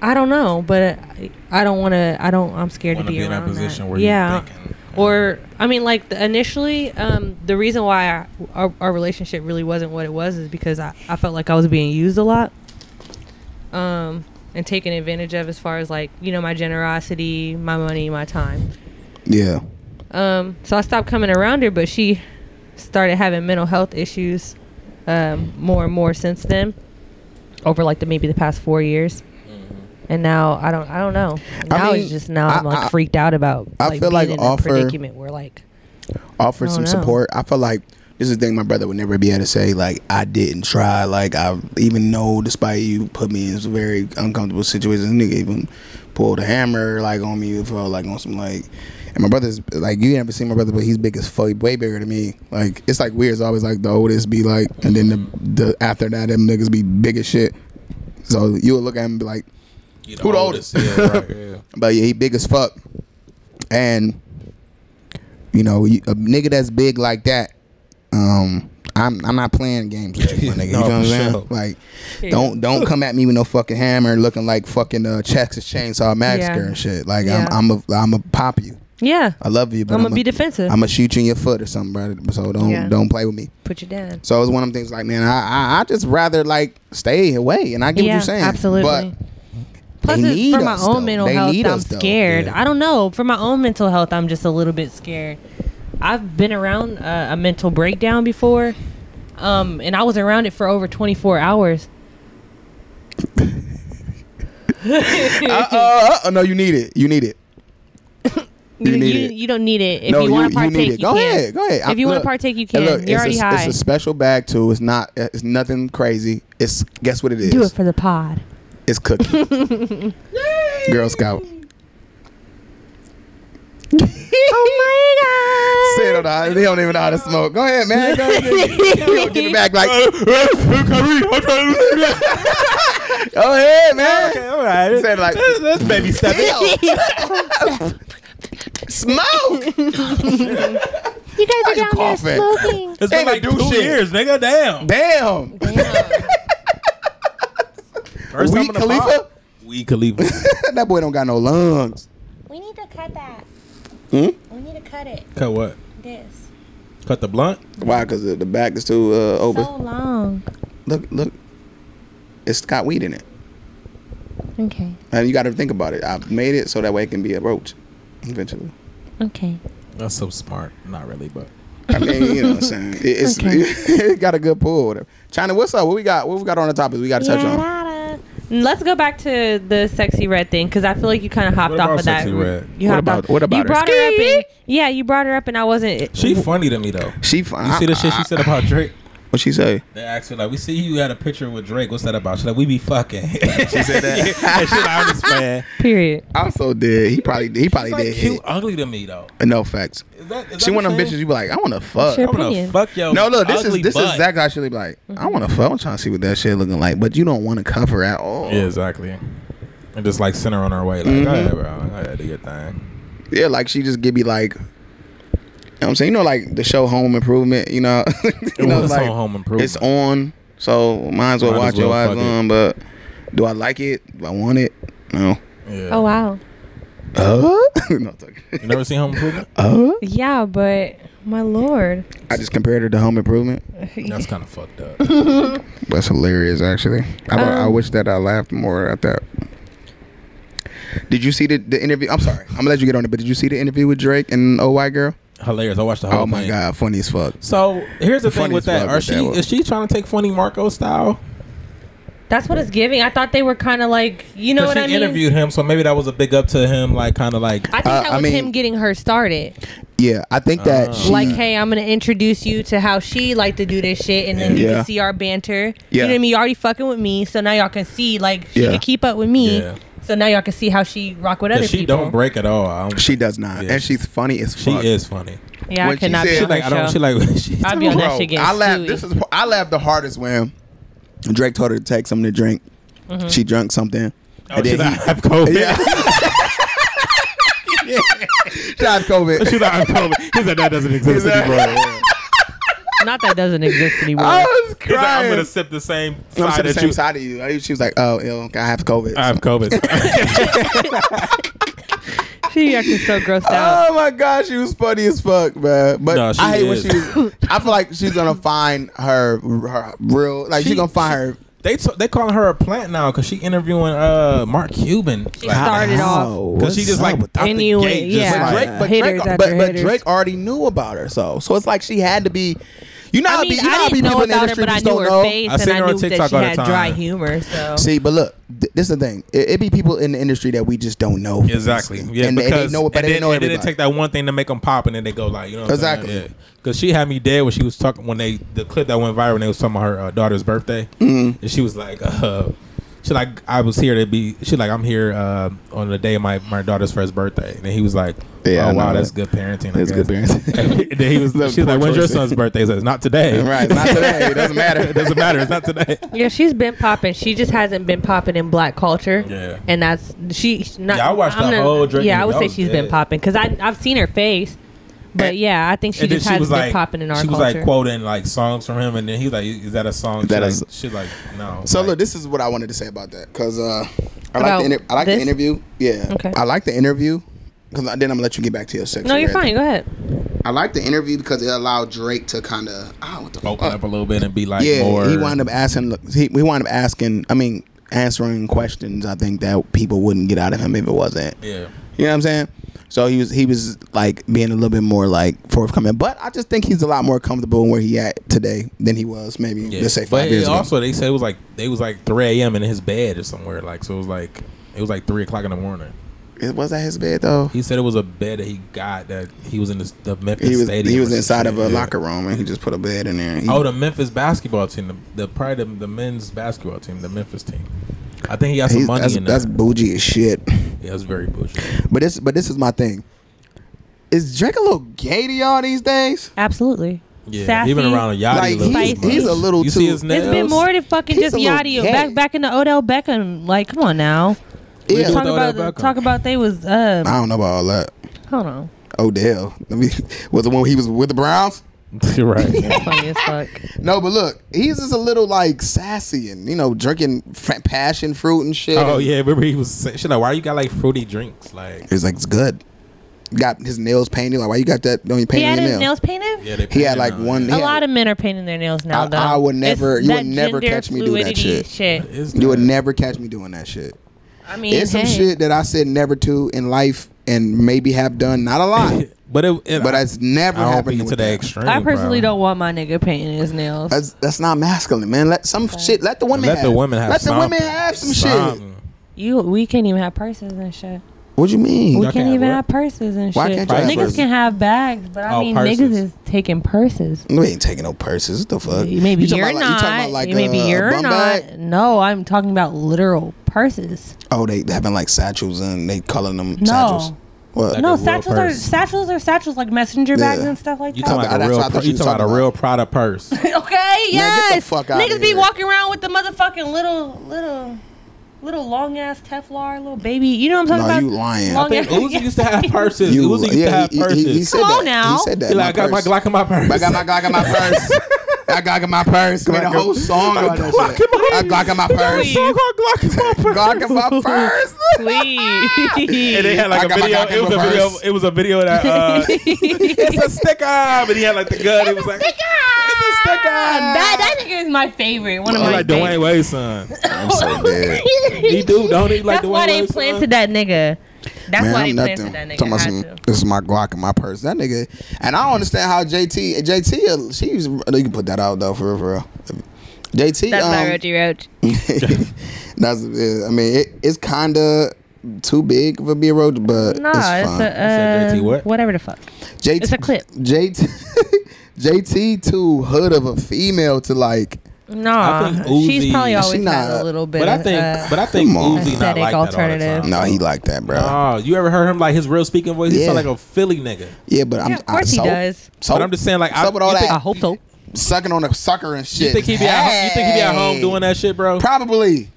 [SPEAKER 2] I don't know, but I, I don't want to I don't I'm scared to
[SPEAKER 3] Wanna
[SPEAKER 2] be,
[SPEAKER 3] be in
[SPEAKER 2] around
[SPEAKER 3] that position where
[SPEAKER 2] yeah.
[SPEAKER 3] you're thinking.
[SPEAKER 2] or I mean, like the, initially, um, the reason why I, our, our relationship really wasn't what it was is because I, I felt like I was being used a lot, um, and taken advantage of as far as like you know my generosity, my money, my time.
[SPEAKER 1] Yeah.
[SPEAKER 2] Um, so I stopped coming around her, but she started having mental health issues um, more and more since then, over like the maybe the past four years. And now I don't I don't know.
[SPEAKER 1] I
[SPEAKER 2] Now
[SPEAKER 1] mean,
[SPEAKER 2] it's just now I'm
[SPEAKER 1] I-
[SPEAKER 2] like
[SPEAKER 1] I-
[SPEAKER 2] freaked out about.
[SPEAKER 1] I feel
[SPEAKER 2] being
[SPEAKER 1] like
[SPEAKER 2] in a
[SPEAKER 1] offer-
[SPEAKER 2] predicament where like
[SPEAKER 1] Offer
[SPEAKER 2] I don't
[SPEAKER 1] some
[SPEAKER 2] know.
[SPEAKER 1] support. I feel like this is the thing my brother would never be able to say. Like I didn't try. Like I even know, despite you put me in some very uncomfortable situations, nigga even pulled a hammer like on me. It felt like on some like. And my brother's like you never seen my brother, but he's big as fuck, way bigger than me. Like it's like weird. It's always like the oldest be like, and then the, the after that them niggas be big as shit. So you would look at him and be like,
[SPEAKER 3] You
[SPEAKER 1] Who the oldest?
[SPEAKER 3] Yeah, right, yeah.
[SPEAKER 1] But yeah, he big as fuck. And you know, you, a nigga that's big like that, um, I'm I'm not playing games with you, my nigga. you
[SPEAKER 3] No,
[SPEAKER 1] know what I'm
[SPEAKER 3] for
[SPEAKER 1] saying?
[SPEAKER 3] sure.
[SPEAKER 1] Like, don't don't come at me with no fucking hammer, looking like fucking uh, Texas Chainsaw Massacre
[SPEAKER 2] Yeah.
[SPEAKER 1] and shit. Like,
[SPEAKER 2] Yeah.
[SPEAKER 1] I'm I'm a I'm a pop you.
[SPEAKER 2] yeah,
[SPEAKER 1] I love you, but
[SPEAKER 2] I'm
[SPEAKER 1] I'm
[SPEAKER 2] gonna be defensive.
[SPEAKER 1] I'm gonna shoot you in your foot or something, brother. So don't
[SPEAKER 2] Yeah.
[SPEAKER 1] don't play with me.
[SPEAKER 2] Put you down.
[SPEAKER 1] So it's one of them things like, man, I I, I just rather like stay away, and I get what
[SPEAKER 2] yeah,
[SPEAKER 1] you're saying,
[SPEAKER 2] absolutely.
[SPEAKER 1] But
[SPEAKER 2] Plus,
[SPEAKER 1] they
[SPEAKER 2] it's
[SPEAKER 1] need
[SPEAKER 2] for my
[SPEAKER 1] us,
[SPEAKER 2] own
[SPEAKER 1] though.
[SPEAKER 2] mental
[SPEAKER 1] They
[SPEAKER 2] health,
[SPEAKER 1] need
[SPEAKER 2] I'm
[SPEAKER 1] us, though.
[SPEAKER 2] scared.
[SPEAKER 3] Yeah.
[SPEAKER 2] I don't know. For my own mental health, I'm just a little bit scared. I've been around uh, a mental breakdown before, um, and I was around it for over 24 hours.
[SPEAKER 1] uh, uh, uh, no, you need it. You need it. You
[SPEAKER 2] You,
[SPEAKER 1] need
[SPEAKER 2] you,
[SPEAKER 1] it.
[SPEAKER 2] you don't need it. If you want to partake, you,
[SPEAKER 1] Go
[SPEAKER 2] can.
[SPEAKER 1] ahead, go ahead.
[SPEAKER 2] If you want to partake, you can. You're already
[SPEAKER 1] it's a,
[SPEAKER 2] high.
[SPEAKER 1] It's a special bag too. It's not. It's nothing crazy. It's guess what it is.
[SPEAKER 2] Do it for the pod.
[SPEAKER 1] it's cookie. Girl Scout.
[SPEAKER 2] oh
[SPEAKER 1] Say it on the high. They don't even know how to smoke. Go ahead, man. Go ahead. you don't get it back like. go ahead, man.
[SPEAKER 3] Okay, all right.
[SPEAKER 1] He said, like-
[SPEAKER 3] Let's- let's baby step it.
[SPEAKER 1] Ew. Smoke.
[SPEAKER 4] You guys are
[SPEAKER 1] Why you
[SPEAKER 4] down there
[SPEAKER 1] coughing?
[SPEAKER 4] smoking.
[SPEAKER 3] It's
[SPEAKER 1] Ain't
[SPEAKER 3] been
[SPEAKER 1] a
[SPEAKER 3] like
[SPEAKER 1] do
[SPEAKER 3] two
[SPEAKER 1] shit.
[SPEAKER 3] years, nigga. Damn.
[SPEAKER 1] Damn.
[SPEAKER 3] First
[SPEAKER 1] Weed Khalifa.
[SPEAKER 3] We Khalifa.
[SPEAKER 1] that boy don't got no lungs.
[SPEAKER 4] We need to cut that.
[SPEAKER 1] Hmm?
[SPEAKER 4] We need to cut it.
[SPEAKER 3] Cut what?
[SPEAKER 4] This.
[SPEAKER 3] Cut the blunt.
[SPEAKER 1] Why? Because the the back is too uh, open.
[SPEAKER 4] So long.
[SPEAKER 1] Look, look. It's got weed in it.
[SPEAKER 4] Okay.
[SPEAKER 1] And you got to think about it. I made it so that way it can be a roach eventually.
[SPEAKER 4] Okay.
[SPEAKER 3] That's so smart. Not really, but
[SPEAKER 1] I mean, you know what I'm saying? It, it's,
[SPEAKER 4] Okay.
[SPEAKER 1] it got a good pull. or Whatever. China, what's up? What we got? What we got on the topics we got to touch on?
[SPEAKER 4] Yeah,
[SPEAKER 2] Mm, Let's go back to the sexy red thing because I feel like you kind of hopped
[SPEAKER 3] What
[SPEAKER 2] off
[SPEAKER 3] about
[SPEAKER 2] of that.
[SPEAKER 3] sexy red?
[SPEAKER 2] You
[SPEAKER 1] What
[SPEAKER 2] hopped
[SPEAKER 1] about-
[SPEAKER 2] off.
[SPEAKER 1] what about
[SPEAKER 2] you
[SPEAKER 1] her?
[SPEAKER 2] brought her up? And, yeah, you brought her up, and I wasn't.
[SPEAKER 3] she funny to me though.
[SPEAKER 1] She fine.
[SPEAKER 3] You see the shit she said about Drake?
[SPEAKER 1] What she say?
[SPEAKER 3] They asked her like, "We see you had a picture with Drake. What's that about?" She's like, "We be fucking." she said that. and she like, "I'm just playing."
[SPEAKER 2] period.
[SPEAKER 1] I'm so dead. He probably he probably
[SPEAKER 3] She's like
[SPEAKER 1] did.
[SPEAKER 3] cute,
[SPEAKER 1] hit.
[SPEAKER 3] ugly to me though.
[SPEAKER 1] No facts.
[SPEAKER 3] Is that, is
[SPEAKER 1] She
[SPEAKER 3] that
[SPEAKER 1] one of them
[SPEAKER 3] the
[SPEAKER 1] bitches
[SPEAKER 3] same?
[SPEAKER 1] you be like, I want to fuck.
[SPEAKER 2] Sure.
[SPEAKER 3] I'm gonna
[SPEAKER 2] Opinion.
[SPEAKER 3] fuck yo.
[SPEAKER 1] No, look, this is
[SPEAKER 3] ugly
[SPEAKER 1] this is
[SPEAKER 3] butt. Mm-hmm.
[SPEAKER 1] exactly how she be like. I want to fuck. I'm trying to see what that shit looking like, but you don't want to cover at all.
[SPEAKER 3] Yeah, exactly. And just like send her on her way, like,
[SPEAKER 1] Mhm.
[SPEAKER 3] "All right, bro, I had to get thing."
[SPEAKER 1] Yeah, like she just give me like, you know what I'm saying, you know, like the show Home Improvement, you know, you
[SPEAKER 3] It
[SPEAKER 1] know,
[SPEAKER 3] was
[SPEAKER 1] like,
[SPEAKER 3] on Home Improvement.
[SPEAKER 1] It's on, so might as well
[SPEAKER 3] Might as
[SPEAKER 1] watch your
[SPEAKER 3] well
[SPEAKER 1] eyes
[SPEAKER 3] fuck it.
[SPEAKER 1] on. But do I like it? Do I want it? No.
[SPEAKER 3] Yeah.
[SPEAKER 2] Oh wow.
[SPEAKER 1] Uh, no, I'm talking.
[SPEAKER 3] You never seen Home Improvement?
[SPEAKER 1] Uh,
[SPEAKER 5] Yeah, but my lord.
[SPEAKER 1] I just compared her to Home Improvement.
[SPEAKER 3] That's kind of fucked up.
[SPEAKER 1] That's hilarious, actually. I, don't-
[SPEAKER 2] Um,
[SPEAKER 1] I wish that I laughed more at that. Did you see the, the interview? I'm sorry, I'm gonna let you get on it. But did you see the interview with Drake and Oh White Girl?
[SPEAKER 3] Hilarious. I watched the whole
[SPEAKER 1] Oh my
[SPEAKER 3] thing.
[SPEAKER 1] god, funny as fuck.
[SPEAKER 3] So here's the thing
[SPEAKER 1] Funny
[SPEAKER 3] with
[SPEAKER 1] as
[SPEAKER 3] that.
[SPEAKER 1] fuck
[SPEAKER 3] Are
[SPEAKER 1] with
[SPEAKER 3] she
[SPEAKER 1] that one.
[SPEAKER 3] is she trying to take funny Marco style?
[SPEAKER 2] That's what it's giving. I thought they were kind of like, you know
[SPEAKER 3] 'Cause
[SPEAKER 2] what
[SPEAKER 3] she
[SPEAKER 2] I mean?
[SPEAKER 3] interviewed him, so maybe that was a big up to him, like kind of like
[SPEAKER 2] I think
[SPEAKER 1] Uh,
[SPEAKER 2] that
[SPEAKER 1] I
[SPEAKER 2] was
[SPEAKER 1] mean-
[SPEAKER 2] him getting her started.
[SPEAKER 1] Yeah, I think that
[SPEAKER 3] Oh.
[SPEAKER 1] she,
[SPEAKER 2] Like, hey, I'm gonna introduce you to how she like to do this shit, and then you
[SPEAKER 1] Yeah.
[SPEAKER 2] can see our banter.
[SPEAKER 1] Yeah.
[SPEAKER 2] You know what I mean? You already fucking with me, so now y'all can see like she
[SPEAKER 1] Yeah.
[SPEAKER 2] can keep up with me.
[SPEAKER 3] Yeah.
[SPEAKER 2] So now y'all can see how she rock with other
[SPEAKER 3] she
[SPEAKER 2] people.
[SPEAKER 3] don't break at all. I don't,
[SPEAKER 1] she does not,
[SPEAKER 3] Yeah.
[SPEAKER 1] and she's funny as
[SPEAKER 3] she
[SPEAKER 1] fuck.
[SPEAKER 3] is funny.
[SPEAKER 2] Yeah,
[SPEAKER 1] When
[SPEAKER 2] I could
[SPEAKER 1] she
[SPEAKER 2] not be
[SPEAKER 1] said-
[SPEAKER 2] on
[SPEAKER 3] She like I
[SPEAKER 2] her
[SPEAKER 3] don't. She
[SPEAKER 2] show.
[SPEAKER 3] like she,
[SPEAKER 2] I'd be on that shit getting
[SPEAKER 1] I laughed.
[SPEAKER 2] sued.
[SPEAKER 1] This is
[SPEAKER 2] Mm-hmm.
[SPEAKER 1] I laughed the hardest when Drake told her to take something to drink. She drank something.
[SPEAKER 3] Oh,
[SPEAKER 1] And then
[SPEAKER 3] she's like,
[SPEAKER 1] he-
[SPEAKER 3] I have COVID.
[SPEAKER 1] Yeah. yeah. Shout out COVID.
[SPEAKER 3] she's like, I have COVID. He's like, that doesn't exist
[SPEAKER 1] He's like-
[SPEAKER 3] anymore. Yeah.
[SPEAKER 5] Not that doesn't exist anymore.
[SPEAKER 1] I was
[SPEAKER 3] He's like, I'm
[SPEAKER 1] crying.
[SPEAKER 3] gonna sip the same
[SPEAKER 1] I'm
[SPEAKER 3] side
[SPEAKER 1] sitting the
[SPEAKER 3] that
[SPEAKER 1] same
[SPEAKER 3] you.
[SPEAKER 1] side of you. I- She was like, "Oh, you know, I have COVID."
[SPEAKER 3] I have COVID.
[SPEAKER 5] she acting so grossed out.
[SPEAKER 1] Oh my gosh, she was funny as fuck, man. But
[SPEAKER 3] No, she
[SPEAKER 1] I hate when
[SPEAKER 3] is.
[SPEAKER 1] she was. I feel like she's gonna find her her real. Like she's
[SPEAKER 3] She-
[SPEAKER 1] gonna find her.
[SPEAKER 3] they t- they calling her a plant now because she interviewing uh Mark Cuban. She
[SPEAKER 5] started off.
[SPEAKER 3] because she just like out
[SPEAKER 5] Anyway,
[SPEAKER 3] the gate, just
[SPEAKER 5] yeah.
[SPEAKER 1] But
[SPEAKER 3] like-
[SPEAKER 1] Drake, but,
[SPEAKER 5] Haters
[SPEAKER 1] Drake,
[SPEAKER 5] after
[SPEAKER 1] but, but
[SPEAKER 5] haters.
[SPEAKER 1] Drake already knew about her, so so it's like she had to be. You know,
[SPEAKER 5] I
[SPEAKER 1] how
[SPEAKER 5] mean,
[SPEAKER 1] be, you know,
[SPEAKER 5] I
[SPEAKER 1] how be
[SPEAKER 5] didn't know
[SPEAKER 1] people in the
[SPEAKER 5] about her,
[SPEAKER 1] industry
[SPEAKER 5] but I
[SPEAKER 1] just
[SPEAKER 5] knew
[SPEAKER 1] don't
[SPEAKER 5] her
[SPEAKER 1] know.
[SPEAKER 5] face
[SPEAKER 3] I
[SPEAKER 5] and
[SPEAKER 3] seen
[SPEAKER 5] I
[SPEAKER 3] her on
[SPEAKER 5] knew that
[SPEAKER 3] TikTok
[SPEAKER 5] she
[SPEAKER 3] all the
[SPEAKER 5] had dry
[SPEAKER 3] time.
[SPEAKER 5] humor. So
[SPEAKER 1] See, but look, th- this is the thing. It, it be people in the industry that we just don't know.
[SPEAKER 3] Exactly. Yeah,
[SPEAKER 1] and, they-
[SPEAKER 3] because
[SPEAKER 1] and they know it, but
[SPEAKER 3] and
[SPEAKER 1] they
[SPEAKER 3] then,
[SPEAKER 1] know
[SPEAKER 3] and then
[SPEAKER 1] everybody.
[SPEAKER 3] they take that one thing to make them pop, and then they go like, you know, what I'm
[SPEAKER 1] Exactly.
[SPEAKER 3] saying? Yeah. Because she had me dead when she was talking when they the clip that went viral when they was talking about her uh, daughter's birthday,
[SPEAKER 1] Mm-hmm.
[SPEAKER 3] and she was like, uh, she like I was here to be. She like I'm here uh, on the day of my my daughter's first birthday, and he was like,
[SPEAKER 1] Yeah, I
[SPEAKER 3] oh wow,
[SPEAKER 1] know
[SPEAKER 3] that's
[SPEAKER 1] that.
[SPEAKER 3] good parenting. I
[SPEAKER 1] That's good
[SPEAKER 3] guess.
[SPEAKER 1] parenting.
[SPEAKER 3] And then he was
[SPEAKER 1] Look, poor
[SPEAKER 3] she's like, when's your
[SPEAKER 1] choices.
[SPEAKER 3] son's birthday? He says, not today.
[SPEAKER 1] Right, not today. It doesn't matter.
[SPEAKER 3] it doesn't matter. It's not today.
[SPEAKER 2] Yeah, she's been popping. She just hasn't been popping in black culture.
[SPEAKER 3] Yeah.
[SPEAKER 2] and that's she. Not,
[SPEAKER 3] Yeah, I watched
[SPEAKER 2] I'm
[SPEAKER 3] that
[SPEAKER 2] not-
[SPEAKER 3] whole Drake
[SPEAKER 2] Yeah, I
[SPEAKER 3] movie.
[SPEAKER 2] would
[SPEAKER 3] That
[SPEAKER 2] say
[SPEAKER 3] was
[SPEAKER 2] she's
[SPEAKER 3] good.
[SPEAKER 2] been popping because I I've seen her face, but
[SPEAKER 1] And-
[SPEAKER 2] yeah, I think she
[SPEAKER 3] and then
[SPEAKER 2] just
[SPEAKER 3] she
[SPEAKER 2] hasn't
[SPEAKER 3] was
[SPEAKER 2] been
[SPEAKER 3] like,
[SPEAKER 2] popping in our
[SPEAKER 3] she was
[SPEAKER 2] culture.
[SPEAKER 3] like quoting like songs from him, and then he was like, "Is that a song?"
[SPEAKER 1] That
[SPEAKER 3] she,
[SPEAKER 1] is-
[SPEAKER 3] like, she like, no.
[SPEAKER 1] So
[SPEAKER 3] like,
[SPEAKER 1] look, this is what I wanted to say about that because uh, I like
[SPEAKER 2] About
[SPEAKER 1] the inter- I like the
[SPEAKER 2] this?
[SPEAKER 1] interview. Yeah,
[SPEAKER 2] Okay.
[SPEAKER 1] I like the interview because then I'm gonna let you get back to your section.
[SPEAKER 2] no, you're
[SPEAKER 1] right?
[SPEAKER 2] fine. Go ahead.
[SPEAKER 1] I like the interview because it allowed Drake to kind of oh, what the
[SPEAKER 3] open
[SPEAKER 1] fuck?
[SPEAKER 3] up a little bit and be like,
[SPEAKER 1] yeah,
[SPEAKER 3] more,
[SPEAKER 1] he wound up asking. look, He, he wound up asking. I mean, answering questions. I think that people wouldn't get out of him if it wasn't.
[SPEAKER 3] Yeah,
[SPEAKER 1] You know what I'm saying? So he was he was like being a little bit more like forthcoming, but I just think he's a lot more comfortable in where he at today than he was maybe
[SPEAKER 3] yeah.
[SPEAKER 1] let's say
[SPEAKER 3] but
[SPEAKER 1] five
[SPEAKER 3] it
[SPEAKER 1] years ago.
[SPEAKER 3] also, they said it was like they was like 3 a.m. in his bed or somewhere. Like, so it was like it was like three o'clock in the morning.
[SPEAKER 1] It- was that his bed though?
[SPEAKER 3] He said it was a bed that he got that he was in the, the Memphis
[SPEAKER 1] He was
[SPEAKER 3] stadium.
[SPEAKER 1] he
[SPEAKER 3] or
[SPEAKER 1] was
[SPEAKER 3] some
[SPEAKER 1] inside
[SPEAKER 3] shit,
[SPEAKER 1] of a
[SPEAKER 3] yeah.
[SPEAKER 1] locker room and he just put a bed in there. He-
[SPEAKER 3] Oh, the Memphis basketball team, the, the probably the, the men's basketball team, the Memphis team. I think he got some
[SPEAKER 1] he's-
[SPEAKER 3] money
[SPEAKER 1] that's,
[SPEAKER 3] in there.
[SPEAKER 1] that's bougie as shit.
[SPEAKER 3] yeah, that's very bougie.
[SPEAKER 1] But this but this is my thing. Is Drake a little gay to y'all these days?
[SPEAKER 5] absolutely.
[SPEAKER 3] Yeah,
[SPEAKER 5] Sassy.
[SPEAKER 3] even around Yachty
[SPEAKER 1] Like
[SPEAKER 3] a little
[SPEAKER 1] he's,
[SPEAKER 3] bit.
[SPEAKER 1] he's a little
[SPEAKER 3] You
[SPEAKER 1] too.
[SPEAKER 3] see his nails?
[SPEAKER 5] It's been more than fucking
[SPEAKER 1] He's
[SPEAKER 5] just
[SPEAKER 1] a little
[SPEAKER 5] Yachty.
[SPEAKER 1] gay.
[SPEAKER 5] Back back in the Odell Beckham. Like, come on now.
[SPEAKER 1] Yeah,
[SPEAKER 3] Who
[SPEAKER 5] Talk
[SPEAKER 3] Odell
[SPEAKER 5] about
[SPEAKER 3] Beckham?
[SPEAKER 5] talk about they was uh
[SPEAKER 1] I don't know about all that.
[SPEAKER 5] hold on.
[SPEAKER 1] Odell, I mean, was the one he was with the Browns.
[SPEAKER 3] You're right.
[SPEAKER 5] Funny as fuck.
[SPEAKER 1] No, but look, he's just a little like sassy and you know drinking fa- passion fruit and shit.
[SPEAKER 3] oh
[SPEAKER 1] And
[SPEAKER 3] yeah, remember he was saying, "Shit, like why you got like fruity drinks?" Like
[SPEAKER 1] he's like it's good. Got his nails painted. Like why you got that? Don't you
[SPEAKER 5] He
[SPEAKER 1] paint
[SPEAKER 5] had
[SPEAKER 1] your
[SPEAKER 5] his
[SPEAKER 1] nails?
[SPEAKER 5] nails painted?
[SPEAKER 3] yeah, they
[SPEAKER 1] He had,
[SPEAKER 3] painted
[SPEAKER 1] like,
[SPEAKER 3] on,
[SPEAKER 1] one-
[SPEAKER 3] yeah.
[SPEAKER 5] A
[SPEAKER 1] Yeah.
[SPEAKER 5] lot of men are painting their nails now
[SPEAKER 1] I-
[SPEAKER 5] though.
[SPEAKER 1] I would never- you would
[SPEAKER 5] that
[SPEAKER 1] never
[SPEAKER 5] gender
[SPEAKER 1] catch me do that
[SPEAKER 5] fluidity
[SPEAKER 1] shit.
[SPEAKER 3] Is
[SPEAKER 1] You would
[SPEAKER 3] that-
[SPEAKER 1] never catch me doing that shit.
[SPEAKER 5] I mean,
[SPEAKER 1] It's some
[SPEAKER 5] hey.
[SPEAKER 1] shit that I said never to in life and maybe have done. Not a lot,
[SPEAKER 3] But it, it
[SPEAKER 1] but that's never
[SPEAKER 3] I don't
[SPEAKER 1] happened
[SPEAKER 3] think
[SPEAKER 1] with
[SPEAKER 3] to the
[SPEAKER 1] that.
[SPEAKER 3] extreme.
[SPEAKER 5] I personally
[SPEAKER 3] bro.
[SPEAKER 5] don't want my nigga painting his nails.
[SPEAKER 1] That's, that's not masculine, man. Let some shit. Let the women.
[SPEAKER 3] Let
[SPEAKER 1] have,
[SPEAKER 3] the women have.
[SPEAKER 1] Let
[SPEAKER 3] something.
[SPEAKER 1] the women have some shit.
[SPEAKER 3] Something.
[SPEAKER 5] You we can't even have purses and shit.
[SPEAKER 1] What you mean?
[SPEAKER 5] We can't,
[SPEAKER 3] Y'all can't have
[SPEAKER 5] even
[SPEAKER 3] what?
[SPEAKER 5] have purses and
[SPEAKER 1] Why
[SPEAKER 5] shit.
[SPEAKER 1] can't you have
[SPEAKER 5] niggas
[SPEAKER 1] purses?
[SPEAKER 5] can have bags, but I
[SPEAKER 3] Oh,
[SPEAKER 5] mean
[SPEAKER 3] purses.
[SPEAKER 5] niggas is taking purses.
[SPEAKER 1] We ain't taking no purses. What the fuck?
[SPEAKER 5] Maybe
[SPEAKER 1] Uh, You talking
[SPEAKER 5] you are
[SPEAKER 1] about like-
[SPEAKER 5] not.
[SPEAKER 1] You talking about like
[SPEAKER 5] maybe
[SPEAKER 1] a, a
[SPEAKER 5] you're
[SPEAKER 1] bum
[SPEAKER 5] not.
[SPEAKER 1] bag?
[SPEAKER 5] No, I'm talking about literal purses.
[SPEAKER 1] Oh, they having like satchels and they calling them
[SPEAKER 5] No.
[SPEAKER 1] satchels. What?
[SPEAKER 3] Like
[SPEAKER 5] no,
[SPEAKER 3] a real
[SPEAKER 5] satchels are
[SPEAKER 3] purse.
[SPEAKER 5] satchels are satchels like messenger
[SPEAKER 1] Yeah.
[SPEAKER 5] bags and stuff like
[SPEAKER 3] You
[SPEAKER 5] that.
[SPEAKER 1] I-
[SPEAKER 3] talking about a
[SPEAKER 1] that's
[SPEAKER 3] real?
[SPEAKER 1] what I thought
[SPEAKER 3] Pro,
[SPEAKER 1] you
[SPEAKER 3] you
[SPEAKER 1] was
[SPEAKER 3] talking about a
[SPEAKER 1] talking
[SPEAKER 3] real Prada purse?
[SPEAKER 5] okay,
[SPEAKER 1] get
[SPEAKER 5] yes.
[SPEAKER 1] the fuck outta
[SPEAKER 5] Niggas be
[SPEAKER 1] here.
[SPEAKER 5] walking around with the motherfucking little little little long ass Teflar little baby. You know what I'm
[SPEAKER 1] No,
[SPEAKER 5] talking about?
[SPEAKER 1] you lying. I
[SPEAKER 5] Long
[SPEAKER 3] Think Uzi used to have purses.
[SPEAKER 1] You-
[SPEAKER 3] Uzi used to have
[SPEAKER 1] he- he-
[SPEAKER 3] purses.
[SPEAKER 1] He, said
[SPEAKER 5] Come
[SPEAKER 1] that.
[SPEAKER 5] on now.
[SPEAKER 1] He said that.
[SPEAKER 3] He like, I got
[SPEAKER 1] my
[SPEAKER 3] my
[SPEAKER 1] purse.
[SPEAKER 3] Glock in my purse.
[SPEAKER 1] I got my Glock in my purse. I Glock in my purse. Made a whole song about that
[SPEAKER 3] Glock
[SPEAKER 1] shit.
[SPEAKER 3] in my-
[SPEAKER 1] I Glock in my purse.
[SPEAKER 3] So-called Glock in my purse.
[SPEAKER 1] Glock in my purse.
[SPEAKER 5] Please.
[SPEAKER 3] And they had
[SPEAKER 1] I
[SPEAKER 3] like a
[SPEAKER 1] got my
[SPEAKER 3] video.
[SPEAKER 1] Glock in
[SPEAKER 3] It was a
[SPEAKER 1] my
[SPEAKER 3] video.
[SPEAKER 1] purse.
[SPEAKER 3] It was a video that uh, it's a sticker. But he had like the gun. It was like it's a sticker.
[SPEAKER 5] Uh, That, that nigga is my favorite. One of
[SPEAKER 3] He
[SPEAKER 5] my
[SPEAKER 3] like
[SPEAKER 5] favorite.
[SPEAKER 3] Dwayne Wade's son.
[SPEAKER 1] I'm so dead.
[SPEAKER 3] He do don't he like
[SPEAKER 5] That's
[SPEAKER 3] Dwayne
[SPEAKER 5] why they
[SPEAKER 3] Wade's son?
[SPEAKER 5] planted that nigga. That's
[SPEAKER 1] Man,
[SPEAKER 5] why
[SPEAKER 1] I'm
[SPEAKER 5] they
[SPEAKER 1] nothing.
[SPEAKER 5] planted that
[SPEAKER 1] Talking
[SPEAKER 5] nigga.
[SPEAKER 1] about
[SPEAKER 5] Had
[SPEAKER 1] some,
[SPEAKER 5] to.
[SPEAKER 1] this is my Glock in my purse. That nigga, and I don't understand how JT, JT, uh, she's. You can put that out though, for real, for real. JT,
[SPEAKER 5] That's
[SPEAKER 1] um,
[SPEAKER 5] why Reggie Roach.
[SPEAKER 1] that's. yeah, I mean, it, it's kinda too big for be a roach, but
[SPEAKER 5] Nah,
[SPEAKER 1] it's,
[SPEAKER 5] it's,
[SPEAKER 1] fine.
[SPEAKER 5] a uh,
[SPEAKER 3] You said JT what?
[SPEAKER 5] whatever the fuck.
[SPEAKER 1] JT,
[SPEAKER 5] It's a clip.
[SPEAKER 1] JT, JT too hood of a female to like.
[SPEAKER 5] Nah,
[SPEAKER 3] I think
[SPEAKER 5] she's
[SPEAKER 3] Uzi-
[SPEAKER 5] probably
[SPEAKER 3] She
[SPEAKER 5] always had
[SPEAKER 1] not-
[SPEAKER 5] a little bit.
[SPEAKER 3] But I
[SPEAKER 5] of,
[SPEAKER 3] think,
[SPEAKER 5] uh,
[SPEAKER 3] but I think
[SPEAKER 1] Come on.
[SPEAKER 3] Uzi not
[SPEAKER 5] Aesthetic
[SPEAKER 3] like that all the
[SPEAKER 5] alternative.
[SPEAKER 3] time.
[SPEAKER 1] No, he like that, bro.
[SPEAKER 3] Oh, you ever heard him like his real speaking voice? He
[SPEAKER 1] Yeah.
[SPEAKER 3] sound like a Philly nigga.
[SPEAKER 1] yeah, but I'm.
[SPEAKER 5] Yeah, of course he
[SPEAKER 1] I, so,
[SPEAKER 5] does.
[SPEAKER 1] So,
[SPEAKER 3] But I'm just saying, like, I-
[SPEAKER 1] so with all
[SPEAKER 3] you
[SPEAKER 1] that
[SPEAKER 3] think-
[SPEAKER 5] I hope so.
[SPEAKER 1] sucking on a sucker and shit.
[SPEAKER 3] You think he be at home, you think he be at home doing that shit, bro?
[SPEAKER 1] Probably.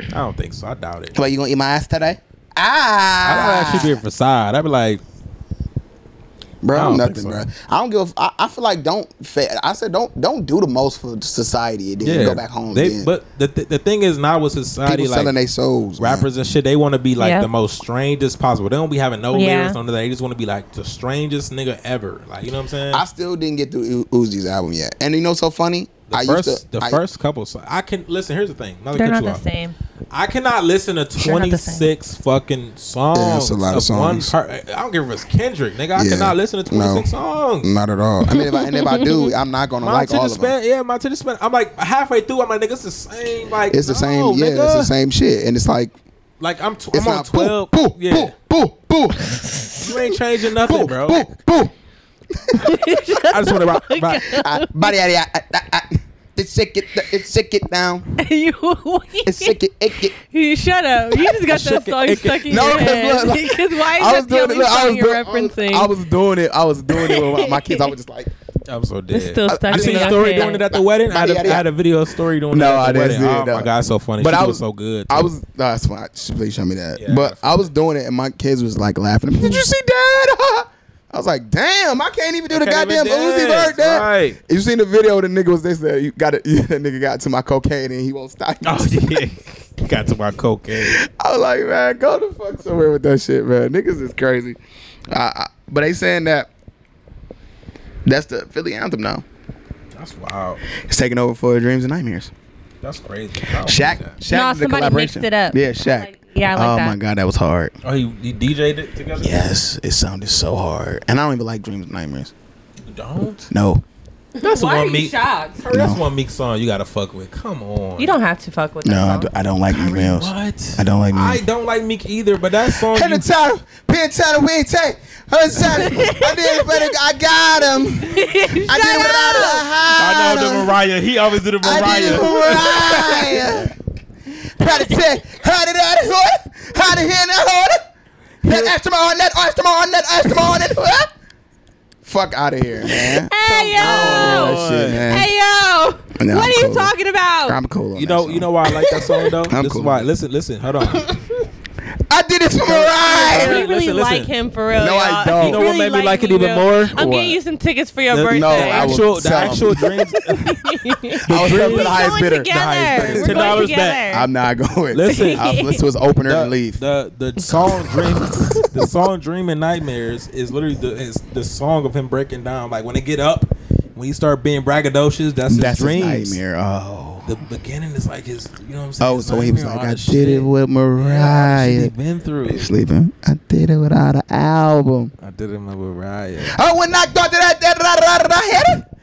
[SPEAKER 3] I don't think so. I doubt it.
[SPEAKER 1] What you gonna eat my ass today?
[SPEAKER 3] I don't
[SPEAKER 1] Ah,
[SPEAKER 3] actually be a facade. I'd be like,
[SPEAKER 1] bro,
[SPEAKER 3] I don't think
[SPEAKER 1] nothing,
[SPEAKER 3] so.
[SPEAKER 1] bro. I don't give. a f- I, I feel like don't. Fa- I said don't don't do the most for society and then
[SPEAKER 3] yeah,
[SPEAKER 1] go back home.
[SPEAKER 3] They,
[SPEAKER 1] again.
[SPEAKER 3] But the, th- the thing is now with society,
[SPEAKER 1] people selling
[SPEAKER 3] like
[SPEAKER 1] their souls. man.
[SPEAKER 3] rappers and shit, they want to be like
[SPEAKER 5] Mm. Yeah.
[SPEAKER 3] the most strangest possible. They don't be having no
[SPEAKER 5] Yeah.
[SPEAKER 3] lyrics on that. They just want to be like the strangest nigga ever. Like you know what I'm saying?
[SPEAKER 1] I still didn't get through U- Uzi's album yet. And you know, what's so funny.
[SPEAKER 3] the
[SPEAKER 1] I
[SPEAKER 3] first,
[SPEAKER 1] used to.
[SPEAKER 3] the
[SPEAKER 1] I-
[SPEAKER 3] first couple. So I can listen. Here's the thing. Not to
[SPEAKER 5] They're
[SPEAKER 3] cut
[SPEAKER 5] not
[SPEAKER 3] you
[SPEAKER 5] the
[SPEAKER 3] off.
[SPEAKER 5] same.
[SPEAKER 3] I cannot listen to
[SPEAKER 5] Sure, not the same.
[SPEAKER 3] 26 fucking songs.
[SPEAKER 1] Yeah, that's a lot of
[SPEAKER 3] One
[SPEAKER 1] songs.
[SPEAKER 3] per- I don't give a it's Kendrick, nigga. I
[SPEAKER 1] Yeah.
[SPEAKER 3] cannot listen to 26
[SPEAKER 1] No.
[SPEAKER 3] songs.
[SPEAKER 1] Not at all. I mean, if I, and if I do, I'm not gonna
[SPEAKER 3] My
[SPEAKER 1] like all
[SPEAKER 3] attention
[SPEAKER 1] of them.
[SPEAKER 3] span, yeah, my attention span. I'm like halfway through. I'm like, nigga, it's the same. Like,
[SPEAKER 1] It's the
[SPEAKER 3] no,
[SPEAKER 1] same. Yeah,
[SPEAKER 3] nigga.
[SPEAKER 1] it's the same shit. And it's like
[SPEAKER 3] Like, I'm, tw-
[SPEAKER 1] it's
[SPEAKER 3] I'm on
[SPEAKER 1] not boo,
[SPEAKER 3] 12.
[SPEAKER 1] boo,
[SPEAKER 3] yeah,
[SPEAKER 1] boo, boo, boo,
[SPEAKER 3] you ain't changing nothing,
[SPEAKER 1] boo,
[SPEAKER 3] bro.
[SPEAKER 1] boo, boo.
[SPEAKER 3] I just want to rock. rock.
[SPEAKER 1] I- Uh, Body, uh, I, I, I, I, I- it's sick it, it's sick it down.
[SPEAKER 2] you,
[SPEAKER 1] It's sick it, it, it.
[SPEAKER 2] you shut up. You just got that song stuck in
[SPEAKER 1] No,
[SPEAKER 2] your
[SPEAKER 1] 'cause
[SPEAKER 2] head.
[SPEAKER 1] look, like,
[SPEAKER 2] Because why is
[SPEAKER 1] I was
[SPEAKER 2] that the
[SPEAKER 1] doing it.
[SPEAKER 2] only
[SPEAKER 1] Look, I
[SPEAKER 2] song
[SPEAKER 1] was
[SPEAKER 2] you're
[SPEAKER 1] doing. I was-
[SPEAKER 2] referencing?
[SPEAKER 1] I was doing it. I was doing it with my kids. I was just like,
[SPEAKER 3] I'm so dead.
[SPEAKER 5] still stuck
[SPEAKER 3] I
[SPEAKER 5] in
[SPEAKER 3] seen a
[SPEAKER 5] your
[SPEAKER 3] story
[SPEAKER 5] head.
[SPEAKER 3] doing it at the wedding. I had, a,
[SPEAKER 1] Yada, yada,
[SPEAKER 3] I had a video story doing
[SPEAKER 1] No,
[SPEAKER 3] it
[SPEAKER 1] I
[SPEAKER 3] at the
[SPEAKER 1] didn't
[SPEAKER 3] wedding.
[SPEAKER 1] see it,
[SPEAKER 3] Oh
[SPEAKER 1] no.
[SPEAKER 3] my god, it's so funny.
[SPEAKER 1] But
[SPEAKER 3] she
[SPEAKER 1] I
[SPEAKER 3] was
[SPEAKER 1] was
[SPEAKER 3] so good.
[SPEAKER 1] I
[SPEAKER 3] too.
[SPEAKER 1] was. No, that's fine. Sh- Please show me that.
[SPEAKER 3] Yeah,
[SPEAKER 1] but
[SPEAKER 3] that's
[SPEAKER 1] I was doing it, and my kids was like laughing. Did you see dad? I was like, damn, I can't even do
[SPEAKER 3] I
[SPEAKER 1] the
[SPEAKER 3] can't even
[SPEAKER 1] goddamn Uzi
[SPEAKER 3] dance,
[SPEAKER 1] bird. Dad.
[SPEAKER 3] right.
[SPEAKER 1] You seen the video? where The nigga was this. You got it. That nigga got to my cocaine, and he won't stop.
[SPEAKER 3] Oh yeah, got to my cocaine.
[SPEAKER 1] I was like, man, go the fuck somewhere with that shit, man. Niggas is crazy. I, I, but they saying that that's the Philly anthem now.
[SPEAKER 3] That's wild.
[SPEAKER 1] It's taking over for dreams and nightmares.
[SPEAKER 3] That's crazy. I don't
[SPEAKER 1] Shaq,
[SPEAKER 3] believe
[SPEAKER 5] No,
[SPEAKER 1] Shaq did
[SPEAKER 3] that.
[SPEAKER 1] the
[SPEAKER 5] somebody mixed
[SPEAKER 1] collaboration.
[SPEAKER 5] it up.
[SPEAKER 1] Yeah, Shaq.
[SPEAKER 5] Like- yeah, I like
[SPEAKER 1] oh
[SPEAKER 5] that.
[SPEAKER 1] my god, that was hard.
[SPEAKER 3] Oh, he, he DJ'd it together.
[SPEAKER 1] Yes, it sounded so hard, and I don't even like dreams and nightmares.
[SPEAKER 3] You don't.
[SPEAKER 1] No,
[SPEAKER 3] That's
[SPEAKER 5] Why are
[SPEAKER 3] one
[SPEAKER 5] you
[SPEAKER 3] Meek.
[SPEAKER 5] shocked?
[SPEAKER 3] That's
[SPEAKER 1] No.
[SPEAKER 3] one Meek song you gotta fuck with. Come on.
[SPEAKER 5] You don't have to fuck with that
[SPEAKER 1] no, I,
[SPEAKER 5] song.
[SPEAKER 1] do, I don't like emails.
[SPEAKER 3] What?
[SPEAKER 1] I don't like
[SPEAKER 3] I
[SPEAKER 1] emails.
[SPEAKER 3] don't like Meek either, but that song.
[SPEAKER 1] Head
[SPEAKER 3] you-
[SPEAKER 1] of time, pin time, win time. Her side, I did it, but I got him. I did it without a
[SPEAKER 3] I know the
[SPEAKER 1] hide.
[SPEAKER 3] Mariah. He always did the
[SPEAKER 1] I did it
[SPEAKER 3] Mariah.
[SPEAKER 1] for Mariah. Proud to say, how did I do it? How did I hold it? That extra on that, extra on that, extra on it. Fuck out of here, man.
[SPEAKER 2] Hey
[SPEAKER 1] Oh,
[SPEAKER 2] yo!
[SPEAKER 1] that shit, man.
[SPEAKER 2] Hey yo!
[SPEAKER 1] Nah,
[SPEAKER 2] what
[SPEAKER 1] I'm
[SPEAKER 2] are you
[SPEAKER 1] cool.
[SPEAKER 2] talking about?
[SPEAKER 1] I'm cool. on
[SPEAKER 3] You
[SPEAKER 1] that
[SPEAKER 3] know,
[SPEAKER 1] song.
[SPEAKER 3] you know why I like that song though. this
[SPEAKER 1] cool.
[SPEAKER 3] is why. Listen, listen. Hold on.
[SPEAKER 1] I did it for Mariah.
[SPEAKER 5] You really
[SPEAKER 3] Listen, listen.
[SPEAKER 5] like him for real.
[SPEAKER 1] No, I
[SPEAKER 5] y'all.
[SPEAKER 1] don't.
[SPEAKER 5] You
[SPEAKER 1] You know
[SPEAKER 3] what
[SPEAKER 5] really
[SPEAKER 3] made me like it
[SPEAKER 5] him,
[SPEAKER 3] even
[SPEAKER 5] yo.
[SPEAKER 3] more?
[SPEAKER 5] I'm
[SPEAKER 1] What?
[SPEAKER 5] getting you some tickets for your
[SPEAKER 3] The-
[SPEAKER 5] birthday.
[SPEAKER 1] No,
[SPEAKER 3] the
[SPEAKER 1] I will
[SPEAKER 3] actual, the
[SPEAKER 1] tell him.
[SPEAKER 3] actual dreams.
[SPEAKER 1] I was
[SPEAKER 3] Dreams-
[SPEAKER 1] up to the highest
[SPEAKER 5] going
[SPEAKER 1] bidder.
[SPEAKER 5] together.
[SPEAKER 1] The highest bidder.
[SPEAKER 5] We're
[SPEAKER 3] $10
[SPEAKER 5] going together.
[SPEAKER 3] back.
[SPEAKER 1] I'm not going.
[SPEAKER 3] Listen.
[SPEAKER 1] I, let's do his opener and leave.
[SPEAKER 3] The the song dream the song Dream and Nightmares is literally the is the song of him breaking down. Like when they get up, when he start being braggadocious, that's,
[SPEAKER 1] That's
[SPEAKER 3] his dreams.
[SPEAKER 1] his nightmare. Oh.
[SPEAKER 3] The beginning is like his you know what I'm saying?
[SPEAKER 1] Oh,
[SPEAKER 3] his
[SPEAKER 1] so he was
[SPEAKER 3] nightmare,
[SPEAKER 1] like,
[SPEAKER 3] all
[SPEAKER 1] I
[SPEAKER 3] the
[SPEAKER 1] did
[SPEAKER 3] shit.
[SPEAKER 1] it with
[SPEAKER 3] Yeah, all the shit he
[SPEAKER 1] Mariah.
[SPEAKER 3] been through.
[SPEAKER 1] Sleeping. I did it without an album.
[SPEAKER 3] I did it with Mariah.
[SPEAKER 1] Oh, I would not go to that. that, that, that, that, that, that.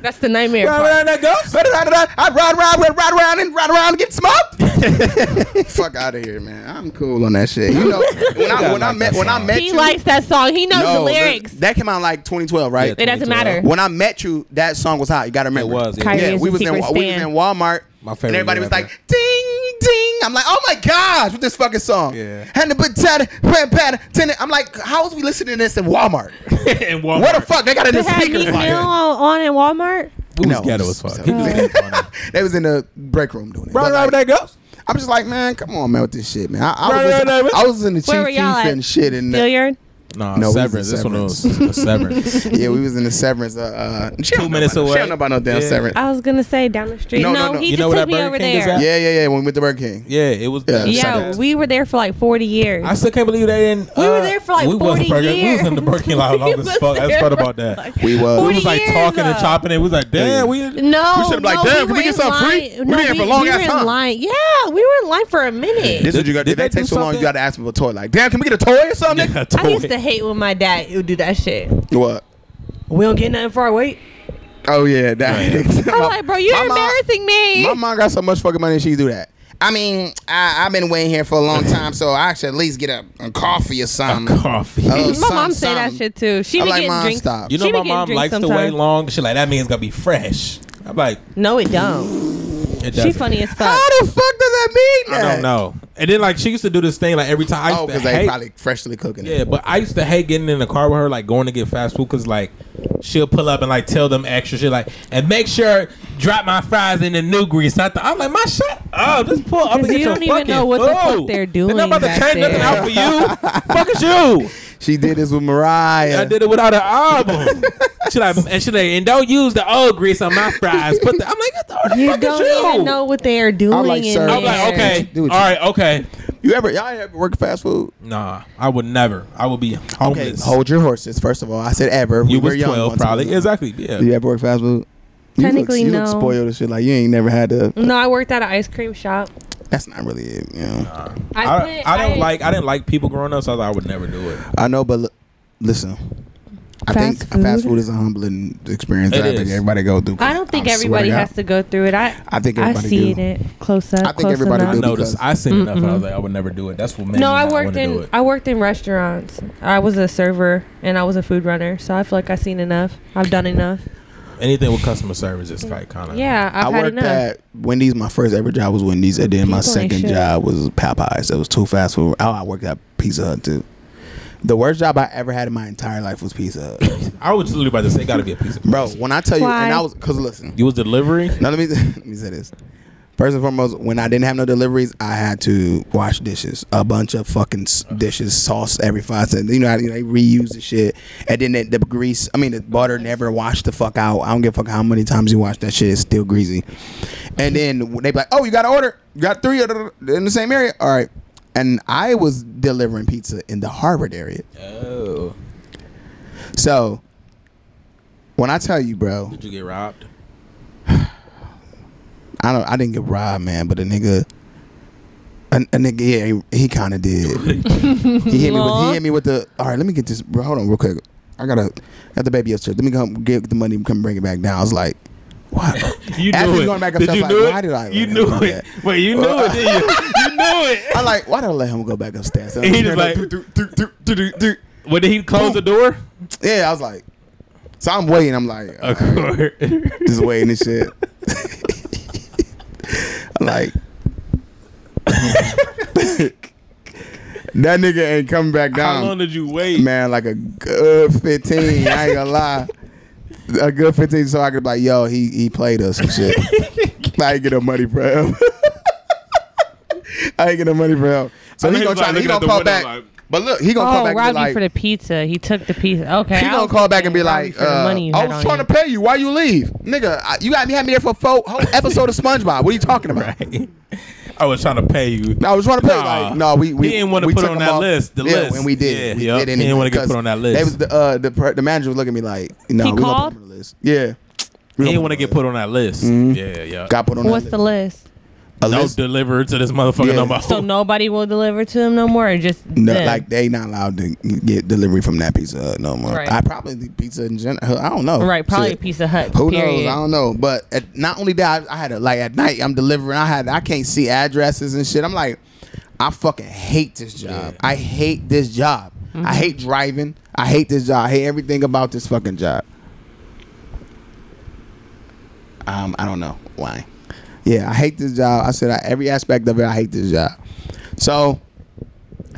[SPEAKER 5] That's the nightmare. part.
[SPEAKER 3] Right, that goes.
[SPEAKER 1] But I- I I ride around, went ride around, and ride around and get smoked. Fuck out of here, man. I'm cool on that shit. You know, when I, when I met when I met
[SPEAKER 5] He
[SPEAKER 1] you,
[SPEAKER 5] likes that song. He knows the
[SPEAKER 1] No,
[SPEAKER 5] lyrics.
[SPEAKER 1] That came out in like 2012, right?
[SPEAKER 5] It doesn't matter.
[SPEAKER 1] When I met you, that song was hot. You gotta remember.
[SPEAKER 3] It was, it
[SPEAKER 5] Kyrie
[SPEAKER 1] Yeah,
[SPEAKER 5] is
[SPEAKER 1] we
[SPEAKER 5] a
[SPEAKER 1] was, in,
[SPEAKER 5] secret
[SPEAKER 1] Wa- we was
[SPEAKER 5] stan.
[SPEAKER 1] in Walmart.
[SPEAKER 3] My favorite
[SPEAKER 1] and everybody was
[SPEAKER 3] rapper.
[SPEAKER 1] like, ding, ding. I'm like, oh my gosh, with this fucking song.
[SPEAKER 3] Yeah.
[SPEAKER 1] Had to put ten, pat, pat, ten. I'm like, how was we listening to this in Walmart?
[SPEAKER 3] and Walmart.
[SPEAKER 1] What the fuck? They got it in
[SPEAKER 5] They
[SPEAKER 1] the
[SPEAKER 5] had Meek
[SPEAKER 1] speakers.
[SPEAKER 5] Mill
[SPEAKER 1] like-
[SPEAKER 5] on in Walmart.
[SPEAKER 3] He was
[SPEAKER 1] No.
[SPEAKER 3] ghetto as fuck.
[SPEAKER 1] So-
[SPEAKER 3] He was being funny.
[SPEAKER 1] They was in the break room doing it.
[SPEAKER 3] Right,
[SPEAKER 1] But,
[SPEAKER 3] right,
[SPEAKER 1] like,
[SPEAKER 3] that goes.
[SPEAKER 1] I'm just like, man, come on, man, with this shit, man. I, I,
[SPEAKER 3] Right,
[SPEAKER 1] was,
[SPEAKER 3] right,
[SPEAKER 1] listening,
[SPEAKER 3] right.
[SPEAKER 1] I was in the
[SPEAKER 5] Where were
[SPEAKER 1] Chief Keef
[SPEAKER 5] y'all at?
[SPEAKER 1] and shit. And the-
[SPEAKER 5] Billiard.
[SPEAKER 1] No,
[SPEAKER 3] No,
[SPEAKER 1] it was
[SPEAKER 3] severance.
[SPEAKER 1] a
[SPEAKER 3] This one was a severance.
[SPEAKER 1] yeah, we was in the severance. Uh, uh, she don't know
[SPEAKER 3] minutes
[SPEAKER 1] about no- She
[SPEAKER 3] away.
[SPEAKER 1] don't know about no damn
[SPEAKER 3] Yeah.
[SPEAKER 1] severance.
[SPEAKER 5] I was gonna say down the street.
[SPEAKER 1] No, no, no.
[SPEAKER 5] he
[SPEAKER 1] You
[SPEAKER 5] just
[SPEAKER 3] know where
[SPEAKER 5] took
[SPEAKER 3] that
[SPEAKER 5] me
[SPEAKER 3] Burger
[SPEAKER 5] over
[SPEAKER 3] King is
[SPEAKER 5] there.
[SPEAKER 3] at?
[SPEAKER 1] Yeah, yeah, yeah. When we went to Burger King.
[SPEAKER 3] Yeah, it was.
[SPEAKER 1] Yeah.
[SPEAKER 5] Yeah, we were there for like 40 years.
[SPEAKER 3] I still can't believe they didn't.
[SPEAKER 5] We were
[SPEAKER 3] uh,
[SPEAKER 5] there for like
[SPEAKER 3] we wasn't
[SPEAKER 5] 40
[SPEAKER 3] Burger- We was in the
[SPEAKER 5] years.
[SPEAKER 3] Burger King lot long
[SPEAKER 5] We
[SPEAKER 3] as
[SPEAKER 5] was
[SPEAKER 3] fuck. I just
[SPEAKER 5] there
[SPEAKER 3] thought
[SPEAKER 5] for
[SPEAKER 3] about that.
[SPEAKER 5] like-
[SPEAKER 1] We
[SPEAKER 3] we
[SPEAKER 1] was.
[SPEAKER 5] Forty-
[SPEAKER 3] was like
[SPEAKER 5] years
[SPEAKER 3] talking and
[SPEAKER 5] up.
[SPEAKER 3] chopping. It We was like, damn, we.
[SPEAKER 5] no,
[SPEAKER 1] We should've been like,
[SPEAKER 5] no,
[SPEAKER 1] "Damn, can we
[SPEAKER 5] were
[SPEAKER 1] get
[SPEAKER 5] in
[SPEAKER 1] something free?
[SPEAKER 5] line-
[SPEAKER 1] We been here for a long
[SPEAKER 5] we
[SPEAKER 1] ass
[SPEAKER 5] were in
[SPEAKER 1] time."
[SPEAKER 5] line. Yeah, we were in line for a minute.
[SPEAKER 1] This is what you got.
[SPEAKER 3] Did
[SPEAKER 1] Did
[SPEAKER 3] they
[SPEAKER 1] that
[SPEAKER 3] do
[SPEAKER 1] take so long?
[SPEAKER 3] something?
[SPEAKER 1] You got to ask them for a toy. Like, damn, can we get a toy or something?
[SPEAKER 3] Yeah,
[SPEAKER 5] I used
[SPEAKER 3] toy.
[SPEAKER 5] to hate when my dad would do that shit.
[SPEAKER 1] What?
[SPEAKER 5] We don't get nothing for our weight.
[SPEAKER 1] Oh yeah, that.
[SPEAKER 5] I'm like, bro, you're
[SPEAKER 1] My mom-
[SPEAKER 5] embarrassing me.
[SPEAKER 1] My mom got so much fucking money, she do that. I mean, I, I've been waiting here for a long time, so I should at least get a, a coffee or something.
[SPEAKER 3] coffee.
[SPEAKER 1] Oh,
[SPEAKER 5] my
[SPEAKER 1] some-
[SPEAKER 5] mom said that
[SPEAKER 1] some.
[SPEAKER 5] shit too. She
[SPEAKER 1] I'm
[SPEAKER 5] be
[SPEAKER 1] like,
[SPEAKER 5] getting
[SPEAKER 1] "Mom,
[SPEAKER 5] drinks.
[SPEAKER 1] stop."
[SPEAKER 3] You know,
[SPEAKER 5] she be
[SPEAKER 3] my
[SPEAKER 5] getting
[SPEAKER 3] mom
[SPEAKER 5] drinks
[SPEAKER 3] likes to
[SPEAKER 5] sometime.
[SPEAKER 3] wait long. She like that means it's gonna be fresh. I'm like,
[SPEAKER 5] No, it don't.
[SPEAKER 3] It
[SPEAKER 2] She
[SPEAKER 3] doesn't.
[SPEAKER 2] funny as fuck.
[SPEAKER 1] How the fuck does that mean?
[SPEAKER 3] I
[SPEAKER 1] That?
[SPEAKER 3] don't know. And then like she used to do this thing like every time I used
[SPEAKER 1] Oh,
[SPEAKER 3] to
[SPEAKER 1] because they
[SPEAKER 3] hate.
[SPEAKER 1] probably freshly cooking it.
[SPEAKER 3] yeah, but I used to hate getting in the car with her, like going to get fast food, cause like she'll pull up and like tell them extra shit, like and make sure drop my fries in the new grease. Not the, I'm like my shut. Oh, just pull up and
[SPEAKER 2] Because
[SPEAKER 3] get
[SPEAKER 2] you
[SPEAKER 3] your
[SPEAKER 2] don't even
[SPEAKER 3] fucking
[SPEAKER 2] know what the fuck
[SPEAKER 3] food.
[SPEAKER 2] they're
[SPEAKER 3] They're
[SPEAKER 2] doing
[SPEAKER 3] not about
[SPEAKER 2] back
[SPEAKER 3] to change
[SPEAKER 2] there.
[SPEAKER 3] nothing out for you. fuck is you?
[SPEAKER 1] She did this with Mariah.
[SPEAKER 3] I did it without an album. she like, and she like, and don't use the old grease on my fries. But the, I'm like, what the
[SPEAKER 2] You
[SPEAKER 3] fuck
[SPEAKER 2] don't
[SPEAKER 3] is you?
[SPEAKER 2] even know what they are doing.
[SPEAKER 1] like
[SPEAKER 2] in
[SPEAKER 1] syrup.
[SPEAKER 3] I'm like,
[SPEAKER 2] there.
[SPEAKER 3] okay,
[SPEAKER 1] Do
[SPEAKER 3] all
[SPEAKER 1] what you-
[SPEAKER 3] right, okay.
[SPEAKER 1] You ever y'all ever work fast food?
[SPEAKER 3] Nah, I would never. I would be
[SPEAKER 1] Okay,
[SPEAKER 3] homeless.
[SPEAKER 1] hold your horses. First of all, I said ever. we
[SPEAKER 3] you
[SPEAKER 1] were
[SPEAKER 3] was
[SPEAKER 1] young
[SPEAKER 3] twelve,
[SPEAKER 1] once.
[SPEAKER 3] probably. Exactly. Yeah.
[SPEAKER 1] Do you ever work fast food? You look-
[SPEAKER 2] Technically,
[SPEAKER 1] you look
[SPEAKER 2] no. Mm.
[SPEAKER 1] spoiled as shit. Like you ain't never had to.
[SPEAKER 2] No, I worked at an ice cream shop.
[SPEAKER 1] That's not really it. You know.
[SPEAKER 2] I,
[SPEAKER 3] I,
[SPEAKER 2] put,
[SPEAKER 3] I don't like. I didn't like people growing up, so I, was like, I would never do it.
[SPEAKER 1] I know, but l- listen. I
[SPEAKER 2] Fast
[SPEAKER 1] think fast
[SPEAKER 2] food?
[SPEAKER 1] food is a humbling experience
[SPEAKER 3] It
[SPEAKER 1] that I think
[SPEAKER 3] is.
[SPEAKER 1] everybody go through.
[SPEAKER 2] I don't think
[SPEAKER 1] swear to
[SPEAKER 2] everybody
[SPEAKER 1] God.
[SPEAKER 2] has to go through it. I
[SPEAKER 1] I think
[SPEAKER 2] I
[SPEAKER 1] everybody
[SPEAKER 2] see
[SPEAKER 1] do.
[SPEAKER 2] it close up.
[SPEAKER 1] I think
[SPEAKER 2] close
[SPEAKER 1] everybody
[SPEAKER 2] enough.
[SPEAKER 1] do.
[SPEAKER 3] No, this,
[SPEAKER 1] because-
[SPEAKER 3] I seen enough. And I was like, I would never do it. That's what made
[SPEAKER 5] No,
[SPEAKER 3] me
[SPEAKER 5] I
[SPEAKER 3] not
[SPEAKER 5] worked
[SPEAKER 3] wanna do
[SPEAKER 5] in
[SPEAKER 3] it.
[SPEAKER 5] I worked in restaurants. I was a server and I was a food runner, so I feel like I've seen enough. I've done enough.
[SPEAKER 3] Anything with customer service is like kind of.
[SPEAKER 5] Yeah, I've
[SPEAKER 1] I
[SPEAKER 5] had
[SPEAKER 1] worked
[SPEAKER 5] enough.
[SPEAKER 1] at Wendy's. My first ever job was Wendy's, and then my
[SPEAKER 2] People ain't
[SPEAKER 1] second
[SPEAKER 2] shit.
[SPEAKER 1] job was Popeyes. It was two fast food. Oh, I worked at Pizza Hut too. The worst job I ever had in my entire life was Pizza Hut,
[SPEAKER 3] I was literally about to say, it gotta be a piece of.
[SPEAKER 1] bro. When I tell you, and I
[SPEAKER 2] Why?
[SPEAKER 1] was because listen,
[SPEAKER 3] You was delivery.
[SPEAKER 1] Now let me let me say this. First and foremost, when I didn't have no deliveries, I had to wash dishes, a bunch of fucking s- dishes, sauce every five seconds. You know, how they reuse the shit, and then the, the grease. I mean, the butter never washed the fuck out. I don't give a fuck how many times you wash that shit; it's still greasy. And then they be like, "Oh, you got to order. You got three of the- in the same area. All right." And I was delivering pizza in the Harvard area.
[SPEAKER 3] Oh,
[SPEAKER 1] So when I tell you, bro,
[SPEAKER 3] did you get robbed?
[SPEAKER 1] I don't. I didn't get robbed, man. But a nigga, a, a nigga, yeah, he, he kind of did. he hit me with. He hit me with the. All right, let me get this. Bro, hold on, real quick. I gotta got the baby upstairs. Let me come get the money and come bring it back down. I was like, what?
[SPEAKER 3] You
[SPEAKER 1] As
[SPEAKER 3] knew
[SPEAKER 1] he's
[SPEAKER 3] it.
[SPEAKER 1] going back
[SPEAKER 3] did
[SPEAKER 1] upstairs,
[SPEAKER 3] you
[SPEAKER 1] like,
[SPEAKER 3] do it?
[SPEAKER 1] why did I let
[SPEAKER 3] You
[SPEAKER 1] him
[SPEAKER 3] knew
[SPEAKER 1] do
[SPEAKER 3] it.
[SPEAKER 1] that?
[SPEAKER 3] Wait, you knew it, did you? You knew it.
[SPEAKER 1] I'm like, why did I let him go back upstairs?
[SPEAKER 3] And he just like, when did he close the door?
[SPEAKER 1] yeah, I was like, so I'm waiting. I'm like, all
[SPEAKER 3] Of
[SPEAKER 1] right.
[SPEAKER 3] course.
[SPEAKER 1] just waiting and shit. I'm like that nigga ain't coming back
[SPEAKER 3] How long
[SPEAKER 1] down,
[SPEAKER 3] did you wait?
[SPEAKER 1] man. Like a good fifteen. I ain't gonna lie, a good fifteen. So I could be like, yo, he he played us and shit. I ain't get no money for him. I ain't get no money for him. So
[SPEAKER 3] I
[SPEAKER 1] he
[SPEAKER 3] think
[SPEAKER 1] gonna
[SPEAKER 3] he's like
[SPEAKER 1] try. He
[SPEAKER 3] looking at
[SPEAKER 1] gonna
[SPEAKER 3] the
[SPEAKER 1] call
[SPEAKER 3] window
[SPEAKER 1] back.
[SPEAKER 3] like-
[SPEAKER 1] but look, he gonna call
[SPEAKER 9] Oh,
[SPEAKER 1] back and
[SPEAKER 9] robbed
[SPEAKER 1] be like,
[SPEAKER 9] you for the pizza. He took the pizza. Okay.
[SPEAKER 1] he
[SPEAKER 9] I
[SPEAKER 1] gonna
[SPEAKER 9] was
[SPEAKER 1] call back and be
[SPEAKER 9] thinking robbed you
[SPEAKER 1] like,
[SPEAKER 9] for the
[SPEAKER 1] uh,
[SPEAKER 9] money you
[SPEAKER 1] "I
[SPEAKER 9] had
[SPEAKER 1] was
[SPEAKER 9] on
[SPEAKER 1] trying
[SPEAKER 9] you.
[SPEAKER 1] to pay you. Why you leave, nigga? I, you got me had me there for a fo- whole episode of SpongeBob. What are you talking about?
[SPEAKER 3] I was trying to pay you.
[SPEAKER 1] I was trying to pay.
[SPEAKER 3] Nah.
[SPEAKER 1] Like, no, we we
[SPEAKER 3] He didn't wanna
[SPEAKER 1] we
[SPEAKER 3] put
[SPEAKER 1] took
[SPEAKER 3] on
[SPEAKER 1] him
[SPEAKER 3] that
[SPEAKER 1] off.
[SPEAKER 3] list, the
[SPEAKER 1] yeah,
[SPEAKER 3] list.
[SPEAKER 1] and we did.
[SPEAKER 3] Yeah,
[SPEAKER 1] we
[SPEAKER 3] yup.
[SPEAKER 1] did
[SPEAKER 3] He didn't
[SPEAKER 1] anyway,
[SPEAKER 3] wanna get
[SPEAKER 1] 'cause
[SPEAKER 3] put on that list.
[SPEAKER 1] They was the uh, the, per- the manager was looking at me like, "No,
[SPEAKER 9] He
[SPEAKER 1] we gonna
[SPEAKER 9] called?
[SPEAKER 1] put him on the list." Yeah,
[SPEAKER 3] He didn't want to get put on that list. Yeah, yeah.
[SPEAKER 1] Got put on
[SPEAKER 5] What's
[SPEAKER 1] that
[SPEAKER 5] the list?
[SPEAKER 1] A
[SPEAKER 3] no
[SPEAKER 1] list.
[SPEAKER 3] deliver to Mm-hmm. this motherfucker
[SPEAKER 1] Yeah.
[SPEAKER 3] no more.
[SPEAKER 5] So nobody will deliver to him no more, or just
[SPEAKER 1] No,
[SPEAKER 5] them?
[SPEAKER 1] like they not allowed to get delivery from that pizza Hut no more.
[SPEAKER 5] Right.
[SPEAKER 1] I probably think pizza in general. I don't know.
[SPEAKER 5] right, probably a
[SPEAKER 1] oh, Shit.
[SPEAKER 5] piece of hut.
[SPEAKER 1] Who
[SPEAKER 5] period.
[SPEAKER 1] knows? I don't know. But at, not only that, I, I had a, like at night I'm delivering. I had I can't see addresses and shit. I'm like, I fucking hate this job. I hate this job. I hate driving. I hate this job. I hate everything about this fucking job. Um, I don't know why. Yeah, I hate this job. I said I, every aspect of it. I hate this job. So,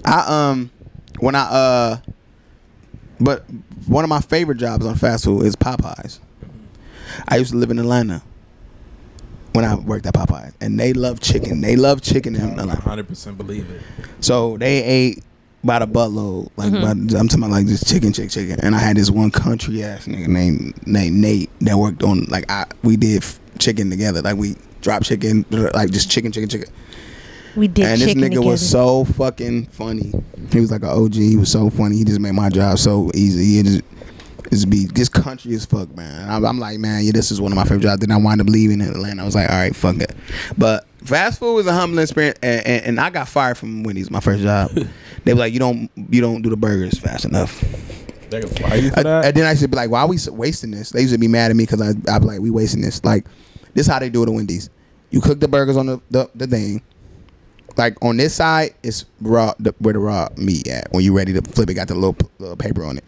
[SPEAKER 1] I um, when I uh, but one of my favorite jobs on fast food is Popeyes. I used to live in Atlanta when I worked at Popeyes, and they love chicken. They love chicken in Atlanta.
[SPEAKER 3] hundred percent believe it.
[SPEAKER 1] So they ate by the buttload. Like
[SPEAKER 9] Mm-hmm.
[SPEAKER 1] by, I'm talking about like just chicken, chick, chicken. And I had this one country ass nigga named named Nate that worked on like I we did f- chicken together. Like we dropped chicken, like just chicken, chicken, chicken.
[SPEAKER 9] We did
[SPEAKER 1] and this
[SPEAKER 9] chicken
[SPEAKER 1] nigga
[SPEAKER 9] together.
[SPEAKER 1] was so fucking funny. He was like an OG. He was so funny. He just made my job so easy. He just, just be just country as fuck, man. And I'm, I'm like, man, yeah, this is one of my favorite jobs. Then I wind up leaving in Atlanta. I was like, all right, fuck it. But fast food was a humbling experience, and, and, and I got fired from Wendy's, my first job. they were like, you don't you don't do the burgers fast enough.
[SPEAKER 3] They can fire you for
[SPEAKER 1] And-
[SPEAKER 3] that.
[SPEAKER 1] and then I used to be like, why are we s- wasting this? They used to be mad at me because I I be like, we wasting this. Like, this is how they do it at Wendy's. You cook the burgers on the the, the thing. Like on this side is raw the, where the raw meat at. When you ready to flip it, got the little, p- little paper on it.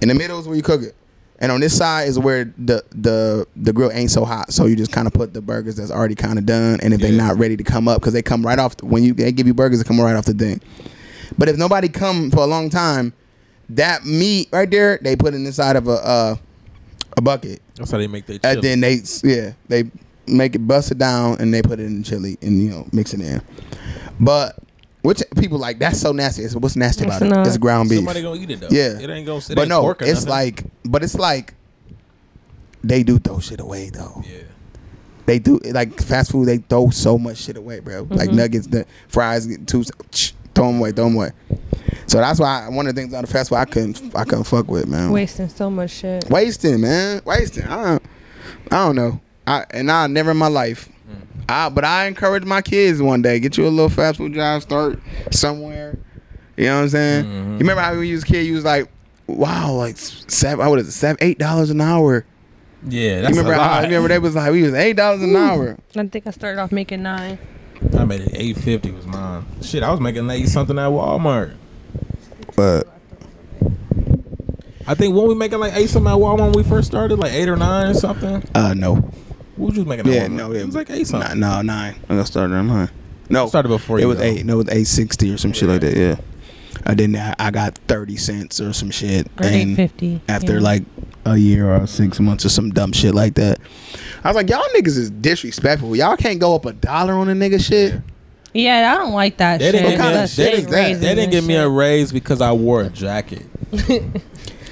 [SPEAKER 1] In the middle is where you cook it. And on this side is where the the the grill ain't so hot, so you just kind of put the burgers that's already kind of done, and if they're
[SPEAKER 3] Yeah.
[SPEAKER 1] not ready to come up, because they come right off when you they give you burgers, they come right off the thing. But if nobody come for a long time, that meat right there they put in inside of a uh, a bucket,
[SPEAKER 3] That's how they make their chili.
[SPEAKER 1] and then they yeah they make it bust it down and they put it in chili and you know mix it in. But which people like that's so nasty. It's, what's nasty
[SPEAKER 2] It's
[SPEAKER 1] about
[SPEAKER 2] not.
[SPEAKER 1] it? It's ground beef.
[SPEAKER 3] Somebody gonna eat it though.
[SPEAKER 1] Yeah.
[SPEAKER 3] It ain't gonna. It
[SPEAKER 1] but
[SPEAKER 3] ain't
[SPEAKER 1] no,
[SPEAKER 3] pork or
[SPEAKER 1] it's
[SPEAKER 3] nothing.
[SPEAKER 1] like, but it's like, they do throw shit away though.
[SPEAKER 3] Yeah.
[SPEAKER 1] They do like fast food. They throw so much shit away, bro. Like nuggets, the fries, two, throw them away, throw them away. So that's why I, one of the things on the fast food I couldn't, I couldn't fuck with, man.
[SPEAKER 5] Wasting so much shit.
[SPEAKER 1] Wasting, man, wasting. I don't, I don't know. I and I never in my life.
[SPEAKER 3] Mm.
[SPEAKER 1] I but I encourage my kids one day get you a little fast food job, start somewhere. You know what I'm saying?
[SPEAKER 3] Mm-hmm.
[SPEAKER 1] You remember how we used kid? You was like, wow, like seven. What is it? Seven, eight dollars an hour.
[SPEAKER 3] Yeah. That's
[SPEAKER 1] You remember?
[SPEAKER 3] a
[SPEAKER 1] How,
[SPEAKER 3] lot.
[SPEAKER 1] you remember they was like, we was eight dollars an hour.
[SPEAKER 2] I think I started off making nine.
[SPEAKER 3] I made it eight fifty was mine. Shit, I was making like something at Walmart.
[SPEAKER 1] But
[SPEAKER 3] I think when we making like eight something at Walmart when we first started, like eight or nine or something.
[SPEAKER 1] uh, no.
[SPEAKER 3] What was you making?
[SPEAKER 1] Yeah,
[SPEAKER 3] at Walmart?
[SPEAKER 1] no,
[SPEAKER 3] It was like eight something.
[SPEAKER 1] Nah, no, nine. I got started on nine. No,
[SPEAKER 3] Started before
[SPEAKER 1] it
[SPEAKER 3] you,
[SPEAKER 1] was
[SPEAKER 3] though.
[SPEAKER 1] eight. No, it was eight sixty or some shit like that. Yeah. I didn't. I, I got thirty cents or some shit.
[SPEAKER 9] Or
[SPEAKER 1] and-
[SPEAKER 9] 850.
[SPEAKER 1] after
[SPEAKER 9] yeah.
[SPEAKER 1] like a year or six months or some dumb shit like that. I was like, y'all niggas is disrespectful. Y'all can't go up a dollar on a nigga shit.
[SPEAKER 9] Yeah, I don't like that
[SPEAKER 3] They
[SPEAKER 9] shit.
[SPEAKER 3] didn't,
[SPEAKER 1] What
[SPEAKER 3] give me, a,
[SPEAKER 1] kind
[SPEAKER 3] they
[SPEAKER 1] of shit
[SPEAKER 3] didn't,
[SPEAKER 1] is that?
[SPEAKER 3] they didn't give me a raise because I wore a jacket.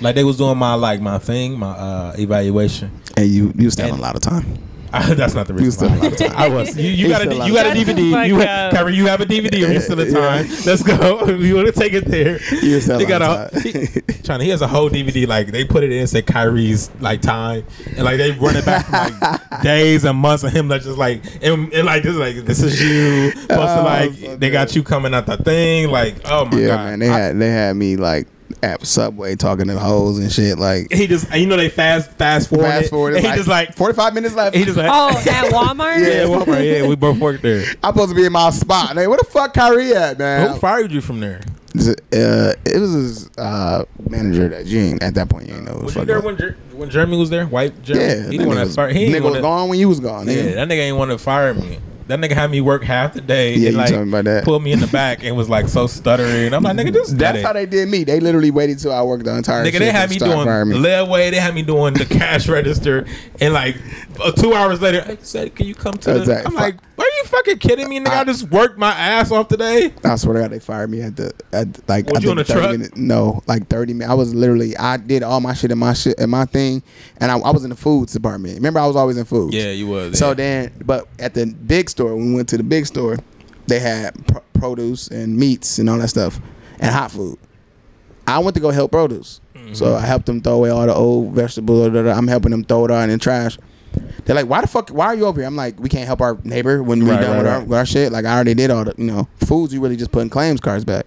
[SPEAKER 3] like they was doing my like my thing, my uh, evaluation.
[SPEAKER 1] And you you still a lot of time.
[SPEAKER 3] that's not the
[SPEAKER 1] You
[SPEAKER 3] reason.
[SPEAKER 1] still
[SPEAKER 3] why
[SPEAKER 1] a
[SPEAKER 3] I
[SPEAKER 1] lot
[SPEAKER 3] lied.
[SPEAKER 1] of time.
[SPEAKER 3] I was. You, you
[SPEAKER 1] He
[SPEAKER 3] got a
[SPEAKER 1] still
[SPEAKER 3] D-
[SPEAKER 1] lied.
[SPEAKER 3] you got a
[SPEAKER 1] Shut the
[SPEAKER 3] DVD. You
[SPEAKER 9] fuck
[SPEAKER 3] ha-
[SPEAKER 9] up.
[SPEAKER 3] Kyrie, you have a DVD. If you still in
[SPEAKER 1] Yeah.
[SPEAKER 3] time, let's go. we want to take it there.
[SPEAKER 1] You still a
[SPEAKER 3] They got
[SPEAKER 1] lot
[SPEAKER 3] a
[SPEAKER 1] of time.
[SPEAKER 3] China. He has a whole DVD. Like they put it in, say Kyrie's like time, and like they run it back from like days and months of him. That's just like and, and like this is like this is you. Plus
[SPEAKER 1] Oh,
[SPEAKER 3] like
[SPEAKER 1] so
[SPEAKER 3] they got
[SPEAKER 1] good.
[SPEAKER 3] you coming out the thing. Like oh my
[SPEAKER 1] yeah,
[SPEAKER 3] god,
[SPEAKER 1] man. They had they had me like at Subway talking to the hoes and shit. Like
[SPEAKER 3] he just and you know they fast fast forward.
[SPEAKER 1] fast forward,
[SPEAKER 3] and
[SPEAKER 1] it's
[SPEAKER 3] he just like
[SPEAKER 1] forty five minutes left.
[SPEAKER 3] he just like
[SPEAKER 2] Oh, at Walmart?
[SPEAKER 3] yeah, Walmart, yeah, we both worked there.
[SPEAKER 1] I'm supposed to be in my spot. Like, where the fuck Kyrie at, man?
[SPEAKER 3] Who fired you from there?
[SPEAKER 1] uh, it was his uh, manager that you ain't at that point. You ain't know. who the
[SPEAKER 3] Was you
[SPEAKER 1] fuck
[SPEAKER 3] there
[SPEAKER 1] was.
[SPEAKER 3] when Jer- when Jeremy was there? White Jeremy.
[SPEAKER 1] yeah,
[SPEAKER 3] he
[SPEAKER 1] that
[SPEAKER 3] didn't want
[SPEAKER 1] nigga
[SPEAKER 3] to
[SPEAKER 1] was-
[SPEAKER 3] fire. He didn't
[SPEAKER 1] nigga was
[SPEAKER 3] wanna-
[SPEAKER 1] gone when you was gone.
[SPEAKER 3] Yeah,
[SPEAKER 1] nigga.
[SPEAKER 3] that nigga ain't want to fire me. That nigga had me work half the day.
[SPEAKER 1] Yeah,
[SPEAKER 3] and,
[SPEAKER 1] you
[SPEAKER 3] like,
[SPEAKER 1] told me about that.
[SPEAKER 3] Pulled me in the back and was like so stuttering. I'm like, nigga, this
[SPEAKER 1] That's how they did me. They literally waited till I worked the entire.
[SPEAKER 3] Nigga,
[SPEAKER 1] shift
[SPEAKER 3] they
[SPEAKER 1] to
[SPEAKER 3] had me
[SPEAKER 1] start
[SPEAKER 3] doing
[SPEAKER 1] firing me.
[SPEAKER 3] layaway. They had me doing the cash register, and like uh, two hours later, I said, "Can you come to?" The,
[SPEAKER 1] Exactly.
[SPEAKER 3] I'm like, "Are you fucking kidding me, nigga? I,
[SPEAKER 1] I-
[SPEAKER 3] just worked my ass off today."
[SPEAKER 1] I swear to God, they fired me at the at the- like.
[SPEAKER 3] Was
[SPEAKER 1] I
[SPEAKER 3] you
[SPEAKER 1] think
[SPEAKER 3] on a
[SPEAKER 1] 30
[SPEAKER 3] truck?
[SPEAKER 1] minute- no, like thirty minutes. I was literally I did all my shit in my shit in my thing, and I, I was in the foods department. Remember, I was always in foods.
[SPEAKER 3] you was.
[SPEAKER 1] So then, but at the big store, when we went to the big store, they had pr- produce and meats and all that stuff, and hot food. I went to go help produce,
[SPEAKER 3] Mm-hmm.
[SPEAKER 1] so I helped them throw away all the old vegetables. da, da, da. I'm helping them throw it out in the trash. They're like, "Why the fuck? Why are you over here?" I'm like, "We can't help our neighbor when we
[SPEAKER 3] Right,
[SPEAKER 1] done
[SPEAKER 3] right,
[SPEAKER 1] with, Our,
[SPEAKER 3] right.
[SPEAKER 1] with our shit. Like I already did all the you know foods. You really just putting claims cards back.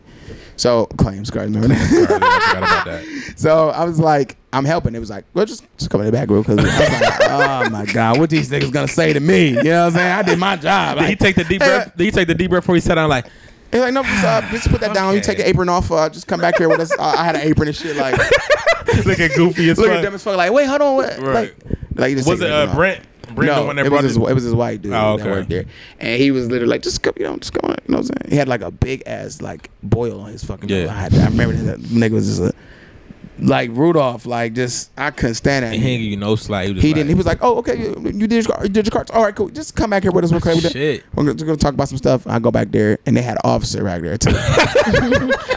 [SPEAKER 1] So claims cards. Remember that?
[SPEAKER 3] Sorry, I forgot about that.
[SPEAKER 1] So I was like, I'm helping. It was like, well, just, just come in the back room. Cause I was like, oh my God, what these niggas gonna say to me? You know what I'm saying? I did my job.
[SPEAKER 3] Did he
[SPEAKER 1] Like,
[SPEAKER 3] take the deep
[SPEAKER 1] Hey,
[SPEAKER 3] breath? Did he take the deep breath before he sat down? Like,
[SPEAKER 1] he's like, no, just, uh, just put that down. You
[SPEAKER 3] Okay.
[SPEAKER 1] take the apron off. Uh, just come back here with us. I, I had an apron and shit. Like,
[SPEAKER 3] looking goofy as
[SPEAKER 1] look
[SPEAKER 3] fuck.
[SPEAKER 1] at them as fuck. Like, wait, hold on. What?
[SPEAKER 3] Right.
[SPEAKER 1] Like, like, you just
[SPEAKER 3] was
[SPEAKER 1] take
[SPEAKER 3] it
[SPEAKER 1] the apron
[SPEAKER 3] uh,
[SPEAKER 1] off.
[SPEAKER 3] Brent? Brent,
[SPEAKER 1] no,
[SPEAKER 3] the one that
[SPEAKER 1] it
[SPEAKER 3] brought
[SPEAKER 1] was his,
[SPEAKER 3] it.
[SPEAKER 1] it was his white dude
[SPEAKER 3] Oh, okay.
[SPEAKER 1] that worked there, and he was literally like, just come, you know, just come on, you know what I'm saying? He had like a big ass like boil on his fucking.
[SPEAKER 3] Yeah.
[SPEAKER 1] I, had- I remember that nigga was just a, like Rudolph, like just I couldn't stand that.
[SPEAKER 3] He ain't give you no slack. He, was
[SPEAKER 1] He
[SPEAKER 3] like,
[SPEAKER 1] didn't. He was like, "Oh, okay, you, you did your, you did your cards. All right, cool. Just come back here with us. We're okay with that.
[SPEAKER 3] Shit.
[SPEAKER 1] We're gonna, we're gonna talk about some stuff." I go back there, and they had an officer back there too.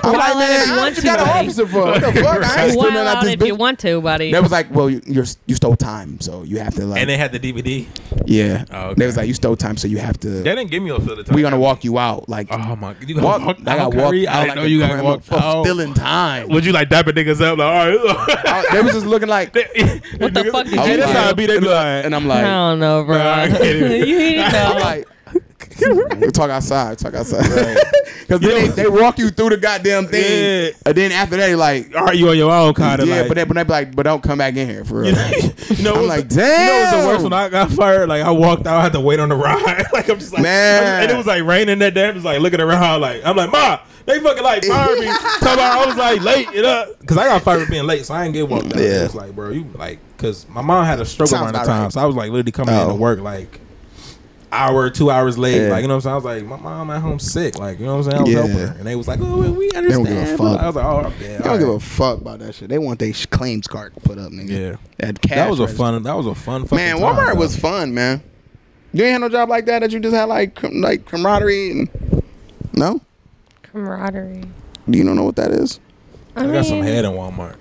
[SPEAKER 1] I'm like, man, what you got an officer for? What the fuck? I ain't
[SPEAKER 9] Wild
[SPEAKER 1] screaming out
[SPEAKER 9] out
[SPEAKER 1] this
[SPEAKER 9] if you
[SPEAKER 1] bitch.
[SPEAKER 9] want to, buddy.
[SPEAKER 1] They was like, "Well, you you're, you stole time, so you have to like."
[SPEAKER 3] and they had the DVD.
[SPEAKER 1] yeah.
[SPEAKER 3] Oh, okay.
[SPEAKER 1] They was like, "You stole time, so you have to.
[SPEAKER 3] They didn't give me a filter.
[SPEAKER 1] we gonna walk you out." Like,
[SPEAKER 3] Oh my! You
[SPEAKER 1] walk,
[SPEAKER 3] got walked
[SPEAKER 1] I got
[SPEAKER 3] out,
[SPEAKER 1] walked
[SPEAKER 3] Kyrie?
[SPEAKER 1] out
[SPEAKER 3] I
[SPEAKER 1] like
[SPEAKER 3] didn't know
[SPEAKER 1] a
[SPEAKER 3] you got
[SPEAKER 1] criminal
[SPEAKER 3] walked
[SPEAKER 1] for
[SPEAKER 3] out.
[SPEAKER 1] stealing time.
[SPEAKER 3] Would you like dapper niggas up? Like,
[SPEAKER 1] I-
[SPEAKER 3] all right.
[SPEAKER 1] they was just looking like,
[SPEAKER 3] what
[SPEAKER 9] the fuck did
[SPEAKER 1] I
[SPEAKER 3] Hey,
[SPEAKER 1] was
[SPEAKER 3] that's
[SPEAKER 1] like-
[SPEAKER 3] how it be. They be like,
[SPEAKER 1] and I'm
[SPEAKER 9] I
[SPEAKER 1] like,
[SPEAKER 9] don't know, bro.
[SPEAKER 3] Nah, I get it.
[SPEAKER 9] you ain't
[SPEAKER 1] I'm
[SPEAKER 9] know.
[SPEAKER 1] like, we talk outside, talk outside. Because
[SPEAKER 3] Yeah.
[SPEAKER 1] then they, they walk you through the goddamn thing,
[SPEAKER 3] Yeah.
[SPEAKER 1] and then after that, you're like,
[SPEAKER 3] all right, you on your own, kind of.
[SPEAKER 1] yeah,
[SPEAKER 3] like,
[SPEAKER 1] but they, but they be like, but don't come back in here for real.
[SPEAKER 3] no,
[SPEAKER 1] I'm
[SPEAKER 3] it was
[SPEAKER 1] like,
[SPEAKER 3] the, You know, it was the
[SPEAKER 1] damn.
[SPEAKER 3] worst when I got fired. Like, I walked out, I had to wait on the ride. like, I'm just like,
[SPEAKER 1] Man.
[SPEAKER 3] and it was like raining that day. I'm just like looking around, like, I'm like, ma, They fucking like fired me. Talking about I was like late it up because I got fired for being late, so I didn't get walked out.
[SPEAKER 1] Yeah.
[SPEAKER 3] It was like, bro, you like because my mom had a stroke
[SPEAKER 1] Sounds
[SPEAKER 3] around the
[SPEAKER 1] about
[SPEAKER 3] time,
[SPEAKER 1] right.
[SPEAKER 3] so I was like literally coming
[SPEAKER 1] Oh.
[SPEAKER 3] into work like hour, two hours late.
[SPEAKER 1] Yeah.
[SPEAKER 3] Like you know what I'm saying? I was like, my mom at home sick. Like you know what I'm saying? I was
[SPEAKER 1] Yeah.
[SPEAKER 3] helping her, and they was like, oh, we
[SPEAKER 1] give a
[SPEAKER 3] understand.
[SPEAKER 1] fuck.
[SPEAKER 3] I was like, oh, yeah,
[SPEAKER 1] I don't give a fuck about that shit. They want their sh- claims card put up, nigga.
[SPEAKER 3] Yeah.
[SPEAKER 1] That, cash
[SPEAKER 3] that was a
[SPEAKER 1] register.
[SPEAKER 3] fun. That was a fun. Fucking
[SPEAKER 1] Man,
[SPEAKER 3] time,
[SPEAKER 1] Walmart
[SPEAKER 3] though.
[SPEAKER 1] was fun, man. You ain't had no job like that that you just had like com- like camaraderie and no.
[SPEAKER 5] Camaraderie.
[SPEAKER 1] Do you don't know what that is?
[SPEAKER 3] I, got some head in Walmart.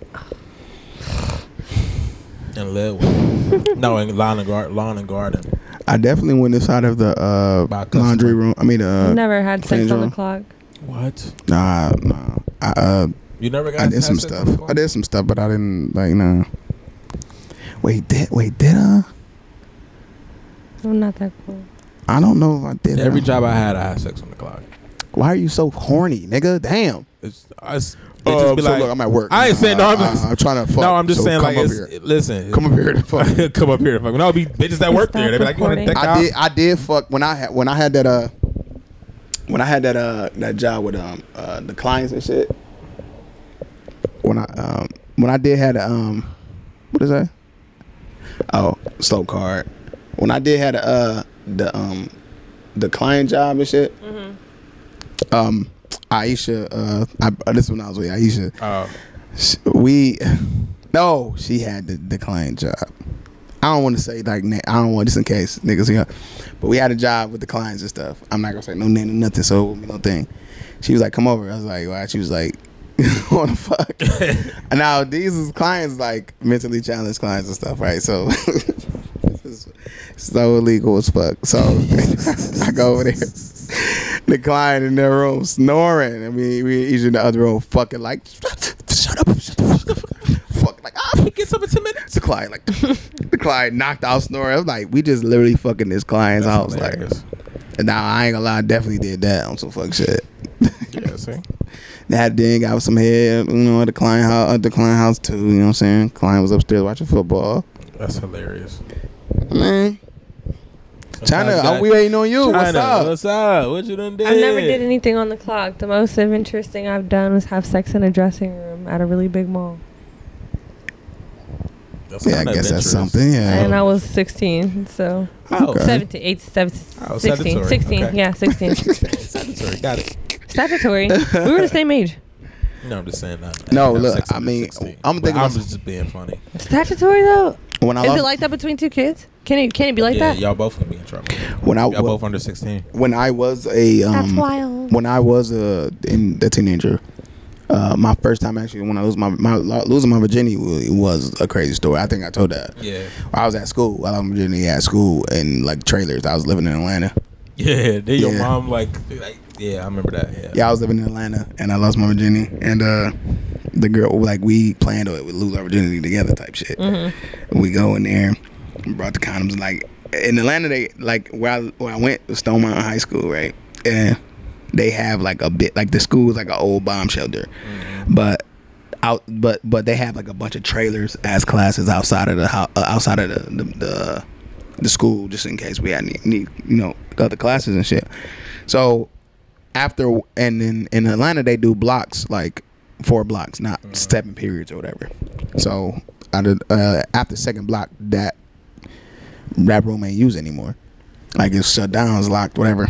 [SPEAKER 3] And lead one. no, in lawn and garden. Lawn and garden.
[SPEAKER 1] I definitely went inside of the uh,
[SPEAKER 3] By a customer.
[SPEAKER 1] laundry room. I mean, uh,
[SPEAKER 5] Never had sex
[SPEAKER 1] Clean
[SPEAKER 5] on the
[SPEAKER 1] room.
[SPEAKER 5] clock.
[SPEAKER 3] What?
[SPEAKER 1] nah, nah. I uh,
[SPEAKER 3] You never got?
[SPEAKER 1] I did some
[SPEAKER 3] tested
[SPEAKER 1] stuff.
[SPEAKER 3] before?
[SPEAKER 1] I did some stuff, but I didn't like no. Wait, did wait did I?
[SPEAKER 5] I'm not that cool.
[SPEAKER 1] I don't know if I did.
[SPEAKER 3] Every
[SPEAKER 1] I.
[SPEAKER 3] job I had, I had sex on the clock.
[SPEAKER 1] Why are you so horny, nigga? Damn.
[SPEAKER 3] It's, I, it's, they
[SPEAKER 1] Oh,
[SPEAKER 3] just be
[SPEAKER 1] so
[SPEAKER 3] like,
[SPEAKER 1] look, I'm at work.
[SPEAKER 3] I ain't saying no. I'm,
[SPEAKER 1] I,
[SPEAKER 3] just,
[SPEAKER 1] am trying to fuck.
[SPEAKER 3] no, I'm just
[SPEAKER 1] so
[SPEAKER 3] saying
[SPEAKER 1] come
[SPEAKER 3] like,
[SPEAKER 1] up
[SPEAKER 3] it's,
[SPEAKER 1] here.
[SPEAKER 3] listen,
[SPEAKER 1] Come up here to fuck.
[SPEAKER 3] come up here. Fuck. No, be bitches that work there. They be like, you want to
[SPEAKER 5] Stop
[SPEAKER 3] deck
[SPEAKER 1] I
[SPEAKER 3] out?
[SPEAKER 1] did. I did fuck when I had when I had that uh when I had that uh that job with um uh the clients and shit. When I um when I did had a, um what is that? Oh, slow card. When I did had a, uh the um the client job and shit. Um, Aisha. Uh, I, this one I was with Aisha.
[SPEAKER 3] Oh,
[SPEAKER 1] Sh- we no she had the, the client job i don't want to say like na- i don't want just in case niggas hear but we had a job with the clients and stuff i'm not gonna say no name or nothing so it won't be no thing she was like come over i was like why she was like what the fuck and now these is clients like mentally challenged clients and stuff right so this is so illegal as fuck so i go over there the client in their room snoring, and we we each in the other room fucking like shut up, shut the fuck up, fuck like ah.
[SPEAKER 3] it gets up in ten minutes.
[SPEAKER 1] The client like the client knocked out snoring. I'm like, we just literally fucking this client's
[SPEAKER 3] That's
[SPEAKER 1] house. Like,
[SPEAKER 3] hilarious.
[SPEAKER 1] and now I ain't gonna lie, I definitely did that on some fuck shit.
[SPEAKER 3] yeah, see,
[SPEAKER 1] That then got some head, you know, at the client house, at the client house too. You know what I'm saying? Client was upstairs watching football.
[SPEAKER 3] that's hilarious.
[SPEAKER 1] Man, China,
[SPEAKER 3] Sometimes
[SPEAKER 1] I-
[SPEAKER 3] that-
[SPEAKER 1] we ain't on you. What's
[SPEAKER 3] China,
[SPEAKER 1] up?
[SPEAKER 3] What's up? What you done did?
[SPEAKER 5] I never did anything on the clock. The most of interesting I've done was have sex in a dressing room at a really big mall.
[SPEAKER 3] That's
[SPEAKER 1] yeah, I
[SPEAKER 3] kinda
[SPEAKER 1] guess that's
[SPEAKER 3] adventurous.
[SPEAKER 1] something. Yeah.
[SPEAKER 5] And uh, I was 16, so
[SPEAKER 3] Oh,
[SPEAKER 1] Okay.
[SPEAKER 5] 17, 8, 17,
[SPEAKER 3] Oh,
[SPEAKER 5] 16,
[SPEAKER 3] statutory.
[SPEAKER 5] 16,
[SPEAKER 3] Okay.
[SPEAKER 5] yeah, 16.
[SPEAKER 3] Sorry, got it.
[SPEAKER 5] Statutory. We were the same age.
[SPEAKER 3] No, I'm just saying that.
[SPEAKER 1] No,
[SPEAKER 3] have
[SPEAKER 1] look,
[SPEAKER 3] sex
[SPEAKER 1] I
[SPEAKER 3] at
[SPEAKER 1] mean,
[SPEAKER 3] 16.
[SPEAKER 1] I'm
[SPEAKER 3] But
[SPEAKER 1] thinking
[SPEAKER 3] I'm
[SPEAKER 1] about-
[SPEAKER 3] just being funny.
[SPEAKER 5] Statutory though,
[SPEAKER 1] when I
[SPEAKER 5] is
[SPEAKER 1] lost,
[SPEAKER 5] it like that between two kids? Can it can it be like
[SPEAKER 3] yeah,
[SPEAKER 5] that?
[SPEAKER 3] y'all both gonna be in trouble. Y'all
[SPEAKER 1] when I
[SPEAKER 3] both under 16.
[SPEAKER 1] when I was a um,
[SPEAKER 4] That's wild.
[SPEAKER 1] when I was a in a teenager, uh, my first time actually when I was my, my lo- losing my virginity wa- was a crazy story. I think I told that.
[SPEAKER 3] Yeah,
[SPEAKER 1] I was at school. I was virginity at school and like trailers. I was living in Atlanta.
[SPEAKER 3] yeah. Then your
[SPEAKER 1] Yeah.
[SPEAKER 3] mom like, like, yeah, I remember that. Yeah,
[SPEAKER 1] Yeah, I was living in Atlanta and I lost my virginity. And uh, the girl like we planned to lose our virginity together type shit. We go in there, brought the condoms. Like in Atlanta, they like where I where I went was Stonemount High School, right? And they have like a bit like the school is like an old bomb shelter, but out but but they have like a bunch of trailers as classes outside of the hou- uh, outside of the the, the the school just in case we had need, need you know other classes and shit. So after and in in Atlanta they do blocks like four blocks, not seven periods or whatever. So I did, uh, after second block that that room ain't used anymore. Like it's shut down, it's locked, whatever.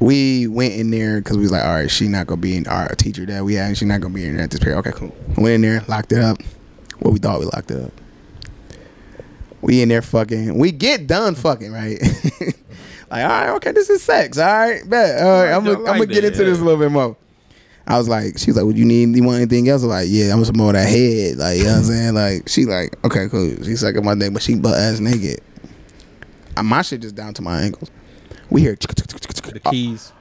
[SPEAKER 1] We went in there because we was like, all right, she not gonna be in our teacher that we had. She not gonna be in there at this period. Okay, cool. Went in there, locked it up. Well, we thought we locked it up. We in there fucking. We get done fucking right. like, all right, okay, this is sex. All right, bet. All right, I'm
[SPEAKER 3] I
[SPEAKER 1] gonna I'm gonna
[SPEAKER 3] like
[SPEAKER 1] get
[SPEAKER 3] that,
[SPEAKER 1] into this a
[SPEAKER 3] yeah.
[SPEAKER 1] little bit more. I was like, she was like, "Would you need you want anything else?" I was like, "Yeah, I'm some more of that head." Like, you know what I'm saying? Like, she like, okay, cool. She sucking my dick, but she butt ass naked. Uh, My shit just down to my ankles. We hear
[SPEAKER 3] the keys.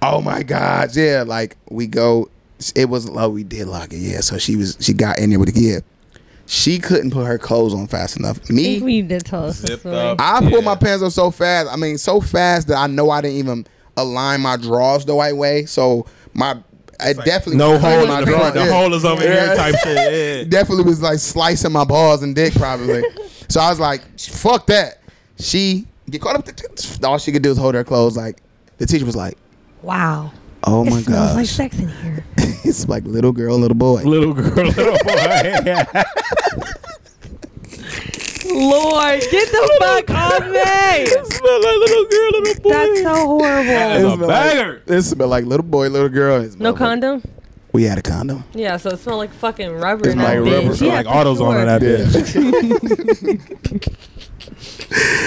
[SPEAKER 1] Oh my God. Yeah. Like we go it was oh we did lock it, yeah. So she was she got in there with the kid. She couldn't put her clothes on fast enough.
[SPEAKER 2] I think
[SPEAKER 1] Me,
[SPEAKER 2] we did tell us this
[SPEAKER 3] Zipped
[SPEAKER 2] story.
[SPEAKER 3] up.
[SPEAKER 1] I
[SPEAKER 3] Yeah.
[SPEAKER 1] pulled my pants up so fast. I mean, so fast that I know I didn't even align my drawers the right way. So my I definitely
[SPEAKER 3] No
[SPEAKER 1] cut
[SPEAKER 3] hole in
[SPEAKER 1] my
[SPEAKER 3] the
[SPEAKER 1] drawer,
[SPEAKER 3] front. The
[SPEAKER 1] yeah.
[SPEAKER 3] hole is over
[SPEAKER 1] Yeah.
[SPEAKER 3] here type shit. Yeah.
[SPEAKER 1] definitely was like slicing my balls and dick probably. so I was like, fuck that. She get caught up. all she could do is hold her clothes. Like the teacher was like,
[SPEAKER 4] Wow.
[SPEAKER 1] Oh
[SPEAKER 2] it
[SPEAKER 1] my
[SPEAKER 2] smells like
[SPEAKER 1] gosh.
[SPEAKER 2] sex in here.
[SPEAKER 1] it's like little girl, little boy.
[SPEAKER 3] Little girl, little boy.
[SPEAKER 2] Lord, get the fuck off me!
[SPEAKER 3] smell like little girl, little boy.
[SPEAKER 2] That's so horrible.
[SPEAKER 3] That is
[SPEAKER 1] It
[SPEAKER 3] a
[SPEAKER 1] smell
[SPEAKER 3] banger.
[SPEAKER 1] Like, it smell like little boy, little girl. It smell
[SPEAKER 2] No
[SPEAKER 1] like-
[SPEAKER 2] condom?
[SPEAKER 1] We had a condom.
[SPEAKER 2] Yeah, so it smelled like fucking rubber.
[SPEAKER 1] It's
[SPEAKER 2] in
[SPEAKER 1] like
[SPEAKER 2] that
[SPEAKER 1] rubber,
[SPEAKER 2] bitch.
[SPEAKER 1] so
[SPEAKER 2] Yeah,
[SPEAKER 3] like
[SPEAKER 2] for
[SPEAKER 3] autos on
[SPEAKER 2] sure.
[SPEAKER 3] in that bitch.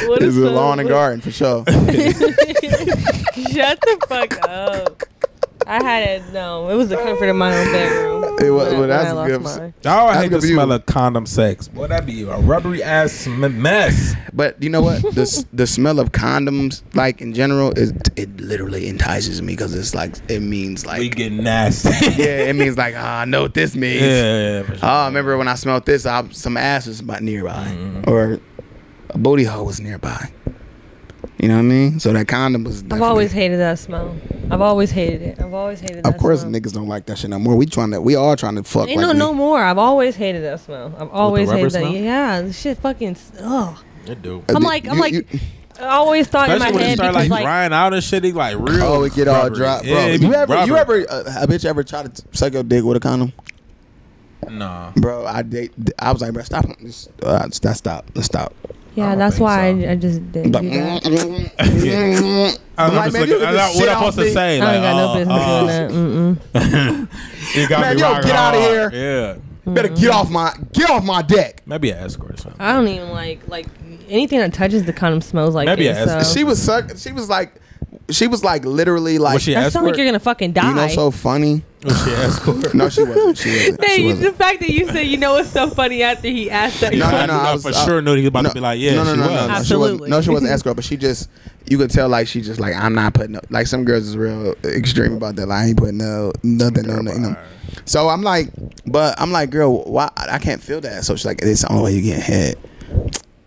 [SPEAKER 2] What
[SPEAKER 1] It's a
[SPEAKER 2] so-
[SPEAKER 1] lawn and garden for sure.
[SPEAKER 2] Shut the fuck up. I had it. No, it was the comfort of my own bedroom.
[SPEAKER 1] It was-
[SPEAKER 2] when I-
[SPEAKER 1] well, that's
[SPEAKER 2] when I
[SPEAKER 1] good.
[SPEAKER 2] lost mine.
[SPEAKER 3] Oh, I
[SPEAKER 1] That's
[SPEAKER 3] hate
[SPEAKER 1] good
[SPEAKER 3] the
[SPEAKER 1] for you.
[SPEAKER 3] smell of condom sex. Boy, that'd be a rubbery ass m- mess.
[SPEAKER 1] But you know what? The s- the smell of condoms, like in general, is it literally entices me because it's like it means
[SPEAKER 3] we
[SPEAKER 1] like
[SPEAKER 3] get nasty.
[SPEAKER 1] yeah, it means like ah, I know what this means.
[SPEAKER 3] yeah. for sure.
[SPEAKER 1] Oh, I remember when I smelled this, I, some ass was about nearby,
[SPEAKER 3] Mm-hmm.
[SPEAKER 1] or a booty hole was nearby. You know what I mean? So that condom was.
[SPEAKER 2] I've
[SPEAKER 1] definitely-
[SPEAKER 2] always hated that smell. I've always hated it.
[SPEAKER 5] I've always hated that.
[SPEAKER 1] Of course,
[SPEAKER 5] smell.
[SPEAKER 1] niggas don't like that shit no more. We trying to, we all trying to fuck.
[SPEAKER 2] Ain't
[SPEAKER 1] like
[SPEAKER 2] no
[SPEAKER 1] we-
[SPEAKER 2] no more. I've always hated that smell. I've always
[SPEAKER 3] rubber
[SPEAKER 2] hated that.
[SPEAKER 3] smell?
[SPEAKER 2] Yeah, this shit fucking. Ugh.
[SPEAKER 3] It do.
[SPEAKER 1] Uh,
[SPEAKER 2] I'm
[SPEAKER 1] you-
[SPEAKER 2] like- I'm
[SPEAKER 1] you-
[SPEAKER 2] like-
[SPEAKER 1] you-
[SPEAKER 2] I always thought
[SPEAKER 3] Especially
[SPEAKER 2] in my
[SPEAKER 3] when it
[SPEAKER 2] head
[SPEAKER 3] start
[SPEAKER 2] because
[SPEAKER 3] like,
[SPEAKER 2] like,
[SPEAKER 3] drying out and shit, it like real.
[SPEAKER 1] oh, it get all
[SPEAKER 3] rubbery.
[SPEAKER 1] dropped, bro.
[SPEAKER 3] Yeah, it
[SPEAKER 1] you
[SPEAKER 3] be
[SPEAKER 1] ever, you
[SPEAKER 3] rubbery.
[SPEAKER 1] ever, uh, a bitch ever try to suck your dick with a condom?
[SPEAKER 3] Nah.
[SPEAKER 1] Bro, I date. I was like, bro, stop. Just, uh, just- stop, stop, let's stop.
[SPEAKER 5] Yeah,
[SPEAKER 3] don't
[SPEAKER 5] that's
[SPEAKER 3] think
[SPEAKER 5] why
[SPEAKER 3] so.
[SPEAKER 5] I, I just
[SPEAKER 1] I'm
[SPEAKER 5] didn't
[SPEAKER 1] like,
[SPEAKER 5] do that.
[SPEAKER 3] I'm
[SPEAKER 1] like,
[SPEAKER 3] just
[SPEAKER 1] man,
[SPEAKER 3] looking-
[SPEAKER 1] you can
[SPEAKER 3] I
[SPEAKER 1] just
[SPEAKER 3] thought-
[SPEAKER 1] shit
[SPEAKER 3] what I'm
[SPEAKER 1] off
[SPEAKER 3] supposed
[SPEAKER 1] me.
[SPEAKER 3] to say?
[SPEAKER 5] I
[SPEAKER 3] Like,
[SPEAKER 5] ain't got no business
[SPEAKER 3] uh,
[SPEAKER 5] doing that. Mm-mm.
[SPEAKER 3] You got
[SPEAKER 1] Man,
[SPEAKER 3] me
[SPEAKER 1] yo,
[SPEAKER 3] rocking
[SPEAKER 1] get outta
[SPEAKER 3] hard.
[SPEAKER 1] here.
[SPEAKER 3] Yeah.
[SPEAKER 1] Better
[SPEAKER 2] Mm-hmm.
[SPEAKER 1] get off my, get off my dick.
[SPEAKER 3] Maybe an escort or something.
[SPEAKER 2] I don't even like like anything that touches the condom smells like
[SPEAKER 3] Maybe
[SPEAKER 2] it.
[SPEAKER 3] I asked-
[SPEAKER 2] so.
[SPEAKER 1] She was suck. She was like, she was like literally like.
[SPEAKER 3] Was she an
[SPEAKER 2] that sounds
[SPEAKER 3] escort?
[SPEAKER 2] like you're gonna fucking die.
[SPEAKER 1] You know, so funny.
[SPEAKER 3] Was she an escort?
[SPEAKER 1] No, she wasn't. She wasn't.
[SPEAKER 2] Hey,
[SPEAKER 1] she
[SPEAKER 2] you-
[SPEAKER 1] wasn't.
[SPEAKER 2] the fact that you said you know it's so funny after he asked that.
[SPEAKER 1] No,
[SPEAKER 3] I
[SPEAKER 1] no,
[SPEAKER 3] do
[SPEAKER 1] no, I
[SPEAKER 3] not
[SPEAKER 1] was-
[SPEAKER 3] for
[SPEAKER 1] I-
[SPEAKER 3] sure know he was about to be like, yeah,
[SPEAKER 1] no, no,
[SPEAKER 3] she
[SPEAKER 1] no, no, no,
[SPEAKER 3] was.
[SPEAKER 1] she wasn't.
[SPEAKER 2] Absolutely.
[SPEAKER 1] No, she wasn't escort, but she just you could tell like she just like I'm not putting. up. Like some girls is real extreme about that. Like I ain't putting no nothing on you know. So I'm like, but I'm like, girl, why I can't feel that? So she's like, it's the only way you get head.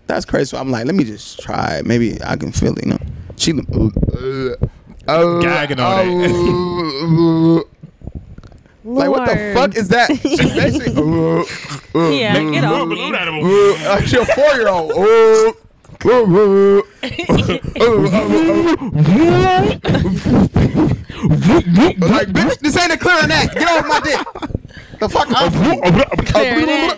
[SPEAKER 1] That's crazy. So I'm like, let me just try. it. Maybe I can feel it. You know, she. Uh,
[SPEAKER 3] Gagging on
[SPEAKER 1] uh, Like what the
[SPEAKER 2] Lord.
[SPEAKER 1] fuck is that? She's basically. uh, uh,
[SPEAKER 2] Yeah, get off
[SPEAKER 3] Blah,
[SPEAKER 2] me.
[SPEAKER 3] blah, blah, blah.
[SPEAKER 1] Ooh, uh, she's a four year old. Ooh. Ooh, ooh, ooh. Ooh, ooh, ooh. like, bitch, this ain't a clarinet. Get off my dick. The fuck? Uh, I'm- Mm-hmm.
[SPEAKER 2] Clarinet.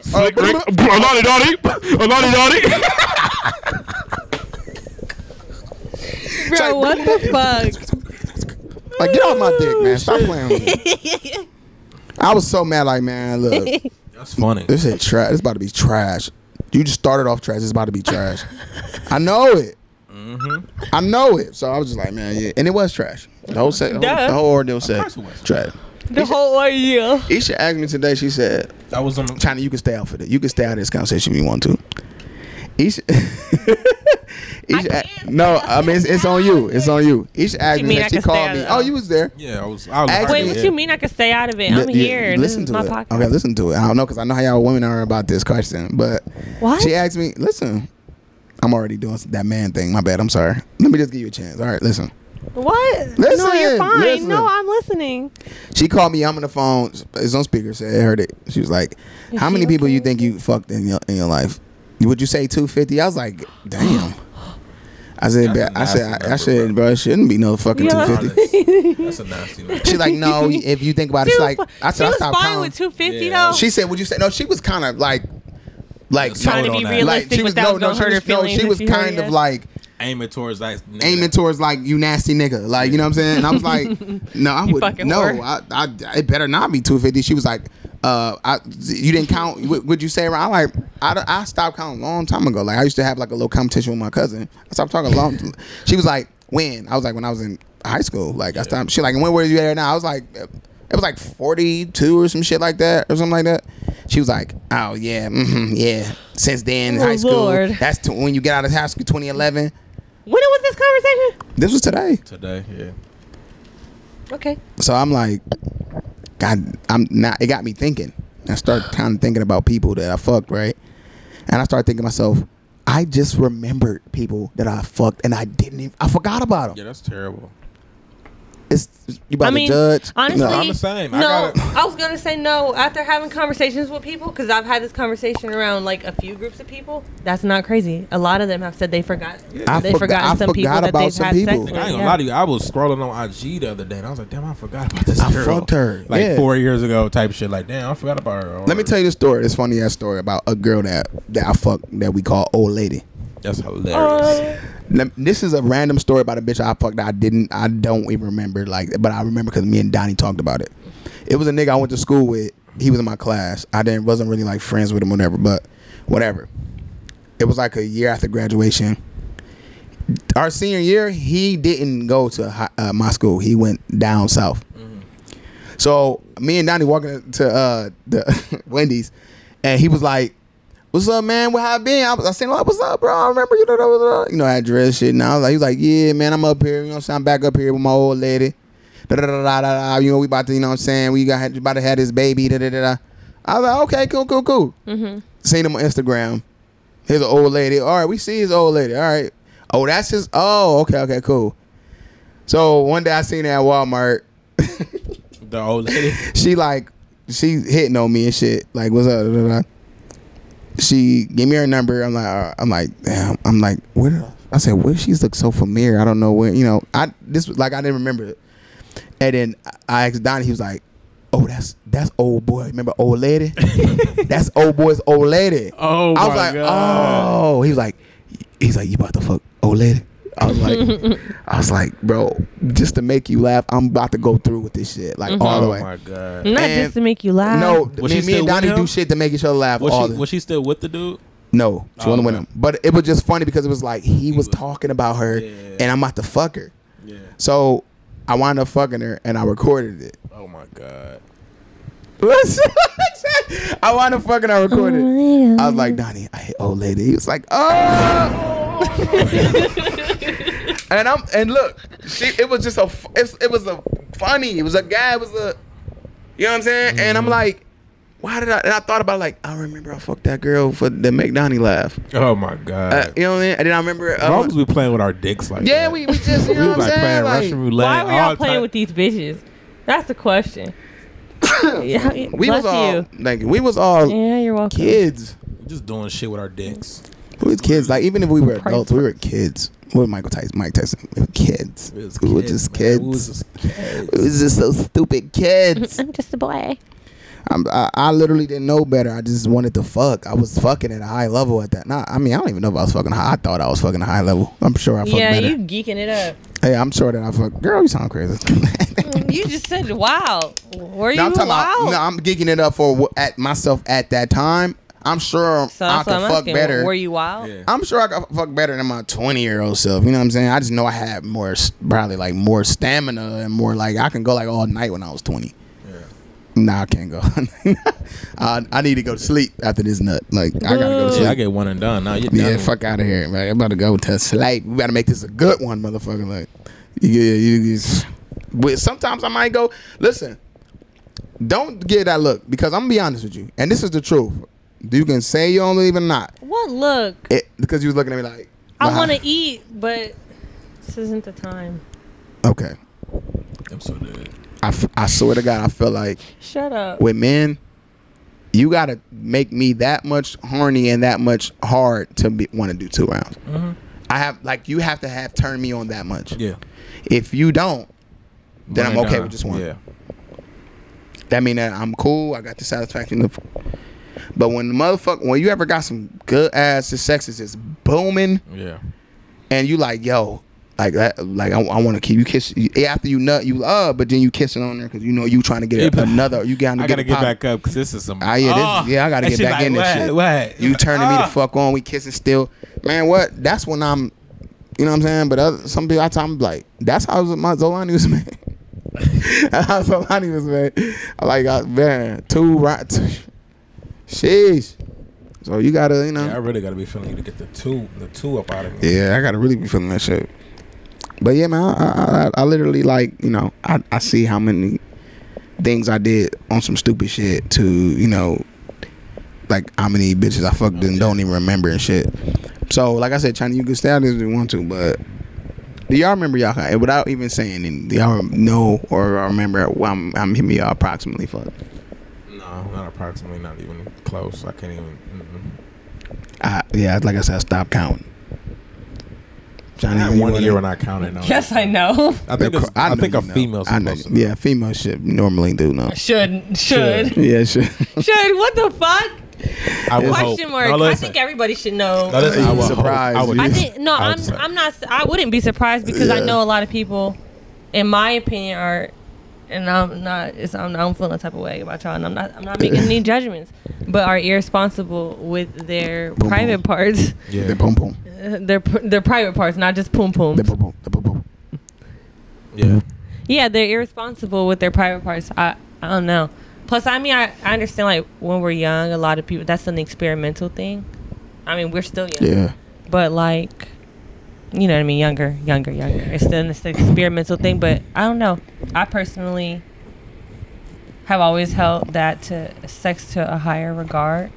[SPEAKER 2] Bro, what the fuck?
[SPEAKER 1] Like, uh, get off my dick, man. Stop playing with me. I was so mad, like, man, look,
[SPEAKER 3] That's funny.
[SPEAKER 1] this shit trash. This about to be trash. You just started off trash. It's about to be trash. I know it.
[SPEAKER 3] Mm-hmm.
[SPEAKER 1] I know it. So I was just like, man, yeah. And it was trash. The whole, se- the whole,
[SPEAKER 2] Duh.
[SPEAKER 1] the whole ordeal said
[SPEAKER 3] course it was.
[SPEAKER 1] trash.
[SPEAKER 2] The whole idea.
[SPEAKER 1] Isha asked me today. She said,
[SPEAKER 3] I was on the
[SPEAKER 1] "China, you can stay out for this. You can stay out of this conversation if you want to." Isha, Isha, a- no, I mean it's, it's on you. It's on you. Isha asked
[SPEAKER 2] you
[SPEAKER 1] me.
[SPEAKER 2] mean
[SPEAKER 1] that
[SPEAKER 2] I
[SPEAKER 1] She
[SPEAKER 2] can stay
[SPEAKER 1] called
[SPEAKER 2] out
[SPEAKER 1] me.
[SPEAKER 2] of
[SPEAKER 1] Oh,
[SPEAKER 2] it?
[SPEAKER 1] you was there.
[SPEAKER 3] Yeah, I was. I was
[SPEAKER 1] Ask
[SPEAKER 3] hardly
[SPEAKER 1] me-
[SPEAKER 3] there.
[SPEAKER 2] mean I can stay out of it?
[SPEAKER 1] Li- yeah, Listen to it. Okay, listen to it. I don't know because I know how y'all women are about this question, but
[SPEAKER 2] What?
[SPEAKER 1] she asked me. Listen, I'm already doing that man thing. My bad. I'm sorry. Let me just give you a chance. All right, listen.
[SPEAKER 2] What? no,
[SPEAKER 1] Listen,
[SPEAKER 2] you're fine.
[SPEAKER 1] listen.
[SPEAKER 2] No, I'm listening.
[SPEAKER 1] She called me. I'm on the phone. It's on speaker. Said heard it. She was like, "How many people you think you fucked in your in your life? Would you say 250?" I was like, "Damn." I said,
[SPEAKER 3] That's a
[SPEAKER 1] "Ba- I said, I,
[SPEAKER 3] nasty
[SPEAKER 1] I
[SPEAKER 3] number,
[SPEAKER 1] said, bro, it shouldn't be no fucking
[SPEAKER 2] Yeah.
[SPEAKER 1] 250."
[SPEAKER 3] That's a nasty one.
[SPEAKER 1] She's like, "No, if you think about it, it's like I said,
[SPEAKER 2] she
[SPEAKER 1] I
[SPEAKER 2] was
[SPEAKER 1] stopped
[SPEAKER 2] fine
[SPEAKER 1] counting."
[SPEAKER 2] with 250
[SPEAKER 3] Yeah.
[SPEAKER 2] though.
[SPEAKER 1] she said, "Would you say no?" She was kind of like, like
[SPEAKER 3] Just Trying to be
[SPEAKER 1] like
[SPEAKER 2] realistic
[SPEAKER 1] she was no,
[SPEAKER 2] without
[SPEAKER 1] no,
[SPEAKER 2] gonna
[SPEAKER 1] she
[SPEAKER 2] hurt her
[SPEAKER 1] was, no,
[SPEAKER 2] feelings
[SPEAKER 1] she
[SPEAKER 2] if
[SPEAKER 1] was
[SPEAKER 2] she heard
[SPEAKER 1] kind of
[SPEAKER 2] yes.
[SPEAKER 1] like
[SPEAKER 3] Aiming towards like nigga.
[SPEAKER 1] aiming towards like you nasty nigga. Like you know what I'm saying? And I was like, no, I would
[SPEAKER 2] fucking
[SPEAKER 1] no,
[SPEAKER 2] whore.
[SPEAKER 1] I, I it better not be 250. She was like, uh, I you didn't count. Would, would you say around? I like I, don't- I stopped counting a long time ago. Like I used to have like a little competition with my cousin. I stopped talking long. she was like, when? I was like, when I was in high school. Like I stopped. She like, when were you at now? I was like. It was like 42 or some shit like that, or something like that. She was like, "Oh yeah, hmm yeah." Since then, in
[SPEAKER 2] Oh,
[SPEAKER 1] high school,
[SPEAKER 2] Lord.
[SPEAKER 1] that's to, when you get out of high school, 2011.
[SPEAKER 2] when was this conversation?
[SPEAKER 1] This was today.
[SPEAKER 3] today. Yeah.
[SPEAKER 2] Okay.
[SPEAKER 1] So I'm like, God, I'm not. It got me thinking. I start kind of thinking about people that I fucked, right? And I started thinking to myself, I just remembered people that I fucked, and I didn't. Even, I forgot about them.
[SPEAKER 3] Yeah, that's terrible.
[SPEAKER 1] It's you about
[SPEAKER 2] I mean,
[SPEAKER 1] to judge.
[SPEAKER 2] honestly,
[SPEAKER 1] no,
[SPEAKER 3] I'm the same. I
[SPEAKER 2] No,
[SPEAKER 3] gotta-
[SPEAKER 2] I was gonna say no after having conversations with people because I've had this conversation around like a few groups of people. That's not crazy. A lot of them have said they forgot.
[SPEAKER 1] I
[SPEAKER 2] they
[SPEAKER 1] forgot-
[SPEAKER 2] forgot
[SPEAKER 1] I
[SPEAKER 2] some people
[SPEAKER 1] forgot
[SPEAKER 2] that
[SPEAKER 1] about
[SPEAKER 2] they've
[SPEAKER 1] some
[SPEAKER 2] had sex
[SPEAKER 1] people.
[SPEAKER 2] with.
[SPEAKER 3] Like, I ain't gonna
[SPEAKER 2] yeah.
[SPEAKER 3] lie to you. I was scrolling on IG the other day, and I was like, "Damn, I forgot about this
[SPEAKER 1] I
[SPEAKER 3] girl."
[SPEAKER 1] fucked her.
[SPEAKER 3] like
[SPEAKER 1] Yeah.
[SPEAKER 3] four years ago, type shit. Like, damn, I forgot about her.
[SPEAKER 1] Let me tell you this story. This funny ass story about a girl that that I fuck that we call old lady.
[SPEAKER 3] That's hilarious.
[SPEAKER 1] Lem- This is a random story about a bitch I fucked. that I didn't. I don't even remember. Like, but I remember because me and Donnie talked about it. It was a nigga I went to school with. He was in my class. I didn't wasn't really like friends with him, or whatever. But whatever. It was like a year after graduation. Our senior year, he didn't go to hi- uh, my school. He went down south. So me and Donnie walking to uh, the Wendy's, and he was like, "What's up, man? Where I been?" I, was, I said, like, "What's up, bro? I remember you, da, da, da, da," you know, address shit." And I was like, "He was like, yeah, man, I'm up here. You know, what I'm saying, I'm back up here with my old lady. Da, da, da, da, da, da. You know, we about to, you know, what I'm saying, we got about to have this baby. Da, da, da, da. I was like, okay, cool, cool, cool. Seen him on Instagram. Here's an old lady. All right, we see his old lady. All right. Oh, that's his. Oh, okay, okay, cool. So one day I seen her at Walmart
[SPEAKER 3] The old lady.
[SPEAKER 1] she like she hitting on me and shit. Like, what's up? Da, da, da. She gave me her number. I'm like, uh, I'm like, damn. I'm like, where? did I- I said, where? She's look so familiar. I don't know where. You know, I this was- like I didn't remember it. And then I asked Donnie. He was like, oh, that's that's old boy. Remember old lady? that's old boy's old lady.
[SPEAKER 3] Oh,
[SPEAKER 1] I was like, oh. He was like, he's like, you about to fuck old lady? I was like, I was like, bro, just to make you laugh, I'm about to go through with this shit, like all the
[SPEAKER 3] Oh
[SPEAKER 1] way.
[SPEAKER 3] my god.
[SPEAKER 2] Not
[SPEAKER 1] And-
[SPEAKER 2] just to make you laugh.
[SPEAKER 1] No,
[SPEAKER 3] Was
[SPEAKER 1] me, me
[SPEAKER 3] she
[SPEAKER 1] and
[SPEAKER 3] still with
[SPEAKER 1] Donnie do
[SPEAKER 3] him?
[SPEAKER 1] shit to make each other laugh. all
[SPEAKER 3] Was she,
[SPEAKER 1] the-
[SPEAKER 3] was she still with the dude?
[SPEAKER 1] no, she
[SPEAKER 3] Oh,
[SPEAKER 1] wasn't with
[SPEAKER 3] okay.
[SPEAKER 1] him. But it was just funny because it was like he was
[SPEAKER 3] was-
[SPEAKER 1] talking about her,
[SPEAKER 3] Yeah.
[SPEAKER 1] and I'm about to fuck her.
[SPEAKER 3] Yeah.
[SPEAKER 1] So I wound up fucking her, and I recorded it.
[SPEAKER 3] Oh my god.
[SPEAKER 1] Listen, I wound up fucking. I recorded.
[SPEAKER 2] Oh,
[SPEAKER 1] it. I was like
[SPEAKER 3] Mm-hmm.
[SPEAKER 1] Donnie, I hate old lady. He was like, oh. and I'm and look, she, it was just a fu- it's, it was a funny. It was a guy. It was a you know what I'm saying. And
[SPEAKER 3] Mm-hmm.
[SPEAKER 1] I'm like, why did I? And I thought about like I remember I fucked that girl for the make Donnie laugh.
[SPEAKER 3] Oh my god.
[SPEAKER 1] Uh, you know what I mean? And then I remember.
[SPEAKER 3] As long
[SPEAKER 1] Uh,
[SPEAKER 3] as we playing with our dicks like
[SPEAKER 1] yeah,
[SPEAKER 3] that.
[SPEAKER 1] we, we just you
[SPEAKER 3] We
[SPEAKER 1] know
[SPEAKER 3] was
[SPEAKER 1] what I'm
[SPEAKER 3] like playing
[SPEAKER 1] saying. Like,
[SPEAKER 3] Russian roulette.
[SPEAKER 9] Why were y'all
[SPEAKER 3] all
[SPEAKER 9] playing
[SPEAKER 3] type-
[SPEAKER 9] with these bitches? That's the question. yeah, yeah,
[SPEAKER 1] we was
[SPEAKER 9] bless
[SPEAKER 1] all
[SPEAKER 9] you.
[SPEAKER 1] like we was all
[SPEAKER 5] Yeah, you're welcome.
[SPEAKER 1] kids.
[SPEAKER 3] Just doing shit with our dicks.
[SPEAKER 1] We was kids. Like even if we were adults, we were kids. We were Michael Tyson, Mike Tyson. We were kids.
[SPEAKER 3] We was
[SPEAKER 1] We were
[SPEAKER 3] kids,
[SPEAKER 1] just
[SPEAKER 3] man.
[SPEAKER 1] kids. Uh,
[SPEAKER 3] We was just kids.
[SPEAKER 1] It was just so stupid, kids.
[SPEAKER 4] I'm just a boy.
[SPEAKER 1] I'm, I, I literally didn't know better. I just wanted to fuck. I was fucking at a high level at that. Nah, I mean, I don't even know if I was fucking high. I thought I was fucking a high level. I'm sure I fucked
[SPEAKER 5] Yeah,
[SPEAKER 1] better.
[SPEAKER 5] you geeking it up.
[SPEAKER 1] hey, I'm sure that I fucked. Girl, you sound crazy.
[SPEAKER 2] Mm,
[SPEAKER 9] You just said, wow. Were you
[SPEAKER 1] No, I'm talking about. No,
[SPEAKER 9] wild?
[SPEAKER 1] I'm geeking it up for wh- at myself at that time. I'm sure
[SPEAKER 2] So
[SPEAKER 1] I
[SPEAKER 2] that's
[SPEAKER 1] could
[SPEAKER 2] what I'm
[SPEAKER 1] fuck
[SPEAKER 2] asking.
[SPEAKER 1] better.
[SPEAKER 2] Were you wild?
[SPEAKER 3] Yeah.
[SPEAKER 1] I'm sure I could fuck better than my 20 year old self. You know what I'm saying? I just know I had more, s- probably like more stamina and more like I can go like all night when I was 20. Nah, I can't go. I, I need to go to sleep after this nut. Like I gotta go to
[SPEAKER 3] Yeah, I
[SPEAKER 1] sleep.
[SPEAKER 3] get one and done. Now you
[SPEAKER 1] Yeah,
[SPEAKER 3] done.
[SPEAKER 1] fuck out of here. Like, I'm about to go to sleep. We gotta make this a good one, motherfucker. Like, yeah, you. you but sometimes I might go. Listen, don't give that look because I'm gonna be honest with you, and this is the truth. You can say you don't believe or not,
[SPEAKER 2] What look?
[SPEAKER 1] it, because you was looking at me like.
[SPEAKER 2] I
[SPEAKER 1] "Nah."
[SPEAKER 2] want to eat, but this isn't the time.
[SPEAKER 1] Okay.
[SPEAKER 3] I'm so dead.
[SPEAKER 1] I, f- I swear to God, I feel like
[SPEAKER 2] Shut up.
[SPEAKER 1] with men, you gotta make me that much horny and that much hard to be want to do two rounds. I have like you have to have turned me on that much.
[SPEAKER 3] Yeah.
[SPEAKER 1] If you don't, Then
[SPEAKER 3] One
[SPEAKER 1] I'm
[SPEAKER 3] and
[SPEAKER 1] okay
[SPEAKER 3] done.
[SPEAKER 1] with just one.
[SPEAKER 3] uh, Yeah.
[SPEAKER 1] that mean that I'm cool. I got the satisfaction of. But when the motherfucker, when you ever got some good ass, the sex is just booming,
[SPEAKER 3] Yeah.
[SPEAKER 1] and you like, yo, like that, like I, want to keep you kiss you- after you nut, you uh, but then you kissing on there because you know you trying to get
[SPEAKER 3] Yeah,
[SPEAKER 1] another, you got to
[SPEAKER 3] I
[SPEAKER 1] get,
[SPEAKER 3] gotta
[SPEAKER 1] a
[SPEAKER 3] get
[SPEAKER 1] pop.
[SPEAKER 3] back up because this is some.
[SPEAKER 1] Ah, yeah, this, yeah, I gotta
[SPEAKER 3] And
[SPEAKER 1] get
[SPEAKER 3] she
[SPEAKER 1] back
[SPEAKER 3] like,
[SPEAKER 1] in this
[SPEAKER 3] "What?
[SPEAKER 1] shit.
[SPEAKER 3] What?
[SPEAKER 1] You
[SPEAKER 3] Like,
[SPEAKER 1] turning me
[SPEAKER 3] ah.
[SPEAKER 1] the fuck on? We kissing still, man. What? That's when I'm, you know what I'm saying. But other, some people, I tell- I'm like, that's how my Zolani was man. that's how Zolani was man. I Like, I, man, two right, two, sheesh. So you gotta, you know,
[SPEAKER 3] Yeah, I really gotta be feeling you to get the two, the two up out of me.
[SPEAKER 1] yeah, I gotta really be feeling that shit. But yeah, man, I, I, I, I literally like you know I, I see how many things I did on some stupid shit to you know like how many bitches I fucked and don't even remember and shit. So like I said, China, you can stay out if you want to, but Do y'all remember y'all? And without even saying, and do y'all know or remember? Well, I'm, I'm hitting y'all approximately for.
[SPEAKER 3] No, not approximately, not even close. I can't even. mm-mm.
[SPEAKER 1] I, yeah, like I said, I stopped counting.
[SPEAKER 3] I
[SPEAKER 1] Johnny,
[SPEAKER 3] had
[SPEAKER 1] you
[SPEAKER 3] one
[SPEAKER 1] wanna-
[SPEAKER 3] year when I counted. No.
[SPEAKER 2] Yes, I know.
[SPEAKER 3] I think it's- I,
[SPEAKER 1] know
[SPEAKER 3] think
[SPEAKER 1] you
[SPEAKER 3] a
[SPEAKER 1] know.
[SPEAKER 3] female.
[SPEAKER 1] I know.
[SPEAKER 3] supposed to-
[SPEAKER 1] Yeah, females should normally do know.
[SPEAKER 2] Should should
[SPEAKER 1] Yeah, sure.
[SPEAKER 2] should what the fuck?
[SPEAKER 3] I would hope.
[SPEAKER 2] Question mark.
[SPEAKER 3] No,
[SPEAKER 2] I
[SPEAKER 3] listen.
[SPEAKER 2] think everybody should know.
[SPEAKER 3] No, listen,
[SPEAKER 1] You
[SPEAKER 3] I would hope.
[SPEAKER 1] surprised,
[SPEAKER 3] I would
[SPEAKER 1] you-
[SPEAKER 2] I
[SPEAKER 3] think-
[SPEAKER 2] think no,
[SPEAKER 3] I
[SPEAKER 2] I'm
[SPEAKER 3] was like-
[SPEAKER 2] I'm not. I wouldn't be surprised because I
[SPEAKER 1] Yeah.
[SPEAKER 2] know a lot of people, in my opinion, are, and I'm not. It's I'm, I'm feeling a type of way about y'all, and I'm not. I'm not making any judgments, but are irresponsible with their
[SPEAKER 1] Boom,
[SPEAKER 2] private
[SPEAKER 1] boom.
[SPEAKER 2] parts,
[SPEAKER 3] Yeah.
[SPEAKER 1] The boom boom.
[SPEAKER 2] their pr- their private parts, not just poom poom.
[SPEAKER 1] The boom boom. The boom boom.
[SPEAKER 3] Yeah.
[SPEAKER 2] Yeah, they're irresponsible with their private parts. I I don't know. Plus, I mean, I, I understand like when we're young, a lot of people that's an experimental thing. I mean, we're still young
[SPEAKER 1] Yeah.
[SPEAKER 2] but like you know what I mean younger younger younger it's still it's the experimental thing but I don't know I personally have always held that to sex to a higher regard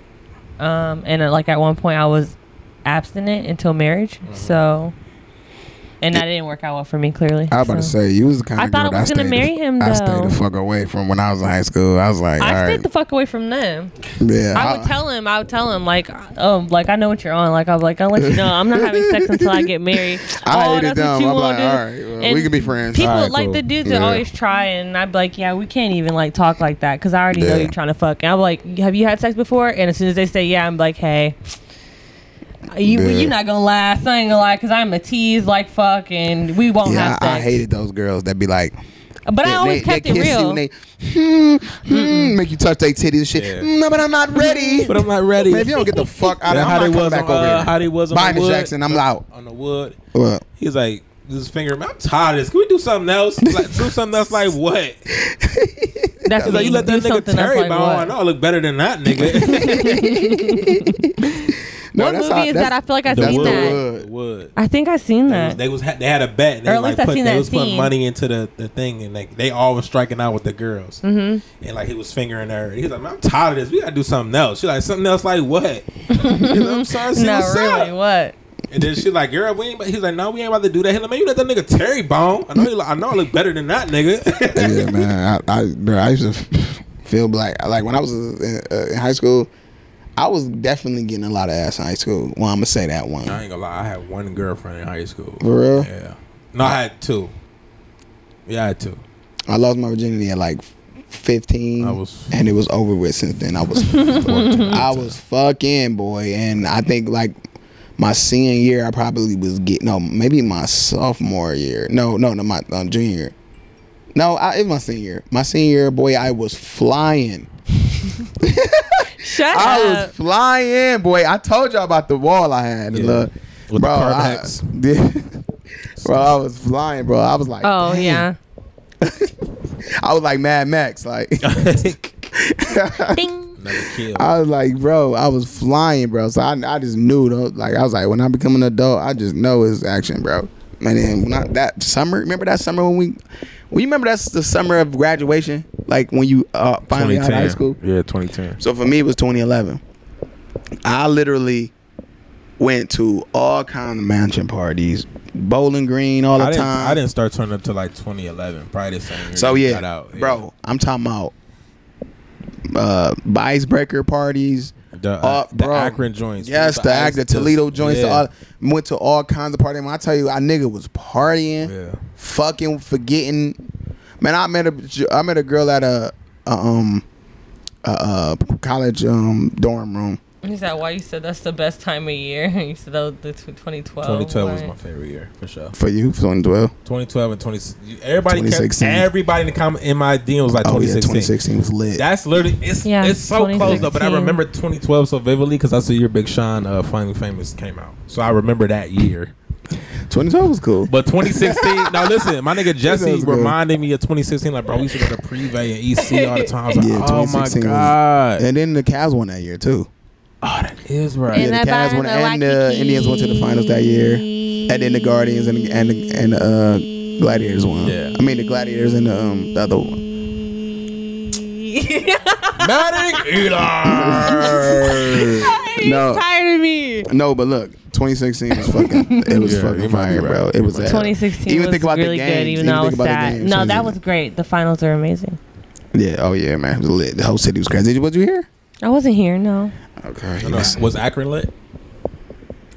[SPEAKER 2] um and uh, like at one point I was abstinent until marriage so and that didn't work out well for me clearly
[SPEAKER 1] I was about to
[SPEAKER 2] so.
[SPEAKER 1] say you was the kind
[SPEAKER 2] I
[SPEAKER 1] of
[SPEAKER 2] thought
[SPEAKER 1] girl
[SPEAKER 2] I was
[SPEAKER 1] that
[SPEAKER 2] gonna
[SPEAKER 1] stayed
[SPEAKER 2] marry
[SPEAKER 1] the,
[SPEAKER 2] him,
[SPEAKER 1] I stayed
[SPEAKER 2] though.
[SPEAKER 1] the fuck away from when I was in high school. I was like, all
[SPEAKER 2] I
[SPEAKER 1] right.
[SPEAKER 2] stayed the fuck away from them.
[SPEAKER 1] yeah.
[SPEAKER 2] I would tell him. I would tell him like, um, like I know what you're on. Like I was like, I'll let you know. I'm not having sex until I get married.
[SPEAKER 1] I
[SPEAKER 2] oh,
[SPEAKER 1] hate it
[SPEAKER 2] that's
[SPEAKER 1] dumb.
[SPEAKER 2] what you
[SPEAKER 1] I'm
[SPEAKER 2] want
[SPEAKER 1] like,
[SPEAKER 2] to do.
[SPEAKER 1] all right, well,
[SPEAKER 2] And
[SPEAKER 1] we could be friends.
[SPEAKER 2] People
[SPEAKER 3] All right,
[SPEAKER 2] like
[SPEAKER 3] cool.
[SPEAKER 2] the dudes
[SPEAKER 1] Yeah.
[SPEAKER 2] that always try, and I'd be like, yeah, we can't even like talk like that because I already know
[SPEAKER 1] Yeah.
[SPEAKER 2] you're trying to fuck. And I'm like, have you had sex before? And as soon as they say yeah, I'm like, hey. You,
[SPEAKER 1] Yeah.
[SPEAKER 2] You're not gonna last. I ain't gonna lie, cause I'm a tease like fuck, and we won't
[SPEAKER 1] yeah,
[SPEAKER 2] have
[SPEAKER 1] I, I
[SPEAKER 2] sex.
[SPEAKER 1] hated those girls that be like,
[SPEAKER 2] but I
[SPEAKER 1] they-
[SPEAKER 2] always
[SPEAKER 1] they,
[SPEAKER 2] kept
[SPEAKER 1] they
[SPEAKER 2] it
[SPEAKER 1] kiss You
[SPEAKER 2] real.
[SPEAKER 1] and they, hmm, hmm, make you touch their titties and shit. Mm,
[SPEAKER 3] Yeah.
[SPEAKER 1] No, but I'm not ready.
[SPEAKER 3] But I'm not ready.
[SPEAKER 1] Man, if you don't get the fuck out
[SPEAKER 3] Yeah,
[SPEAKER 1] of
[SPEAKER 3] how
[SPEAKER 1] here,
[SPEAKER 3] they
[SPEAKER 1] I'm not coming
[SPEAKER 3] was on,
[SPEAKER 1] back over
[SPEAKER 3] uh,
[SPEAKER 1] here.
[SPEAKER 3] how they was on
[SPEAKER 1] Bye,
[SPEAKER 3] the
[SPEAKER 1] Miss
[SPEAKER 3] wood.
[SPEAKER 1] Jackson, I'm out.
[SPEAKER 3] on the wood.
[SPEAKER 1] What?
[SPEAKER 3] He's like, this finger. I'm tired of this. Can we do something else? Like, do something else. Like what?
[SPEAKER 2] That's
[SPEAKER 3] He's like, you let that nigga Terry like I know I look better than that nigga.
[SPEAKER 1] No,
[SPEAKER 2] What
[SPEAKER 1] that's
[SPEAKER 2] movie
[SPEAKER 1] how-
[SPEAKER 2] is
[SPEAKER 1] that's-
[SPEAKER 2] that? I feel like I've
[SPEAKER 1] that's
[SPEAKER 2] seen
[SPEAKER 1] the
[SPEAKER 2] that.
[SPEAKER 1] wood.
[SPEAKER 3] The wood.
[SPEAKER 2] I think I've seen
[SPEAKER 3] They
[SPEAKER 2] that.
[SPEAKER 3] was, they was ha- they had a bet. and They
[SPEAKER 2] Or at
[SPEAKER 3] like
[SPEAKER 2] least I
[SPEAKER 3] put,
[SPEAKER 2] seen
[SPEAKER 3] they
[SPEAKER 2] that
[SPEAKER 3] was putting
[SPEAKER 2] scene.
[SPEAKER 3] money into the, the thing, and like they all was striking out with the girls. Mm-hmm. And like he was fingering her. He was like, "Man, "I'm tired of this. We gotta do something else." She like, "Something else? Like what?" He's like, I'm sorry, to see
[SPEAKER 2] Not
[SPEAKER 3] what's
[SPEAKER 2] really.
[SPEAKER 3] up.
[SPEAKER 2] What?
[SPEAKER 3] And then she like, "Girl, we ain't." He's like, "No, we ain't about to do that." He's like, "Man, you let that nigga Terry bone. I know. You, look- I know. I look better than that nigga."
[SPEAKER 1] yeah, man. I, I, bro, I used to feel black. Like when I was in, uh, in high school, I was definitely getting a lot of ass in high school. Well, I'm gonna say that one.
[SPEAKER 3] I ain't gonna lie. I had one girlfriend in high school.
[SPEAKER 1] For real?
[SPEAKER 3] Yeah. No, I had two. Yeah, I had two.
[SPEAKER 1] I lost my virginity at like 15,
[SPEAKER 3] I was-
[SPEAKER 1] and it was over with since then. I was, I was fucking boy, and I think like my senior year, I probably was getting no, maybe my sophomore year. No, no, no, my uh, junior. year. No, I, it was my senior. year. My senior year, boy, I was flying.
[SPEAKER 2] Shut
[SPEAKER 1] I
[SPEAKER 2] up.
[SPEAKER 1] was flying, boy. I told y'all about the wall I had.
[SPEAKER 3] Yeah.
[SPEAKER 1] Look, bro,
[SPEAKER 3] With the car
[SPEAKER 1] I,
[SPEAKER 3] backs.
[SPEAKER 1] yeah. bro, I was flying, bro. I was like,
[SPEAKER 2] oh
[SPEAKER 1] "Damn."
[SPEAKER 2] yeah.
[SPEAKER 1] I was like Mad Max, like.
[SPEAKER 2] Ding.
[SPEAKER 3] Another kill.
[SPEAKER 1] I was like, bro, I was flying, bro. So I, I just knew though. Like I was like, when I become an adult, I just know it's action, bro. And then when I, that summer, remember that summer when we, well, you remember that's the summer of graduation, like when you uh, finally out of high school.
[SPEAKER 3] Yeah, 2010.
[SPEAKER 1] So for me, it was 2011. I literally went to all kind of mansion parties, Bowling Green all the
[SPEAKER 3] I didn't,
[SPEAKER 1] time.
[SPEAKER 3] I didn't start turning up till like 2011, probably the same year.
[SPEAKER 1] So
[SPEAKER 3] you
[SPEAKER 1] yeah,
[SPEAKER 3] got out. Yeah.
[SPEAKER 1] bro, I'm talking about uh, icebreaker parties.
[SPEAKER 3] The, uh,
[SPEAKER 1] Uh,
[SPEAKER 3] the
[SPEAKER 1] bro.
[SPEAKER 3] Akron joints.
[SPEAKER 1] Yes, the
[SPEAKER 3] ice
[SPEAKER 1] act, the
[SPEAKER 3] just-
[SPEAKER 1] Toledo joints, the
[SPEAKER 3] yeah.
[SPEAKER 1] all, went to all kinds of parties. When I tell you, I nigga was partying,
[SPEAKER 3] Yeah.
[SPEAKER 1] fucking forgetting. Man, I met a j- I met a girl at a, a um a, a college um dorm room.
[SPEAKER 2] Is that why you said that's the best time of year? You said that was the tw- 2012.
[SPEAKER 3] 2012 was
[SPEAKER 2] right?
[SPEAKER 3] my favorite year for sure.
[SPEAKER 1] For you, for 2012.
[SPEAKER 3] 2012 and 20. Everybody, kept,
[SPEAKER 1] 2016.
[SPEAKER 3] everybody in the comment in my DM was like
[SPEAKER 1] Oh yeah,
[SPEAKER 3] 2016.
[SPEAKER 1] 2016 was lit.
[SPEAKER 3] That's literally it's
[SPEAKER 2] Yeah,
[SPEAKER 3] it's so close though. But I
[SPEAKER 2] 2016.
[SPEAKER 3] remember 2012 so vividly because that's the year Big Sean uh, finally famous came out. So I remember that year.
[SPEAKER 1] 2012 was cool.
[SPEAKER 3] But 2016. now listen, my nigga Jesse
[SPEAKER 1] was good.
[SPEAKER 3] reminded me of 2016. Like bro, we used to go to Prive and EC all the time. I was like,
[SPEAKER 1] Yeah,
[SPEAKER 3] oh my
[SPEAKER 1] 2016 was-
[SPEAKER 3] god,
[SPEAKER 1] and then the Cavs won that year too.
[SPEAKER 3] oh that is right.
[SPEAKER 1] Yeah, the Cavs won and the Indians went to the finals that year, and then the Guardians and and and uh, Gladiators won.
[SPEAKER 3] Yeah.
[SPEAKER 1] I mean the Gladiators and the, um, the other one.
[SPEAKER 3] Matic Eater.
[SPEAKER 2] He's
[SPEAKER 1] No.
[SPEAKER 2] tired of me.
[SPEAKER 1] No, but look, 2016 was fucking. It was fucking
[SPEAKER 3] Yeah, you might be
[SPEAKER 1] fire,
[SPEAKER 3] right.
[SPEAKER 1] bro. It
[SPEAKER 3] You
[SPEAKER 1] was
[SPEAKER 3] might be
[SPEAKER 1] that.
[SPEAKER 2] 2016
[SPEAKER 1] Even
[SPEAKER 2] was
[SPEAKER 1] think about the
[SPEAKER 2] really
[SPEAKER 1] games,
[SPEAKER 2] good, even
[SPEAKER 1] even
[SPEAKER 2] though I
[SPEAKER 1] think
[SPEAKER 2] was
[SPEAKER 1] about the
[SPEAKER 2] sad.
[SPEAKER 1] games,
[SPEAKER 2] No,
[SPEAKER 1] was
[SPEAKER 2] that
[SPEAKER 1] it-
[SPEAKER 2] was great. The finals are amazing.
[SPEAKER 1] Yeah. Oh yeah, man. It was lit. The whole city was crazy. Was you here?
[SPEAKER 2] I wasn't here. No.
[SPEAKER 1] Okay.
[SPEAKER 3] No, no, was Akron lit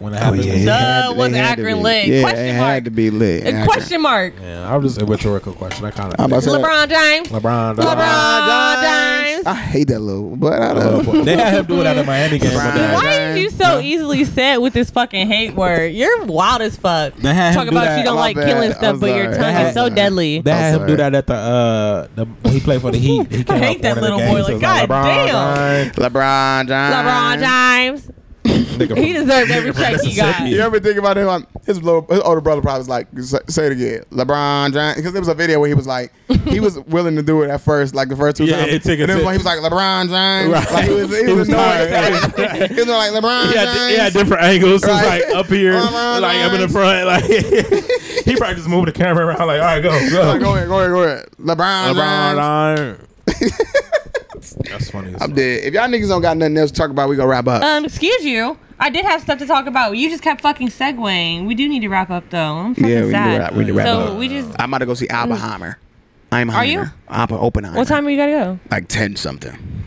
[SPEAKER 3] when it
[SPEAKER 1] Oh
[SPEAKER 3] happened?
[SPEAKER 1] yeah, it
[SPEAKER 3] Was-
[SPEAKER 1] had
[SPEAKER 2] Duh,
[SPEAKER 1] to-
[SPEAKER 2] was
[SPEAKER 1] it had to
[SPEAKER 2] Akron
[SPEAKER 1] be.
[SPEAKER 2] lit?
[SPEAKER 1] Yeah,
[SPEAKER 2] Question
[SPEAKER 1] it
[SPEAKER 2] mark.
[SPEAKER 1] had to be lit.
[SPEAKER 2] A
[SPEAKER 1] Akron.
[SPEAKER 2] question mark.
[SPEAKER 3] Yeah, I was just a rhetorical question. I kind
[SPEAKER 1] I'm
[SPEAKER 3] of
[SPEAKER 1] about to say that.
[SPEAKER 2] LeBron James.
[SPEAKER 3] LeBron.
[SPEAKER 2] LeBron James.
[SPEAKER 1] I hate that little, but I don't.
[SPEAKER 3] LeBron. they had him do it at the Miami game.
[SPEAKER 1] LeBron.
[SPEAKER 3] but they-
[SPEAKER 1] What?
[SPEAKER 2] Why is you so easily set with this fucking hate word? You're wild as fuck.
[SPEAKER 3] They had him
[SPEAKER 2] Talk
[SPEAKER 3] do
[SPEAKER 2] about
[SPEAKER 3] that.
[SPEAKER 2] you don't
[SPEAKER 1] My
[SPEAKER 2] like
[SPEAKER 1] bad.
[SPEAKER 2] killing stuff,
[SPEAKER 1] I'm
[SPEAKER 2] but your
[SPEAKER 1] sorry.
[SPEAKER 2] tongue
[SPEAKER 3] I'm
[SPEAKER 2] is so
[SPEAKER 1] sorry.
[SPEAKER 2] deadly.
[SPEAKER 3] They had
[SPEAKER 1] I'm
[SPEAKER 3] him do
[SPEAKER 1] sorry.
[SPEAKER 3] that at the uh the when he played for the Heat. He came
[SPEAKER 2] I hate
[SPEAKER 3] out
[SPEAKER 2] that
[SPEAKER 3] for one of the
[SPEAKER 2] little
[SPEAKER 3] games.
[SPEAKER 2] boy.
[SPEAKER 3] He was
[SPEAKER 2] Like, God
[SPEAKER 3] "LeBron,
[SPEAKER 1] LeBron James.
[SPEAKER 2] LeBron James.
[SPEAKER 3] Nigga
[SPEAKER 2] He
[SPEAKER 3] from
[SPEAKER 2] deserves every check he got.
[SPEAKER 3] Mississippi.
[SPEAKER 1] You ever think about him? on- His little, his older brother probably was like, "Say say it again, LeBron James," because there was a video where he was like, he was willing to do it at first, like the first two
[SPEAKER 3] Yeah,
[SPEAKER 1] times.
[SPEAKER 3] it took a
[SPEAKER 1] and then
[SPEAKER 3] sec-
[SPEAKER 1] when he was like, "LeBron James,"
[SPEAKER 3] Right.
[SPEAKER 1] like he was, he
[SPEAKER 3] He
[SPEAKER 1] was,
[SPEAKER 3] was
[SPEAKER 1] annoyed.
[SPEAKER 3] tired.
[SPEAKER 1] he was like, "LeBron
[SPEAKER 3] Yeah,
[SPEAKER 1] James."
[SPEAKER 3] yeah, different angles. It was
[SPEAKER 1] Right.
[SPEAKER 3] like up here,
[SPEAKER 1] LeBron
[SPEAKER 3] like up in the
[SPEAKER 1] James.
[SPEAKER 3] front. Like he probably just moved the camera around. Like, all right, go,
[SPEAKER 1] Like,
[SPEAKER 3] go,
[SPEAKER 1] go ahead, go ahead, go ahead. LeBron, James.
[SPEAKER 3] LeBron. That's funny. as
[SPEAKER 1] I'm
[SPEAKER 3] fuck.
[SPEAKER 1] dead. If y'all niggas don't got nothing else to talk about, we gonna wrap up.
[SPEAKER 2] Um, excuse you. I did have stuff to talk about. You just kept fucking segueing. We do need to wrap up though. I'm fucking
[SPEAKER 1] yeah, we need to
[SPEAKER 2] sad.
[SPEAKER 1] wrap, we need to wrap
[SPEAKER 2] so
[SPEAKER 1] up.
[SPEAKER 2] we just.
[SPEAKER 1] I'm about to go see Oppenheimer. I'm Are
[SPEAKER 2] you?
[SPEAKER 1] Oppa Oppenheimer.
[SPEAKER 2] What time are you gotta go?
[SPEAKER 1] Like ten something.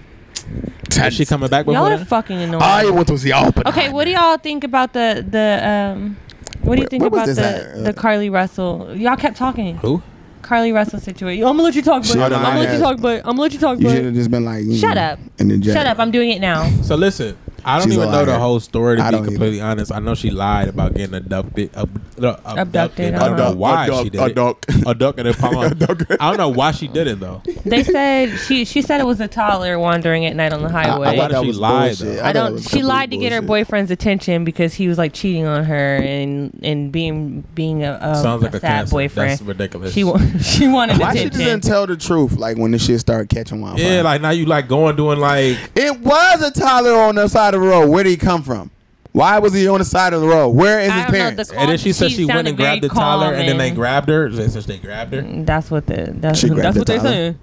[SPEAKER 1] Ten.
[SPEAKER 3] Is she coming back
[SPEAKER 2] Y'all
[SPEAKER 3] before
[SPEAKER 2] are
[SPEAKER 3] that?
[SPEAKER 2] fucking annoying.
[SPEAKER 1] I want to see Oppenheimer.
[SPEAKER 2] Okay, what do y'all think about the the um? What do you
[SPEAKER 1] Wh-
[SPEAKER 2] think
[SPEAKER 1] where was
[SPEAKER 2] about
[SPEAKER 1] this
[SPEAKER 2] the,
[SPEAKER 1] at?
[SPEAKER 2] the Carly Russell? Y'all kept talking.
[SPEAKER 3] Who?
[SPEAKER 2] Carly Russell situation. I'm gonna let you talk, but
[SPEAKER 1] Shut
[SPEAKER 2] I'm
[SPEAKER 1] up,
[SPEAKER 2] gonna let
[SPEAKER 1] man.
[SPEAKER 2] you talk, but I'm gonna let you talk,
[SPEAKER 1] You should have
[SPEAKER 2] but
[SPEAKER 1] just been like, you
[SPEAKER 2] Shut
[SPEAKER 1] know,
[SPEAKER 2] up.
[SPEAKER 1] And then
[SPEAKER 2] shut up. I'm doing it now.
[SPEAKER 3] So listen, I don't
[SPEAKER 1] She's a
[SPEAKER 3] even know the
[SPEAKER 1] liar.
[SPEAKER 3] whole story to
[SPEAKER 1] I
[SPEAKER 3] be
[SPEAKER 1] don't
[SPEAKER 3] completely honest. I know she lied about getting abducted. Ab- uh, abducted.
[SPEAKER 2] Abducted,
[SPEAKER 3] I don't know
[SPEAKER 1] uh-huh.
[SPEAKER 3] why
[SPEAKER 1] Abduct-
[SPEAKER 3] she did it.
[SPEAKER 1] abduct.
[SPEAKER 3] Abducted in Palm.
[SPEAKER 1] Abducted.
[SPEAKER 3] I don't know why she did it though.
[SPEAKER 2] They said she she said it was a toddler wandering at night on the highway.
[SPEAKER 3] I
[SPEAKER 2] I,
[SPEAKER 3] thought that she lied, though.
[SPEAKER 1] thought that
[SPEAKER 2] don't.
[SPEAKER 1] was
[SPEAKER 2] She lied to
[SPEAKER 1] complete
[SPEAKER 2] get her
[SPEAKER 1] bullshit.
[SPEAKER 2] boyfriend's attention because he was like cheating on her and and being being a, a,
[SPEAKER 3] Sounds like a,
[SPEAKER 2] sad
[SPEAKER 3] cancer.
[SPEAKER 2] boyfriend.
[SPEAKER 3] That's ridiculous.
[SPEAKER 2] She wa- she wanted
[SPEAKER 1] Why she
[SPEAKER 2] attention.
[SPEAKER 1] didn't tell the truth? Like when this shit started catching wildfire.
[SPEAKER 3] yeah, like now you like going doing like
[SPEAKER 1] it was a toddler on the side of the road. Where did he come from? Why was he on the side of the road? Where is his
[SPEAKER 2] I don't know, the
[SPEAKER 1] parents?
[SPEAKER 2] call-
[SPEAKER 3] And then she said she, went
[SPEAKER 2] sounded
[SPEAKER 3] and grabbed the
[SPEAKER 2] very
[SPEAKER 3] Tyler,
[SPEAKER 2] calm
[SPEAKER 3] and then they grabbed her. They said they grabbed her.
[SPEAKER 2] That's what the that's,
[SPEAKER 1] She grabbed
[SPEAKER 2] that's
[SPEAKER 1] the
[SPEAKER 2] what they
[SPEAKER 1] Tyler.
[SPEAKER 2] saying.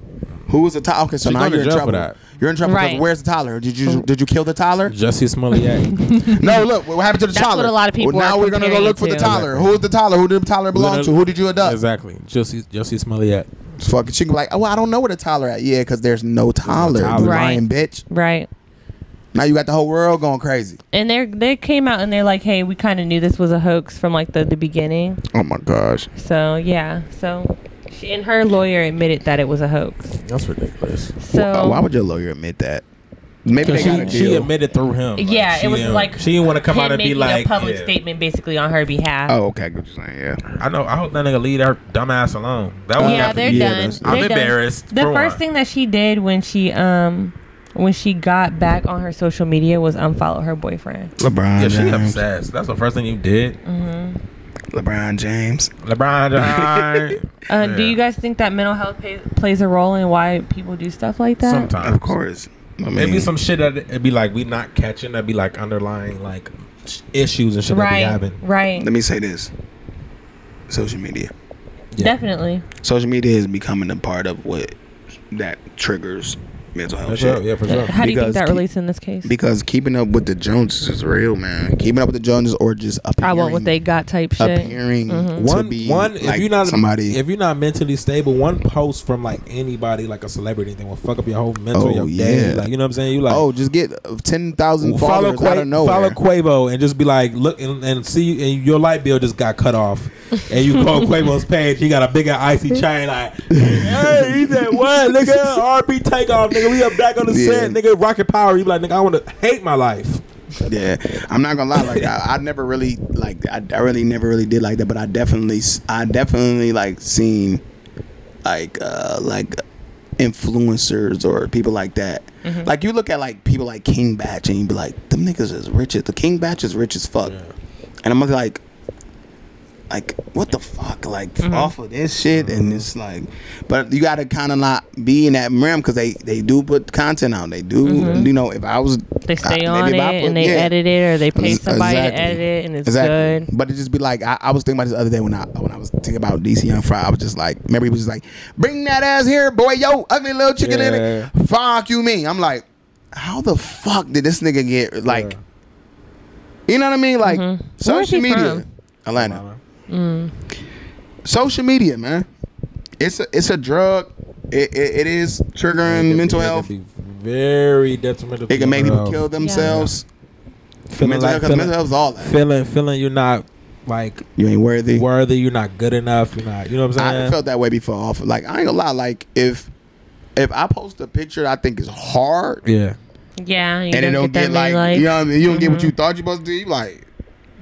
[SPEAKER 1] Who was the toddler? Okay, so
[SPEAKER 3] She
[SPEAKER 1] now
[SPEAKER 3] going to
[SPEAKER 1] you're in
[SPEAKER 3] jail
[SPEAKER 1] trouble.
[SPEAKER 3] for that.
[SPEAKER 1] You're in trouble
[SPEAKER 2] Right.
[SPEAKER 1] because where's the toddler? Did you did you kill the toddler?
[SPEAKER 3] Justice Smollett.
[SPEAKER 1] no, look what happened to the
[SPEAKER 2] That's
[SPEAKER 1] toddler.
[SPEAKER 2] what a lot of people
[SPEAKER 1] Well, now
[SPEAKER 2] are
[SPEAKER 1] we're gonna go
[SPEAKER 2] comparing
[SPEAKER 1] look for
[SPEAKER 2] it
[SPEAKER 1] the
[SPEAKER 2] to.
[SPEAKER 1] toddler. Who's the toddler? Who did the toddler belong to? Who did you adopt?
[SPEAKER 3] Exactly. Justice Justice Smollett.
[SPEAKER 1] Fucking, she can be like, oh, I don't know where the toddler at. Yeah, because there's no toddler.
[SPEAKER 3] toddler.
[SPEAKER 1] You
[SPEAKER 2] Right.
[SPEAKER 1] lying bitch.
[SPEAKER 2] Right.
[SPEAKER 1] Now you got the whole world going crazy.
[SPEAKER 2] And they they came out and they're like, hey, we kind of knew this was a hoax from like the, the beginning.
[SPEAKER 1] Oh my gosh.
[SPEAKER 2] So yeah, so she and her lawyer admitted that it was a hoax.
[SPEAKER 3] That's ridiculous.
[SPEAKER 2] So
[SPEAKER 1] why would your lawyer admit that? Maybe they got a
[SPEAKER 3] She, she
[SPEAKER 1] deal.
[SPEAKER 3] admitted through him. Like,
[SPEAKER 2] Yeah, it
[SPEAKER 3] she
[SPEAKER 2] was
[SPEAKER 3] didn't-
[SPEAKER 2] like
[SPEAKER 3] she didn't want to come
[SPEAKER 2] him
[SPEAKER 3] out and be
[SPEAKER 2] making
[SPEAKER 3] like
[SPEAKER 2] a public
[SPEAKER 3] yeah.
[SPEAKER 2] statement basically on her behalf.
[SPEAKER 1] oh, okay. Good, you're saying. Yeah.
[SPEAKER 3] I know. I hope that nigga leave her dumbass alone. That was
[SPEAKER 2] yeah,
[SPEAKER 3] not-
[SPEAKER 2] they're
[SPEAKER 1] yeah,
[SPEAKER 2] done.
[SPEAKER 1] that's-
[SPEAKER 3] I'm
[SPEAKER 2] They're done.
[SPEAKER 3] embarrassed.
[SPEAKER 2] The
[SPEAKER 3] for
[SPEAKER 2] first
[SPEAKER 3] one.
[SPEAKER 2] thing that she did when she um when she got back on her social media was unfollow her boyfriend.
[SPEAKER 1] LeBron.
[SPEAKER 3] Yeah, she obsessed. That's the first thing you did,
[SPEAKER 1] LeBron James.
[SPEAKER 3] LeBron. James.
[SPEAKER 2] Uh, Do
[SPEAKER 3] Yeah.
[SPEAKER 2] you guys think that mental health pay, plays a role in why people do stuff like that?
[SPEAKER 3] Sometimes,
[SPEAKER 1] Of course. I mean,
[SPEAKER 3] Maybe some shit that it'd be like we not catching. That'd be like underlying like sh- issues and shit
[SPEAKER 2] Right,
[SPEAKER 3] that be happening.
[SPEAKER 2] right,
[SPEAKER 1] Let me say this. Social media.
[SPEAKER 3] Yeah.
[SPEAKER 2] definitely.
[SPEAKER 1] Social media is becoming a part of what that triggers mental health
[SPEAKER 3] That's
[SPEAKER 1] shit.
[SPEAKER 3] right, Yeah, for sure.
[SPEAKER 2] How do you think
[SPEAKER 1] Because
[SPEAKER 2] that
[SPEAKER 1] keep-
[SPEAKER 2] relates in this case?
[SPEAKER 1] Because keeping up with the Joneses is real, man. Keeping up with the Joneses or just appearing.
[SPEAKER 2] I want what they got type shit.
[SPEAKER 1] appearing to
[SPEAKER 3] one
[SPEAKER 1] be
[SPEAKER 3] one
[SPEAKER 1] like
[SPEAKER 3] if you're not
[SPEAKER 1] somebody.
[SPEAKER 3] if you're not mentally stable one post from like anybody like a celebrity thing will fuck up your whole mental
[SPEAKER 1] Oh,
[SPEAKER 3] your day
[SPEAKER 1] yeah.
[SPEAKER 3] like you know what i'm saying you like
[SPEAKER 1] oh, just get ten thousand followers
[SPEAKER 3] follow,
[SPEAKER 1] out
[SPEAKER 3] Qua-
[SPEAKER 1] of nowhere.
[SPEAKER 3] follow quavo and just be like look and, and see and your light bill just got cut off and you go on quavo's page he got a bigger icy chain like hey he said what nigga rb takeoff nigga we up back on the
[SPEAKER 1] Yeah.
[SPEAKER 3] set nigga rocket power you be like nigga i want to hate my life
[SPEAKER 1] Yeah, I'm not gonna lie. Like I, I never really like I, I really never really did like that, but I definitely s- I definitely like seen like uh like influencers or people like that.
[SPEAKER 2] Mm-hmm.
[SPEAKER 1] Like you look at like people like King Batch and you be like, them niggas is rich as the King Batch is rich as fuck, and I'm like. Like what the fuck? Like
[SPEAKER 2] Mm-hmm.
[SPEAKER 1] off of this shit and it's like, but you gotta kind of not be in that realm because they they do put content out. They do, you know. If I was
[SPEAKER 2] Mm-hmm. They stay
[SPEAKER 1] uh,
[SPEAKER 2] on
[SPEAKER 1] maybe
[SPEAKER 2] it
[SPEAKER 1] if I put-
[SPEAKER 2] and they
[SPEAKER 1] yeah.
[SPEAKER 2] edit it or they pay
[SPEAKER 1] Ex-
[SPEAKER 2] somebody
[SPEAKER 1] exactly.
[SPEAKER 2] to edit it and it's good.
[SPEAKER 1] But it just be like I, I was thinking about this the other day when I when I was thinking about DC Young Fry, I was just like, remember he was just like, bring that ass here, boy, yo, ugly little chicken in it. Fuck you mean. I'm like, how the fuck did this nigga get like You know what I mean? Like
[SPEAKER 2] Mhm. Where is
[SPEAKER 1] social
[SPEAKER 2] he
[SPEAKER 1] media,
[SPEAKER 2] from?
[SPEAKER 1] Atlanta. Social media, man. It's a it's a drug. It, it, it is triggering mental health.
[SPEAKER 3] Be very detrimental.
[SPEAKER 1] It can make people kill themselves.
[SPEAKER 3] Feeling
[SPEAKER 1] Mental
[SPEAKER 3] like
[SPEAKER 1] health, 'cause mental
[SPEAKER 3] feeling,
[SPEAKER 1] health is all that.
[SPEAKER 3] feeling, feeling you're not like
[SPEAKER 1] You ain't worthy.
[SPEAKER 3] worthy. You're not good enough. You're not. You know what I'm saying?
[SPEAKER 1] I felt that way before. Off, like I ain't gonna lie. Like if if I post a picture that I think is hard
[SPEAKER 3] yeah.
[SPEAKER 2] Yeah, you
[SPEAKER 1] and it don't get like, you know what I mean. You don't get what you thought you supposed to do. You like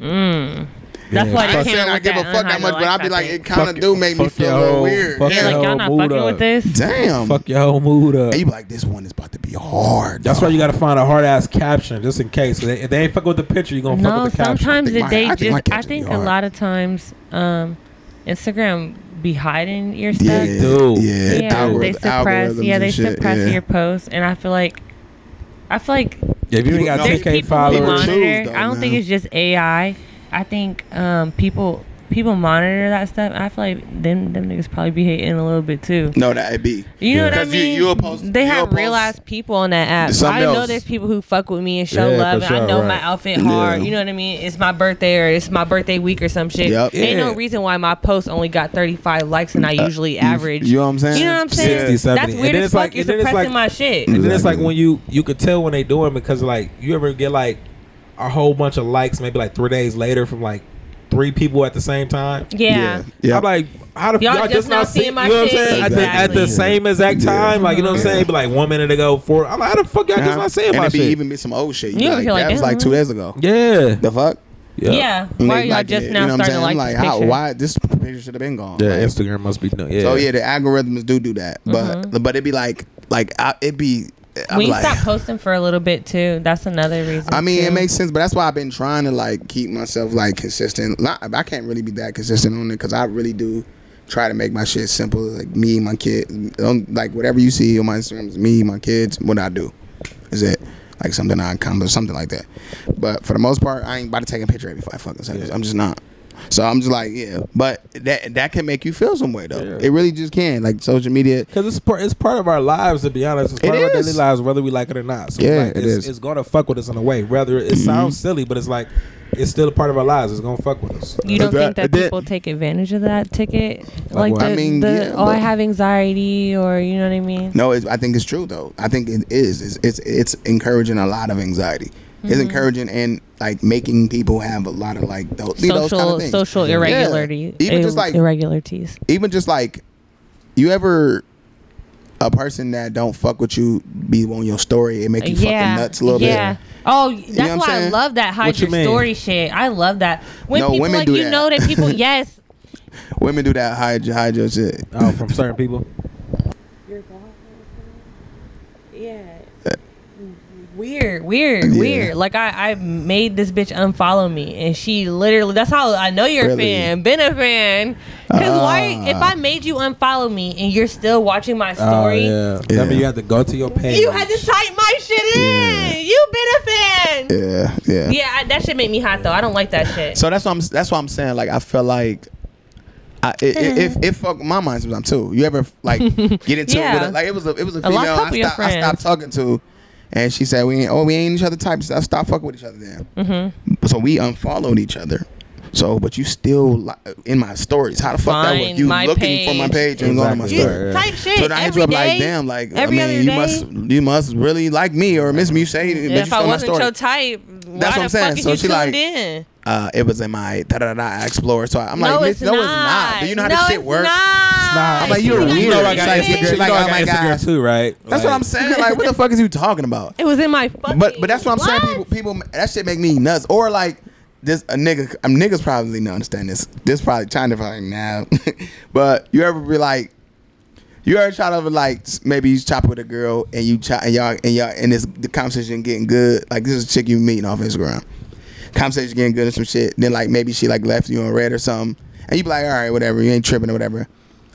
[SPEAKER 2] mm. That's
[SPEAKER 3] Yeah.
[SPEAKER 2] why
[SPEAKER 1] I ain't
[SPEAKER 2] they can't
[SPEAKER 1] saying I
[SPEAKER 2] with
[SPEAKER 1] give a
[SPEAKER 2] that
[SPEAKER 1] fuck that much, but I
[SPEAKER 2] unhydrated
[SPEAKER 1] be like,
[SPEAKER 2] lifestyle
[SPEAKER 1] it
[SPEAKER 2] thing.
[SPEAKER 1] kind of
[SPEAKER 3] Fuck
[SPEAKER 1] do
[SPEAKER 3] it-
[SPEAKER 1] make me
[SPEAKER 3] fuck
[SPEAKER 1] feel
[SPEAKER 3] your
[SPEAKER 1] a little
[SPEAKER 3] whole-
[SPEAKER 1] weird.
[SPEAKER 3] fuck
[SPEAKER 1] Yeah,
[SPEAKER 2] yeah,
[SPEAKER 1] like,
[SPEAKER 2] like y'all not
[SPEAKER 3] Hold
[SPEAKER 2] fucking
[SPEAKER 3] up.
[SPEAKER 2] with this.
[SPEAKER 1] damn.
[SPEAKER 3] Fuck your whole mood up.
[SPEAKER 1] And you be like, this one is about to be hard.
[SPEAKER 3] That's why
[SPEAKER 1] dog.
[SPEAKER 3] you gotta find a hard ass caption just in case. If they, if they ain't fuck with the picture, you gonna fuck
[SPEAKER 2] No,
[SPEAKER 3] with the caption.
[SPEAKER 2] sometimes
[SPEAKER 1] think
[SPEAKER 2] it,
[SPEAKER 1] my-
[SPEAKER 2] they
[SPEAKER 1] I think my
[SPEAKER 2] just. I
[SPEAKER 1] caption
[SPEAKER 2] think
[SPEAKER 1] be
[SPEAKER 2] a
[SPEAKER 1] hard.
[SPEAKER 2] lot of times, um, Instagram be hiding your stuff.
[SPEAKER 1] Yeah,
[SPEAKER 3] do.
[SPEAKER 1] yeah,
[SPEAKER 2] Yeah,
[SPEAKER 1] algor-
[SPEAKER 2] they suppress.
[SPEAKER 1] algorithms
[SPEAKER 2] Yeah,
[SPEAKER 1] and
[SPEAKER 2] they
[SPEAKER 1] shit,
[SPEAKER 2] suppress
[SPEAKER 1] yeah.
[SPEAKER 2] your posts, and I feel like, I feel like
[SPEAKER 3] If you ain't
[SPEAKER 1] People-
[SPEAKER 3] got
[SPEAKER 1] no,
[SPEAKER 3] 10k
[SPEAKER 2] there's people who
[SPEAKER 1] people
[SPEAKER 3] followers,
[SPEAKER 1] choose,
[SPEAKER 2] monitor.
[SPEAKER 1] though,
[SPEAKER 2] I don't think
[SPEAKER 1] man.
[SPEAKER 2] it's just AI. I think um, people people monitor that stuff. I feel like them them niggas probably be hating a little bit too.
[SPEAKER 1] No, that'd be.
[SPEAKER 2] You know what I
[SPEAKER 1] 'Cause you-
[SPEAKER 2] mean?
[SPEAKER 1] you'll post-
[SPEAKER 2] they
[SPEAKER 1] you'll
[SPEAKER 2] have
[SPEAKER 1] post-
[SPEAKER 2] real ass people on that app.
[SPEAKER 1] Something
[SPEAKER 2] I know
[SPEAKER 1] else.
[SPEAKER 2] there's people who fuck with me and show
[SPEAKER 3] Yeah,
[SPEAKER 2] love.
[SPEAKER 3] for
[SPEAKER 2] And I
[SPEAKER 3] sure,
[SPEAKER 2] know my
[SPEAKER 3] right.
[SPEAKER 2] outfit hard.
[SPEAKER 1] Yeah.
[SPEAKER 2] You know what I mean? It's my birthday or it's my birthday week or some shit.
[SPEAKER 1] Yep.
[SPEAKER 2] Ain't no
[SPEAKER 3] Yeah.
[SPEAKER 2] reason why my post only got 35 likes and I usually average.
[SPEAKER 1] Uh, You know what I'm saying?
[SPEAKER 2] You know what I'm saying?
[SPEAKER 3] 60, 70.
[SPEAKER 2] That's
[SPEAKER 3] And
[SPEAKER 2] weird
[SPEAKER 3] then
[SPEAKER 2] as
[SPEAKER 3] it's
[SPEAKER 2] fuck.
[SPEAKER 3] like-
[SPEAKER 2] You're
[SPEAKER 3] and then it's
[SPEAKER 2] suppressing
[SPEAKER 3] like- Mm.
[SPEAKER 2] my shit.
[SPEAKER 3] and then it's like
[SPEAKER 1] Exactly.
[SPEAKER 3] when you you could tell when they doing because like you ever get like a whole bunch of likes maybe like three days later from like three people at the same time.
[SPEAKER 2] Yeah.
[SPEAKER 1] Yeah.
[SPEAKER 3] I'm like, how the
[SPEAKER 2] Y'all
[SPEAKER 3] y'all,
[SPEAKER 2] just
[SPEAKER 3] just
[SPEAKER 2] now
[SPEAKER 3] not see,
[SPEAKER 2] seeing my
[SPEAKER 3] you know
[SPEAKER 2] shit?
[SPEAKER 3] what I'm saying? At, the,
[SPEAKER 2] Exactly.
[SPEAKER 3] at the same exact
[SPEAKER 1] Yeah.
[SPEAKER 3] time, like you know what I'm saying? Be like one minute ago, four. I'm like, how the fuck y'all just not seeing
[SPEAKER 1] Uh-huh. and
[SPEAKER 3] my
[SPEAKER 1] it be
[SPEAKER 3] shit?
[SPEAKER 1] even be some old shit. You
[SPEAKER 2] Yeah,
[SPEAKER 1] like,
[SPEAKER 2] you're like, uh-huh.
[SPEAKER 1] that was like
[SPEAKER 2] damn.
[SPEAKER 1] two days ago.
[SPEAKER 3] yeah,
[SPEAKER 1] The fuck?
[SPEAKER 2] Yeah.
[SPEAKER 1] And they
[SPEAKER 2] Why are y'all
[SPEAKER 1] like
[SPEAKER 2] just
[SPEAKER 1] it,
[SPEAKER 2] now
[SPEAKER 1] you know what I'm
[SPEAKER 2] starting
[SPEAKER 1] saying?
[SPEAKER 2] to like
[SPEAKER 1] I'm
[SPEAKER 2] this
[SPEAKER 1] like, how,
[SPEAKER 2] picture?
[SPEAKER 1] why this picture should have been gone?
[SPEAKER 3] yeah.
[SPEAKER 1] Like,
[SPEAKER 3] Instagram must be no. Yeah,
[SPEAKER 1] So yeah, the algorithms do do that, but but it be like like I, it be. I'm
[SPEAKER 2] Mm-hmm. when you
[SPEAKER 1] like,
[SPEAKER 2] stop posting for a little bit too, that's another reason.
[SPEAKER 1] I mean,
[SPEAKER 2] too.
[SPEAKER 1] it makes sense, but that's why I've been trying to like keep myself like consistent. Not, I can't really be that consistent on it because I really do try to make my shit simple. Like me, my kid, don't- like whatever you see on my Instagram is me, my kids, what I do. Is it like something I accomplish, something like that? But for the most part, I ain't about to take a picture every five fucking seconds.
[SPEAKER 3] Yeah.
[SPEAKER 1] I'm just not. So I'm just like, yeah, but that that can make you feel some way though.
[SPEAKER 3] Yeah.
[SPEAKER 1] It really just can. Like social media,
[SPEAKER 3] Because it's part, it's part of our lives, to be honest. It's
[SPEAKER 1] It
[SPEAKER 3] part of our
[SPEAKER 1] is.
[SPEAKER 3] daily lives, whether we like it or not. So
[SPEAKER 1] Yeah,
[SPEAKER 3] like,
[SPEAKER 1] it
[SPEAKER 3] it's,
[SPEAKER 1] is. Mm-hmm.
[SPEAKER 3] It's going to fuck with us in a way. Whether it sounds silly, but it's like, it's still a part of our lives. It's going to fuck with us.
[SPEAKER 2] You don't
[SPEAKER 1] That-
[SPEAKER 2] think that
[SPEAKER 1] that-
[SPEAKER 2] people take advantage of that ticket? Like,
[SPEAKER 3] Like what?
[SPEAKER 2] the,
[SPEAKER 1] I mean,
[SPEAKER 2] the
[SPEAKER 1] yeah,
[SPEAKER 2] oh, I
[SPEAKER 1] but-
[SPEAKER 2] have anxiety, or you know what I mean?
[SPEAKER 1] No, it's, I think it's true though. I think it is. It's it's, it's encouraging a lot of anxiety.
[SPEAKER 2] Mm-hmm.
[SPEAKER 1] It's encouraging and like making people have a lot of like those, see, those
[SPEAKER 2] social
[SPEAKER 1] kind of things.
[SPEAKER 2] social
[SPEAKER 1] Yeah.
[SPEAKER 2] irregularity,
[SPEAKER 1] Even just
[SPEAKER 2] ir-
[SPEAKER 1] like
[SPEAKER 2] irregularities.
[SPEAKER 1] even just like you ever a person that don't fuck with you be on your story and make you
[SPEAKER 2] yeah,
[SPEAKER 1] fucking nuts a little
[SPEAKER 2] yeah.
[SPEAKER 1] bit.
[SPEAKER 2] Oh, that's
[SPEAKER 1] know what I'm
[SPEAKER 2] why I
[SPEAKER 1] saying?
[SPEAKER 2] love that hide
[SPEAKER 3] What you
[SPEAKER 2] your
[SPEAKER 3] mean?
[SPEAKER 2] story shit. I love that when
[SPEAKER 1] No,
[SPEAKER 2] people
[SPEAKER 1] women
[SPEAKER 2] like
[SPEAKER 1] do
[SPEAKER 2] you
[SPEAKER 1] that.
[SPEAKER 2] know that people yes.
[SPEAKER 1] Women do that hide hide your shit.
[SPEAKER 3] Oh, from certain people.
[SPEAKER 2] Yeah.
[SPEAKER 1] Uh,
[SPEAKER 2] Weird, weird, weird. Like I, I made this bitch unfollow me, and she literally. That's how I know you're
[SPEAKER 1] Really?
[SPEAKER 2] a fan, been a fan. Cause why?
[SPEAKER 1] Ah.
[SPEAKER 2] If I made you unfollow me and you're still watching my story,
[SPEAKER 3] Oh, yeah.
[SPEAKER 1] Yeah.
[SPEAKER 3] Remember, you had to go to your page.
[SPEAKER 2] you had to type my shit in. You been a fan.
[SPEAKER 1] yeah, yeah.
[SPEAKER 2] Yeah, I, that shit make me hot though. I don't like that shit.
[SPEAKER 1] So that's what I'm. That's what I'm saying. Like I feel like. I, it, it, if
[SPEAKER 2] Mm-hmm.
[SPEAKER 1] if fuck my mind sometimes too. You ever like get into it
[SPEAKER 2] Yeah.
[SPEAKER 1] with a, like it was a it was a
[SPEAKER 2] A lot
[SPEAKER 1] female
[SPEAKER 2] of
[SPEAKER 1] I,
[SPEAKER 2] couple your
[SPEAKER 1] stop, I stopped
[SPEAKER 2] friends.
[SPEAKER 1] talking to, and she said we ain't oh we ain't each other type. I stopped fucking with each other then. Mm-hmm. So we unfollowed each other. So but you still li- in my stories. How the fuck that
[SPEAKER 2] Find
[SPEAKER 1] was you
[SPEAKER 2] my
[SPEAKER 1] looking for my page and going to my
[SPEAKER 3] Exactly.
[SPEAKER 2] you
[SPEAKER 1] story.
[SPEAKER 3] Yeah.
[SPEAKER 2] type shit.
[SPEAKER 1] So then I hit you
[SPEAKER 2] every
[SPEAKER 1] up like
[SPEAKER 2] day.
[SPEAKER 1] damn like I
[SPEAKER 2] every other
[SPEAKER 1] mean you
[SPEAKER 2] day.
[SPEAKER 1] must you must really like me or miss me. You say but you
[SPEAKER 2] if
[SPEAKER 1] still
[SPEAKER 2] I
[SPEAKER 1] in my
[SPEAKER 2] wasn't
[SPEAKER 1] story.
[SPEAKER 2] your type,
[SPEAKER 1] what
[SPEAKER 2] why
[SPEAKER 1] I'm
[SPEAKER 2] the
[SPEAKER 1] saying.
[SPEAKER 2] fuck is
[SPEAKER 1] So
[SPEAKER 2] you
[SPEAKER 1] she
[SPEAKER 2] tuned
[SPEAKER 1] like-
[SPEAKER 2] in?
[SPEAKER 1] uh, it was in my da da da explorer. So I'm
[SPEAKER 2] no,
[SPEAKER 1] like,
[SPEAKER 2] it's
[SPEAKER 1] "Bitch, no,
[SPEAKER 2] not.
[SPEAKER 1] it's not. Do you know how this shit
[SPEAKER 2] it's
[SPEAKER 1] works?
[SPEAKER 2] Not.
[SPEAKER 3] Nah,
[SPEAKER 1] I'm like, you're
[SPEAKER 2] You got
[SPEAKER 1] weird.
[SPEAKER 2] your
[SPEAKER 3] I got
[SPEAKER 1] Like,
[SPEAKER 2] shit.
[SPEAKER 3] Instagram,
[SPEAKER 1] She's
[SPEAKER 3] you know
[SPEAKER 1] like,
[SPEAKER 3] I
[SPEAKER 1] oh my
[SPEAKER 3] got Instagram
[SPEAKER 1] God.
[SPEAKER 3] too, right?
[SPEAKER 1] That's what I'm saying. Like, what the fuck is you talking about?
[SPEAKER 2] It was in my fucking.
[SPEAKER 1] But but that's what I'm saying. People people that shit make me nuts. Or like this a nigga. I'm niggas probably don't understand this. This probably China probably now. but you ever be like. You ever try to like s- maybe you chop with a girl and you chop and y'all and y'all and this the conversation getting good like this is a chick you meeting off Instagram, conversation getting good and some shit then like maybe she like left you on red or something and you be like all right whatever you ain't tripping or whatever,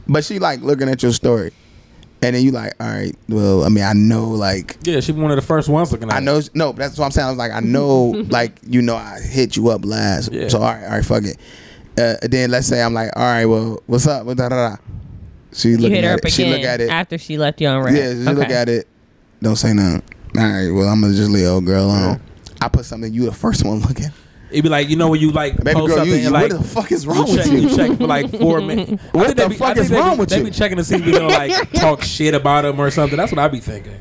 [SPEAKER 1] but she like looking at your story, and then you like all right well I mean I know like
[SPEAKER 3] Yeah, she one of the first ones looking at
[SPEAKER 1] I
[SPEAKER 3] it.
[SPEAKER 1] know. No, that's what I'm saying. I was like, I know, like you know, I hit you up last.
[SPEAKER 3] Yeah.
[SPEAKER 1] So all right, all right, fuck it. Uh, then let's say I'm like, all right, well, what's up? Da, da, da. She
[SPEAKER 2] You
[SPEAKER 1] look
[SPEAKER 2] hit her
[SPEAKER 1] at
[SPEAKER 2] up
[SPEAKER 1] it. She look
[SPEAKER 2] again
[SPEAKER 1] at it.
[SPEAKER 2] after she left you on red.
[SPEAKER 1] Yeah, she look at it. Don't say nothing. All right, well, I'm gonna just leave old girl alone. I put something you the first one looking.
[SPEAKER 3] It'd be like you know when you like
[SPEAKER 1] Baby
[SPEAKER 3] post
[SPEAKER 1] girl,
[SPEAKER 3] something
[SPEAKER 1] you,
[SPEAKER 3] and,
[SPEAKER 1] you,
[SPEAKER 3] like
[SPEAKER 1] what the fuck is wrong
[SPEAKER 3] you
[SPEAKER 1] with
[SPEAKER 3] check,
[SPEAKER 1] you?
[SPEAKER 3] check for like four minutes.
[SPEAKER 1] What the fuck is wrong with
[SPEAKER 3] they
[SPEAKER 1] you?
[SPEAKER 3] They be checking to see if we gonna like talk shit about them or something. That's what I be thinking.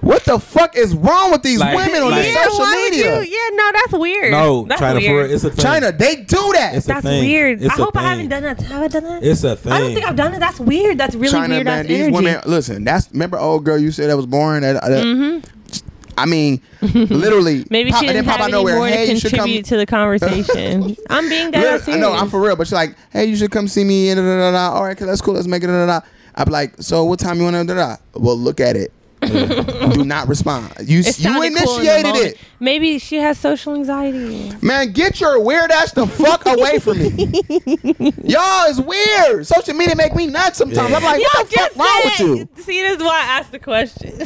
[SPEAKER 1] What the fuck is wrong with these
[SPEAKER 3] Like-
[SPEAKER 1] women on
[SPEAKER 3] like-
[SPEAKER 1] their
[SPEAKER 3] Yeah,
[SPEAKER 1] social media?
[SPEAKER 2] yeah, no, that's weird.
[SPEAKER 3] No,
[SPEAKER 2] that's
[SPEAKER 3] China for
[SPEAKER 2] weird.
[SPEAKER 3] real, it's a thing.
[SPEAKER 1] China, they do that.
[SPEAKER 3] It's a
[SPEAKER 2] That's
[SPEAKER 3] thing.
[SPEAKER 2] weird.
[SPEAKER 3] It's
[SPEAKER 2] I
[SPEAKER 3] a
[SPEAKER 2] hope I haven't
[SPEAKER 3] thing.
[SPEAKER 2] done that. Have I done that?
[SPEAKER 3] It's a thing.
[SPEAKER 2] I don't think I've done it. That's weird. That's really
[SPEAKER 1] China,
[SPEAKER 2] weird.
[SPEAKER 1] man,
[SPEAKER 2] that's
[SPEAKER 1] these
[SPEAKER 2] energy.
[SPEAKER 1] women. Listen, that's remember old girl you said that was born. That, that- I mean, literally.
[SPEAKER 2] Mm-hmm. Maybe
[SPEAKER 1] pop-
[SPEAKER 2] she
[SPEAKER 1] and then
[SPEAKER 2] didn't
[SPEAKER 1] pop
[SPEAKER 2] have
[SPEAKER 1] out
[SPEAKER 2] any
[SPEAKER 1] nowhere,
[SPEAKER 2] more
[SPEAKER 1] "Hey,
[SPEAKER 2] to
[SPEAKER 1] you should come-
[SPEAKER 2] contribute to the conversation. I'm being
[SPEAKER 1] Literally,
[SPEAKER 2] dead
[SPEAKER 1] I
[SPEAKER 2] serious.
[SPEAKER 1] know I'm for real, but she's like, hey, you should come see me. and Da, da, da, da. All right, okay, that's cool. Let's make it. Da, da, da. I'm like, so what time you want to? Da, da, da? Well, look at it. do not respond. You
[SPEAKER 2] It
[SPEAKER 1] you
[SPEAKER 2] sounded cool in the
[SPEAKER 1] initiated
[SPEAKER 2] moment.
[SPEAKER 1] it,
[SPEAKER 2] Maybe she has social anxiety.
[SPEAKER 1] man. Get your weird ass the fuck away from me. Y'all is weird. Social media make me nuts sometimes. I'm like, what the fuck wrong with you?
[SPEAKER 2] See, this is why I asked the question.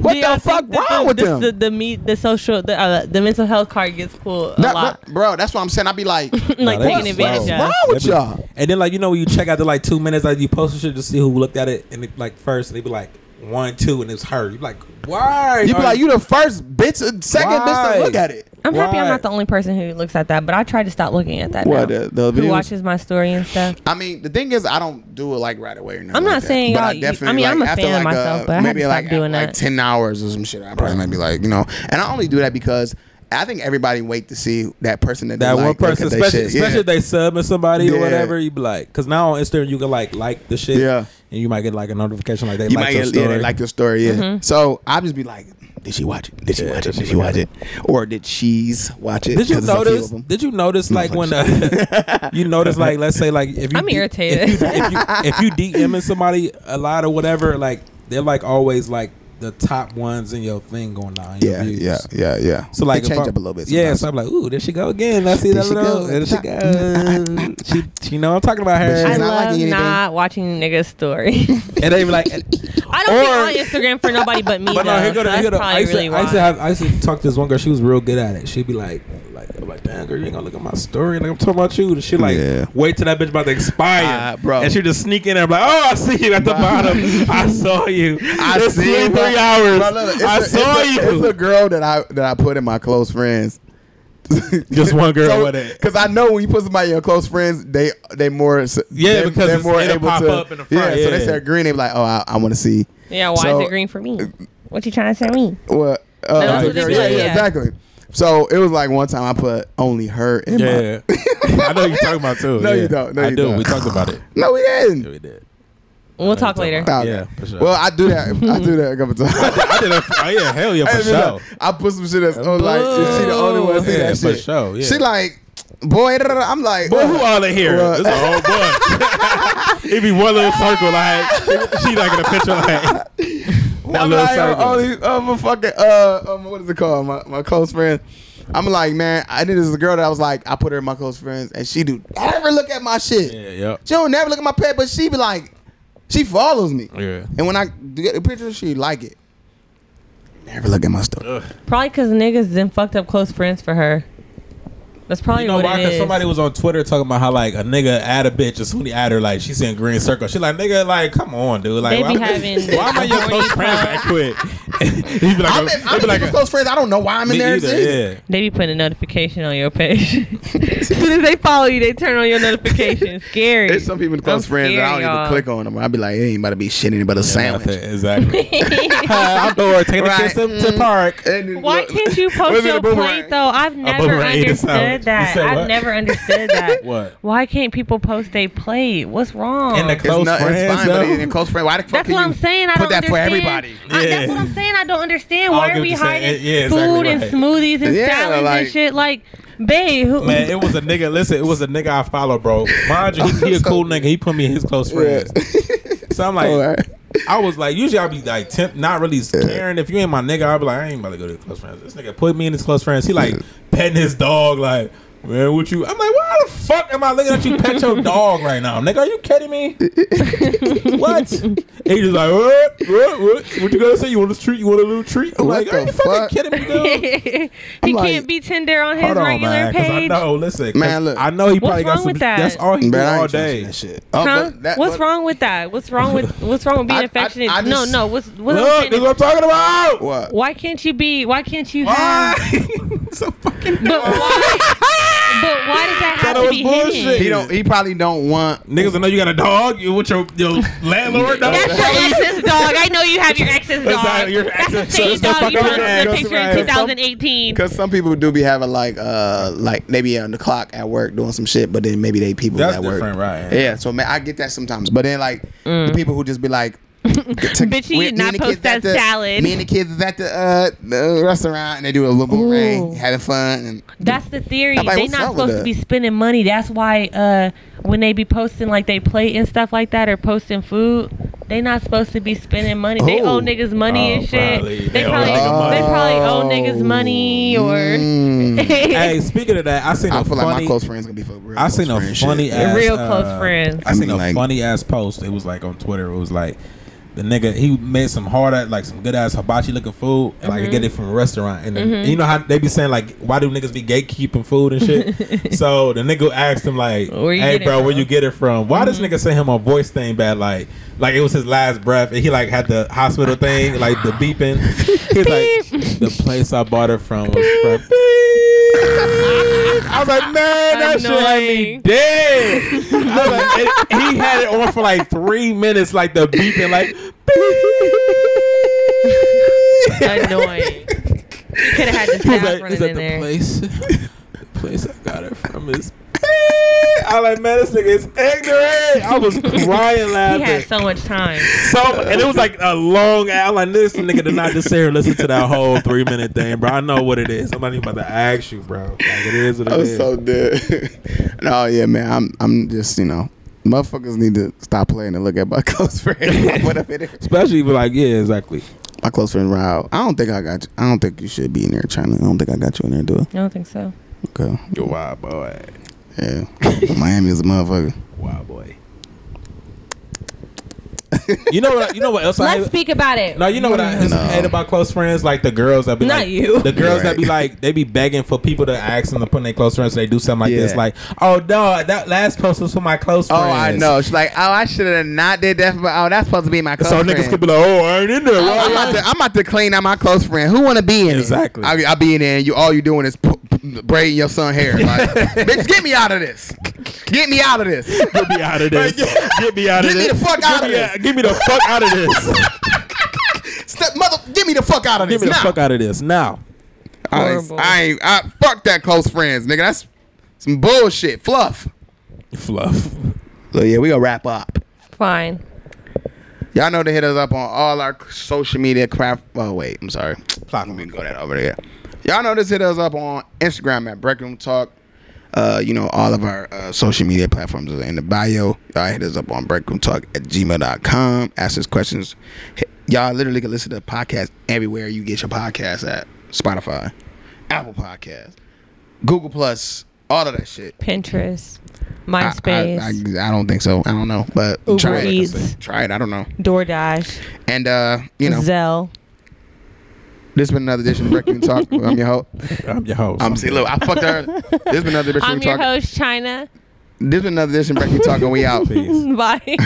[SPEAKER 1] What
[SPEAKER 2] Do
[SPEAKER 1] the
[SPEAKER 2] y'all
[SPEAKER 1] fuck
[SPEAKER 2] think that
[SPEAKER 1] wrong
[SPEAKER 2] the,
[SPEAKER 1] with
[SPEAKER 2] this-
[SPEAKER 1] them?
[SPEAKER 2] The, the, meat, the social, the, uh, the mental health card gets pulled a
[SPEAKER 1] That-
[SPEAKER 2] lot.
[SPEAKER 1] that- bro, that's what I'm saying. I'd be like,
[SPEAKER 2] like
[SPEAKER 3] Nah, they-
[SPEAKER 2] taking advantage
[SPEAKER 1] what's
[SPEAKER 2] of.
[SPEAKER 1] wrong with
[SPEAKER 3] They be-
[SPEAKER 1] y'all?
[SPEAKER 3] And then like you know when you check out the like two minutes like you post shit to see who looked at it and it, like first and they be like one two and it's her. You be like why?
[SPEAKER 1] you be
[SPEAKER 3] are
[SPEAKER 1] like, you the first bitch, uh, second bitch
[SPEAKER 3] Why?
[SPEAKER 1] to look at it.
[SPEAKER 2] I'm happy I'm
[SPEAKER 3] Why?
[SPEAKER 2] not the only person who looks at that, but I try to stop looking at that.
[SPEAKER 1] What,
[SPEAKER 2] now.
[SPEAKER 1] the- the
[SPEAKER 2] who
[SPEAKER 1] views?
[SPEAKER 2] watches my story and stuff?
[SPEAKER 1] I mean, the thing is, I don't do it like right away. Or nothing
[SPEAKER 2] I'm
[SPEAKER 1] like
[SPEAKER 2] not
[SPEAKER 1] that.
[SPEAKER 2] saying
[SPEAKER 1] but
[SPEAKER 2] y'all-
[SPEAKER 1] I
[SPEAKER 2] you-
[SPEAKER 1] definitely.
[SPEAKER 2] I mean,
[SPEAKER 1] like,
[SPEAKER 2] I'm a
[SPEAKER 1] after
[SPEAKER 2] fan
[SPEAKER 1] like
[SPEAKER 2] myself,
[SPEAKER 1] uh,
[SPEAKER 2] but I had
[SPEAKER 1] maybe
[SPEAKER 2] to
[SPEAKER 1] like
[SPEAKER 2] stop doing
[SPEAKER 1] like
[SPEAKER 2] that.
[SPEAKER 1] ten hours or some shit. I probably might be like, you know, and I only do that because I think everybody wait to see that person that they
[SPEAKER 3] that
[SPEAKER 1] like,
[SPEAKER 3] one
[SPEAKER 1] look at
[SPEAKER 3] person,
[SPEAKER 1] their
[SPEAKER 3] especially,
[SPEAKER 1] shit.
[SPEAKER 3] especially if they subbing somebody
[SPEAKER 1] Yeah.
[SPEAKER 3] or whatever, you be like, because now on Instagram you can like like the shit,
[SPEAKER 1] Yeah.
[SPEAKER 3] and you might get like a notification like they
[SPEAKER 1] you
[SPEAKER 3] like
[SPEAKER 1] might
[SPEAKER 3] your
[SPEAKER 1] yeah,
[SPEAKER 3] story.
[SPEAKER 1] they like your story, yeah.
[SPEAKER 2] Mm-hmm.
[SPEAKER 1] So I just be like, did she watch it? Did she
[SPEAKER 3] Yeah,
[SPEAKER 1] watch it?
[SPEAKER 3] did
[SPEAKER 1] Did
[SPEAKER 3] she
[SPEAKER 1] she
[SPEAKER 3] look
[SPEAKER 1] watch it?
[SPEAKER 3] at
[SPEAKER 1] Or did she's watch it?
[SPEAKER 3] did you
[SPEAKER 1] 'Cause there's a few
[SPEAKER 3] notice?
[SPEAKER 1] of 'em.
[SPEAKER 3] Did you notice like when uh, you notice like let's say like if you
[SPEAKER 2] I'm
[SPEAKER 3] D-
[SPEAKER 2] irritated.
[SPEAKER 3] if you, if you, if you DMing somebody a lot or whatever like they're like always like the top ones in your thing going on. in your
[SPEAKER 1] Yeah,
[SPEAKER 3] views.
[SPEAKER 1] yeah, yeah, yeah.
[SPEAKER 3] So like
[SPEAKER 1] They change
[SPEAKER 3] if I-
[SPEAKER 1] up a little bit.
[SPEAKER 3] Yeah,
[SPEAKER 1] sometimes.
[SPEAKER 3] so I'm like, ooh, there she go again. I see
[SPEAKER 1] There
[SPEAKER 3] that
[SPEAKER 1] she
[SPEAKER 3] little.
[SPEAKER 1] go.
[SPEAKER 3] There she go. She, she know I'm talking about
[SPEAKER 1] But
[SPEAKER 2] I
[SPEAKER 1] she's
[SPEAKER 3] her.
[SPEAKER 1] not liking
[SPEAKER 2] love
[SPEAKER 1] anything.
[SPEAKER 2] not watching niggas' story.
[SPEAKER 3] And they be like,
[SPEAKER 2] I don't
[SPEAKER 3] Or-
[SPEAKER 2] be on Instagram for nobody but me.
[SPEAKER 3] But no,
[SPEAKER 2] though,
[SPEAKER 3] here go
[SPEAKER 2] so
[SPEAKER 3] the,
[SPEAKER 2] that's
[SPEAKER 3] here go the, I
[SPEAKER 2] probably
[SPEAKER 3] used,
[SPEAKER 2] really
[SPEAKER 3] to, I,
[SPEAKER 2] why.
[SPEAKER 3] used to have, I used to talk to this one girl. She was real good at it. She'd be like, like, I'm like, damn girl, you ain't gonna look at my story. Like I'm talking about you. And she like,
[SPEAKER 1] Yeah.
[SPEAKER 3] wait till that bitch about to expire,
[SPEAKER 1] Ah, bro.
[SPEAKER 3] And she just sneak in there, like, oh, I see you at the
[SPEAKER 1] Bro.
[SPEAKER 3] bottom. I saw you.
[SPEAKER 1] I
[SPEAKER 3] It's
[SPEAKER 1] see
[SPEAKER 3] been
[SPEAKER 1] you, bro.
[SPEAKER 3] three hours.
[SPEAKER 1] Bro, look, it's
[SPEAKER 3] I
[SPEAKER 1] a- it's
[SPEAKER 3] saw
[SPEAKER 1] a-
[SPEAKER 3] you.
[SPEAKER 1] It's a girl that I that I put in my close friends.
[SPEAKER 3] Just one girl with it.
[SPEAKER 1] Because I know when you put somebody in your close friends, they they more s-
[SPEAKER 3] Yeah,
[SPEAKER 1] they're,
[SPEAKER 3] because
[SPEAKER 1] they're
[SPEAKER 3] it's-
[SPEAKER 1] more
[SPEAKER 3] it'll
[SPEAKER 1] able
[SPEAKER 3] pop
[SPEAKER 1] to
[SPEAKER 3] up in the front,
[SPEAKER 1] yeah, So they
[SPEAKER 3] yeah.
[SPEAKER 1] start green. They be like, oh, I, I want to see
[SPEAKER 2] yeah, why
[SPEAKER 1] So- uh,
[SPEAKER 2] is it green for me? What you trying to tell me?
[SPEAKER 1] what. Uh,
[SPEAKER 2] that's
[SPEAKER 3] what
[SPEAKER 1] girl-
[SPEAKER 3] they
[SPEAKER 1] yeah,
[SPEAKER 3] do,
[SPEAKER 1] yeah,
[SPEAKER 2] yeah.
[SPEAKER 1] exactly. So it was like one time I put only her in my.
[SPEAKER 3] Yeah, I know you talking about too.
[SPEAKER 1] No,
[SPEAKER 3] yeah.
[SPEAKER 1] you don't. No,
[SPEAKER 3] I
[SPEAKER 1] you
[SPEAKER 3] do.
[SPEAKER 1] don't.
[SPEAKER 3] We talked about it.
[SPEAKER 1] No, we
[SPEAKER 3] Yeah,
[SPEAKER 1] didn't.
[SPEAKER 3] we did.
[SPEAKER 2] We'll talk later.
[SPEAKER 1] Okay.
[SPEAKER 3] Yeah, for sure.
[SPEAKER 1] Well, I do that. I do that a couple times.
[SPEAKER 3] I did it. Oh, yeah, hell yeah,
[SPEAKER 1] I,
[SPEAKER 3] for
[SPEAKER 1] didn't know.
[SPEAKER 3] sure.
[SPEAKER 1] I put some shit that's oh, like, is she the only one that see
[SPEAKER 3] Yeah,
[SPEAKER 1] that
[SPEAKER 3] for
[SPEAKER 1] shit?
[SPEAKER 3] sure, yeah.
[SPEAKER 1] She like, boy, da, da, da. I'm like,
[SPEAKER 3] Boy,
[SPEAKER 1] oh.
[SPEAKER 3] who all in here?
[SPEAKER 1] Well-
[SPEAKER 3] This a whole bunch. It'd be one little circle, like she like in a picture, like that
[SPEAKER 1] I'm
[SPEAKER 3] little
[SPEAKER 1] like,
[SPEAKER 3] circle.
[SPEAKER 1] all these, uh, my fucking, uh, um, what is it called? My, my close friend. I'm like, man, I knew this is a girl that I was like, I put her in my close friends, and she do never look at my shit.
[SPEAKER 3] yeah, yep.
[SPEAKER 1] She don't never look at my pet, but she be like, she follows me,
[SPEAKER 3] Yeah.
[SPEAKER 1] and when I get the picture, she like it. Never look at my stuff.
[SPEAKER 2] Probably because niggas then fucked up close friends for her.
[SPEAKER 10] That's probably
[SPEAKER 3] You know
[SPEAKER 10] what
[SPEAKER 3] why?
[SPEAKER 10] it
[SPEAKER 3] Because
[SPEAKER 10] is.
[SPEAKER 3] somebody was on Twitter talking about how like a nigga add a bitch as soon as he add her, like she's in green circle. She like nigga, like come on, dude. Like
[SPEAKER 2] They
[SPEAKER 3] why,
[SPEAKER 2] be having
[SPEAKER 3] why am I your close friend that quick? he be like,
[SPEAKER 1] I'm
[SPEAKER 3] a-
[SPEAKER 1] in,
[SPEAKER 3] he
[SPEAKER 1] I'm
[SPEAKER 3] be
[SPEAKER 1] in
[SPEAKER 3] like
[SPEAKER 1] people's
[SPEAKER 3] a-
[SPEAKER 1] close friends. I don't know why I'm in
[SPEAKER 3] me
[SPEAKER 1] there.
[SPEAKER 3] either,
[SPEAKER 1] sis.
[SPEAKER 3] yeah.
[SPEAKER 2] They be putting a notification on your page. as soon as they follow you, they turn on your notification. Scary.
[SPEAKER 1] There's some people in close
[SPEAKER 2] I'm
[SPEAKER 1] friends that I
[SPEAKER 2] scared,
[SPEAKER 1] don't even
[SPEAKER 2] y'all.
[SPEAKER 1] click on them. I'd be like, it ain't about to be shit, ain't but a sandwich.
[SPEAKER 3] Exactly. Outdoor, taking
[SPEAKER 1] Right.
[SPEAKER 3] a kiss up to park.
[SPEAKER 2] Why can't you
[SPEAKER 1] Was
[SPEAKER 2] post
[SPEAKER 1] it a
[SPEAKER 2] your
[SPEAKER 1] boomerang?
[SPEAKER 2] plate though? I've never
[SPEAKER 3] boomerang ate a sandwich.
[SPEAKER 2] understood that.
[SPEAKER 3] You said what?
[SPEAKER 2] I've never understood that.
[SPEAKER 3] What?
[SPEAKER 2] Why can't people post their plate? What's wrong?
[SPEAKER 3] In the
[SPEAKER 1] It's,
[SPEAKER 3] close
[SPEAKER 1] not,
[SPEAKER 3] friends,
[SPEAKER 1] it's fine, but
[SPEAKER 3] though.
[SPEAKER 1] in a close friend, why the fuck
[SPEAKER 2] that's
[SPEAKER 1] can
[SPEAKER 2] what
[SPEAKER 1] you
[SPEAKER 2] I'm saying. I
[SPEAKER 1] put
[SPEAKER 2] don't
[SPEAKER 1] that for
[SPEAKER 2] understand.
[SPEAKER 1] everybody?
[SPEAKER 2] I,
[SPEAKER 3] Yeah.
[SPEAKER 2] that's what I'm saying. I don't understand.
[SPEAKER 3] I'll
[SPEAKER 2] Why
[SPEAKER 3] get
[SPEAKER 2] are we
[SPEAKER 3] what you're saying.
[SPEAKER 2] hiding
[SPEAKER 3] Yeah, exactly
[SPEAKER 2] food and
[SPEAKER 3] right.
[SPEAKER 2] smoothies and
[SPEAKER 1] Yeah,
[SPEAKER 2] salads
[SPEAKER 1] like-
[SPEAKER 2] and shit? Like, babe, who,
[SPEAKER 3] Man, it was a nigga. Listen, it was a nigga I follow, bro. Mind you, he, he a cool nigga. He put me in his close friends. So I'm like,
[SPEAKER 1] All right.
[SPEAKER 3] I was like, usually I'll be like, temp, not really caring. If you ain't my nigga, I'll be like, I ain't about to go to close friends. This nigga put me in his close friends. He like petting his dog, like, Man, what you? I'm like, why the fuck am I looking at you pet your dog right now, nigga? Are you kidding me? what? And he just like, what, what, what? What you gonna say? You want a treat? You want a little treat? I'm
[SPEAKER 1] What
[SPEAKER 3] like, are
[SPEAKER 1] the
[SPEAKER 3] you
[SPEAKER 1] fuck?
[SPEAKER 3] fucking kidding me,
[SPEAKER 9] he
[SPEAKER 3] dude?
[SPEAKER 1] I'm like-
[SPEAKER 9] can't be Tinder on his
[SPEAKER 3] Hold on,
[SPEAKER 9] regular
[SPEAKER 3] man. 'cause I
[SPEAKER 9] page.
[SPEAKER 3] know. Listen, 'cause
[SPEAKER 1] Man, look.
[SPEAKER 3] I know he
[SPEAKER 9] What's
[SPEAKER 3] probably got
[SPEAKER 9] wrong
[SPEAKER 3] some.
[SPEAKER 9] with that?
[SPEAKER 3] That's all he do
[SPEAKER 1] Man, I
[SPEAKER 3] all
[SPEAKER 1] ain't trusting
[SPEAKER 3] day.
[SPEAKER 1] that shit. Oh,
[SPEAKER 9] Huh?
[SPEAKER 1] but that-
[SPEAKER 9] what's
[SPEAKER 1] but-
[SPEAKER 9] wrong with that? What's wrong with what's wrong with being
[SPEAKER 1] I- I-
[SPEAKER 9] affectionate?
[SPEAKER 1] I
[SPEAKER 9] no,
[SPEAKER 1] just-
[SPEAKER 9] no. What's what I'm
[SPEAKER 3] Look,
[SPEAKER 9] saying
[SPEAKER 3] this is
[SPEAKER 9] is-
[SPEAKER 3] what I'm talking about.
[SPEAKER 1] What?
[SPEAKER 9] why can't you be? Why can't you
[SPEAKER 3] Why?
[SPEAKER 9] have?
[SPEAKER 3] it's a fucking
[SPEAKER 9] But why? but why does that have
[SPEAKER 3] Thought it
[SPEAKER 9] to
[SPEAKER 3] was
[SPEAKER 9] be
[SPEAKER 3] bullshit.
[SPEAKER 9] hidden?
[SPEAKER 1] He don't. He probably don't want.
[SPEAKER 3] niggas. I know you got a dog. You with your your landlord? dog?
[SPEAKER 9] That's your ex's dog. I know you have your ex's
[SPEAKER 3] That's
[SPEAKER 9] dog.
[SPEAKER 3] not your ex's-
[SPEAKER 9] That's the
[SPEAKER 3] so
[SPEAKER 9] same
[SPEAKER 3] it's not
[SPEAKER 9] dog you
[SPEAKER 3] fucking
[SPEAKER 9] put
[SPEAKER 3] right.
[SPEAKER 9] in the
[SPEAKER 3] That's
[SPEAKER 9] picture in
[SPEAKER 3] right.
[SPEAKER 9] 2018.
[SPEAKER 1] Cause some people do be having like uh like maybe on the clock at work doing some shit, but then maybe they people
[SPEAKER 3] That's
[SPEAKER 1] at
[SPEAKER 3] different,
[SPEAKER 1] work.
[SPEAKER 3] right.
[SPEAKER 1] Yeah, so man, I get that sometimes. But then like the people who just be like,
[SPEAKER 9] Mm. Bitch, you
[SPEAKER 1] we-
[SPEAKER 9] did
[SPEAKER 1] me
[SPEAKER 9] not
[SPEAKER 1] and the
[SPEAKER 9] post
[SPEAKER 1] kids
[SPEAKER 9] that
[SPEAKER 1] at the-
[SPEAKER 9] salad.
[SPEAKER 1] Me and the kids is at the uh the restaurant and they do a little boomerang, having fun. And
[SPEAKER 9] That's the theory.
[SPEAKER 1] I'm like,
[SPEAKER 9] they
[SPEAKER 1] what's
[SPEAKER 9] not
[SPEAKER 1] up with
[SPEAKER 9] supposed to
[SPEAKER 1] that?
[SPEAKER 9] be spending money. That's why uh, when they be posting like they plate and stuff like that or posting food, they not supposed to be spending money. They
[SPEAKER 1] Oh.
[SPEAKER 9] owe niggas money
[SPEAKER 3] Oh,
[SPEAKER 9] and shit.
[SPEAKER 3] probably.
[SPEAKER 9] They,
[SPEAKER 3] They owe
[SPEAKER 9] probably
[SPEAKER 3] niggas money.
[SPEAKER 9] they probably owe niggas money or
[SPEAKER 1] Oh. Mm.
[SPEAKER 3] hey, speaking of that, I seen a
[SPEAKER 1] I feel
[SPEAKER 3] funny.
[SPEAKER 1] like my close friends gonna be for real.
[SPEAKER 3] I
[SPEAKER 1] close
[SPEAKER 3] seen a
[SPEAKER 1] friend
[SPEAKER 3] funny
[SPEAKER 1] shit.
[SPEAKER 3] ass
[SPEAKER 9] real
[SPEAKER 3] uh,
[SPEAKER 9] close friends.
[SPEAKER 3] I seen
[SPEAKER 1] I mean,
[SPEAKER 3] a
[SPEAKER 1] like-
[SPEAKER 3] funny ass post. It was like on Twitter. It was like the nigga he made some hard ass like some good ass hibachi looking food. and, Like he
[SPEAKER 9] Mm-hmm.
[SPEAKER 3] get it from a restaurant, and, then, you know how they be saying like why do niggas be gatekeeping food and shit. so the nigga asked him like,
[SPEAKER 9] Where you
[SPEAKER 3] hey
[SPEAKER 9] get it
[SPEAKER 3] bro, where
[SPEAKER 9] from?" Mm-hmm.
[SPEAKER 3] you get it from? Why does nigga send him a voice thing back like like it was his last breath and he like had the hospital thing like the beeping. He's like the place I bought it from was from. I was like, man, that shit had me
[SPEAKER 9] Annoying.
[SPEAKER 3] dead. I was like, it- he had it on for like three minutes, like the beeping, like.
[SPEAKER 9] Annoying. Could have had the
[SPEAKER 3] He was
[SPEAKER 9] staff
[SPEAKER 3] like,
[SPEAKER 9] running
[SPEAKER 3] is that
[SPEAKER 9] in
[SPEAKER 3] the
[SPEAKER 9] there.
[SPEAKER 3] place? The place I got it from is. I like, man, this nigga is ignorant. I was crying
[SPEAKER 9] He
[SPEAKER 3] laughing.
[SPEAKER 9] had so much time.
[SPEAKER 3] So, and it was like a long. I'm like, this nigga did not just sit here and listen to that whole three minute thing, bro. I know what it is. I'm not even about to ask you, bro. Like, it is what it
[SPEAKER 1] I'm
[SPEAKER 3] is.
[SPEAKER 1] so dead. no, yeah, man. I'm I'm just you know, motherfuckers need to stop playing and look at my close friends. I put up in it.
[SPEAKER 3] Especially if like, yeah, exactly.
[SPEAKER 1] My close friend Rob. I don't think I got. You. I don't think you should be in there trying to. I don't think I got you in there, do I?
[SPEAKER 5] I don't think so.
[SPEAKER 1] Okay.
[SPEAKER 3] Yo, wild boy.
[SPEAKER 1] Yeah. Miami is a motherfucker.
[SPEAKER 3] Wild boy. you know what? You know what else I
[SPEAKER 5] Let's
[SPEAKER 3] hate?
[SPEAKER 5] speak about it.
[SPEAKER 3] No, you know what I
[SPEAKER 1] No.
[SPEAKER 3] hate about close friends? Like the girls that be
[SPEAKER 5] Not
[SPEAKER 3] like,
[SPEAKER 5] you.
[SPEAKER 3] The girls
[SPEAKER 1] Right.
[SPEAKER 3] that be like, they be begging for people to ask them to put in their close friends. So they do something like this,
[SPEAKER 1] Yeah.
[SPEAKER 3] like, oh no, that last post was for my close
[SPEAKER 1] Oh,
[SPEAKER 3] friends.
[SPEAKER 1] I know. She's like, oh, I should have not did that. But oh, that's supposed to be my close
[SPEAKER 3] So
[SPEAKER 1] friend.
[SPEAKER 3] niggas could be like, oh, I ain't in there.
[SPEAKER 1] I'm
[SPEAKER 3] Right?
[SPEAKER 1] about, to, I'm about to clean out my close friend. Who want to be in
[SPEAKER 3] Exactly.
[SPEAKER 1] it? Exactly. I'll be in there, and you all you doing is p- p- braiding your son hair. Like, bitch, get me out of this. Get me out of this.
[SPEAKER 3] Get me out of this. Get me out of
[SPEAKER 1] Get me
[SPEAKER 3] this.
[SPEAKER 1] the fuck
[SPEAKER 3] Get
[SPEAKER 1] out of
[SPEAKER 3] me
[SPEAKER 1] this.
[SPEAKER 3] Get me the fuck out of this.
[SPEAKER 1] Step, mother, get me the fuck out of
[SPEAKER 3] Get
[SPEAKER 1] this
[SPEAKER 3] me the
[SPEAKER 1] now.
[SPEAKER 3] fuck out of this now.
[SPEAKER 1] I, ain't-
[SPEAKER 9] Horrible.
[SPEAKER 1] I ain't. I fuck that close friends, nigga. That's some bullshit, fluff.
[SPEAKER 3] Fluff.
[SPEAKER 1] So yeah, we gonna wrap up.
[SPEAKER 9] Fine.
[SPEAKER 1] Y'all know to hit us up on all our social media crap. Oh wait, I'm sorry. Let me go that over there. Y'all know this hit us up on Instagram at Break Room Talk. Uh, you know, all of our uh, social media platforms are in the bio. Y'all hit us up on breakroomtalk at gmail.com. Ask us questions. Hit- Y'all literally can listen to the podcast everywhere you get your podcast at Spotify, Apple Podcasts, Google Plus, all of that shit.
[SPEAKER 9] Pinterest,
[SPEAKER 1] I- I-
[SPEAKER 9] MySpace,
[SPEAKER 1] I, I, don't think so. I don't know, but
[SPEAKER 9] Uber
[SPEAKER 1] try it.
[SPEAKER 9] Eats.
[SPEAKER 1] Try it. I don't know.
[SPEAKER 9] DoorDash,
[SPEAKER 1] And uh, you know,
[SPEAKER 9] Zelle.
[SPEAKER 1] this has been another edition of Breakfast Talk. I'm your host.
[SPEAKER 3] I'm your host.
[SPEAKER 1] I'm Um, see, look, I fucked her. This has been another edition
[SPEAKER 9] I'm
[SPEAKER 1] of
[SPEAKER 9] your
[SPEAKER 1] Talk.
[SPEAKER 9] host, China.
[SPEAKER 1] This has been another edition of Breakfast Talk, and we out.
[SPEAKER 3] Peace.
[SPEAKER 9] Bye.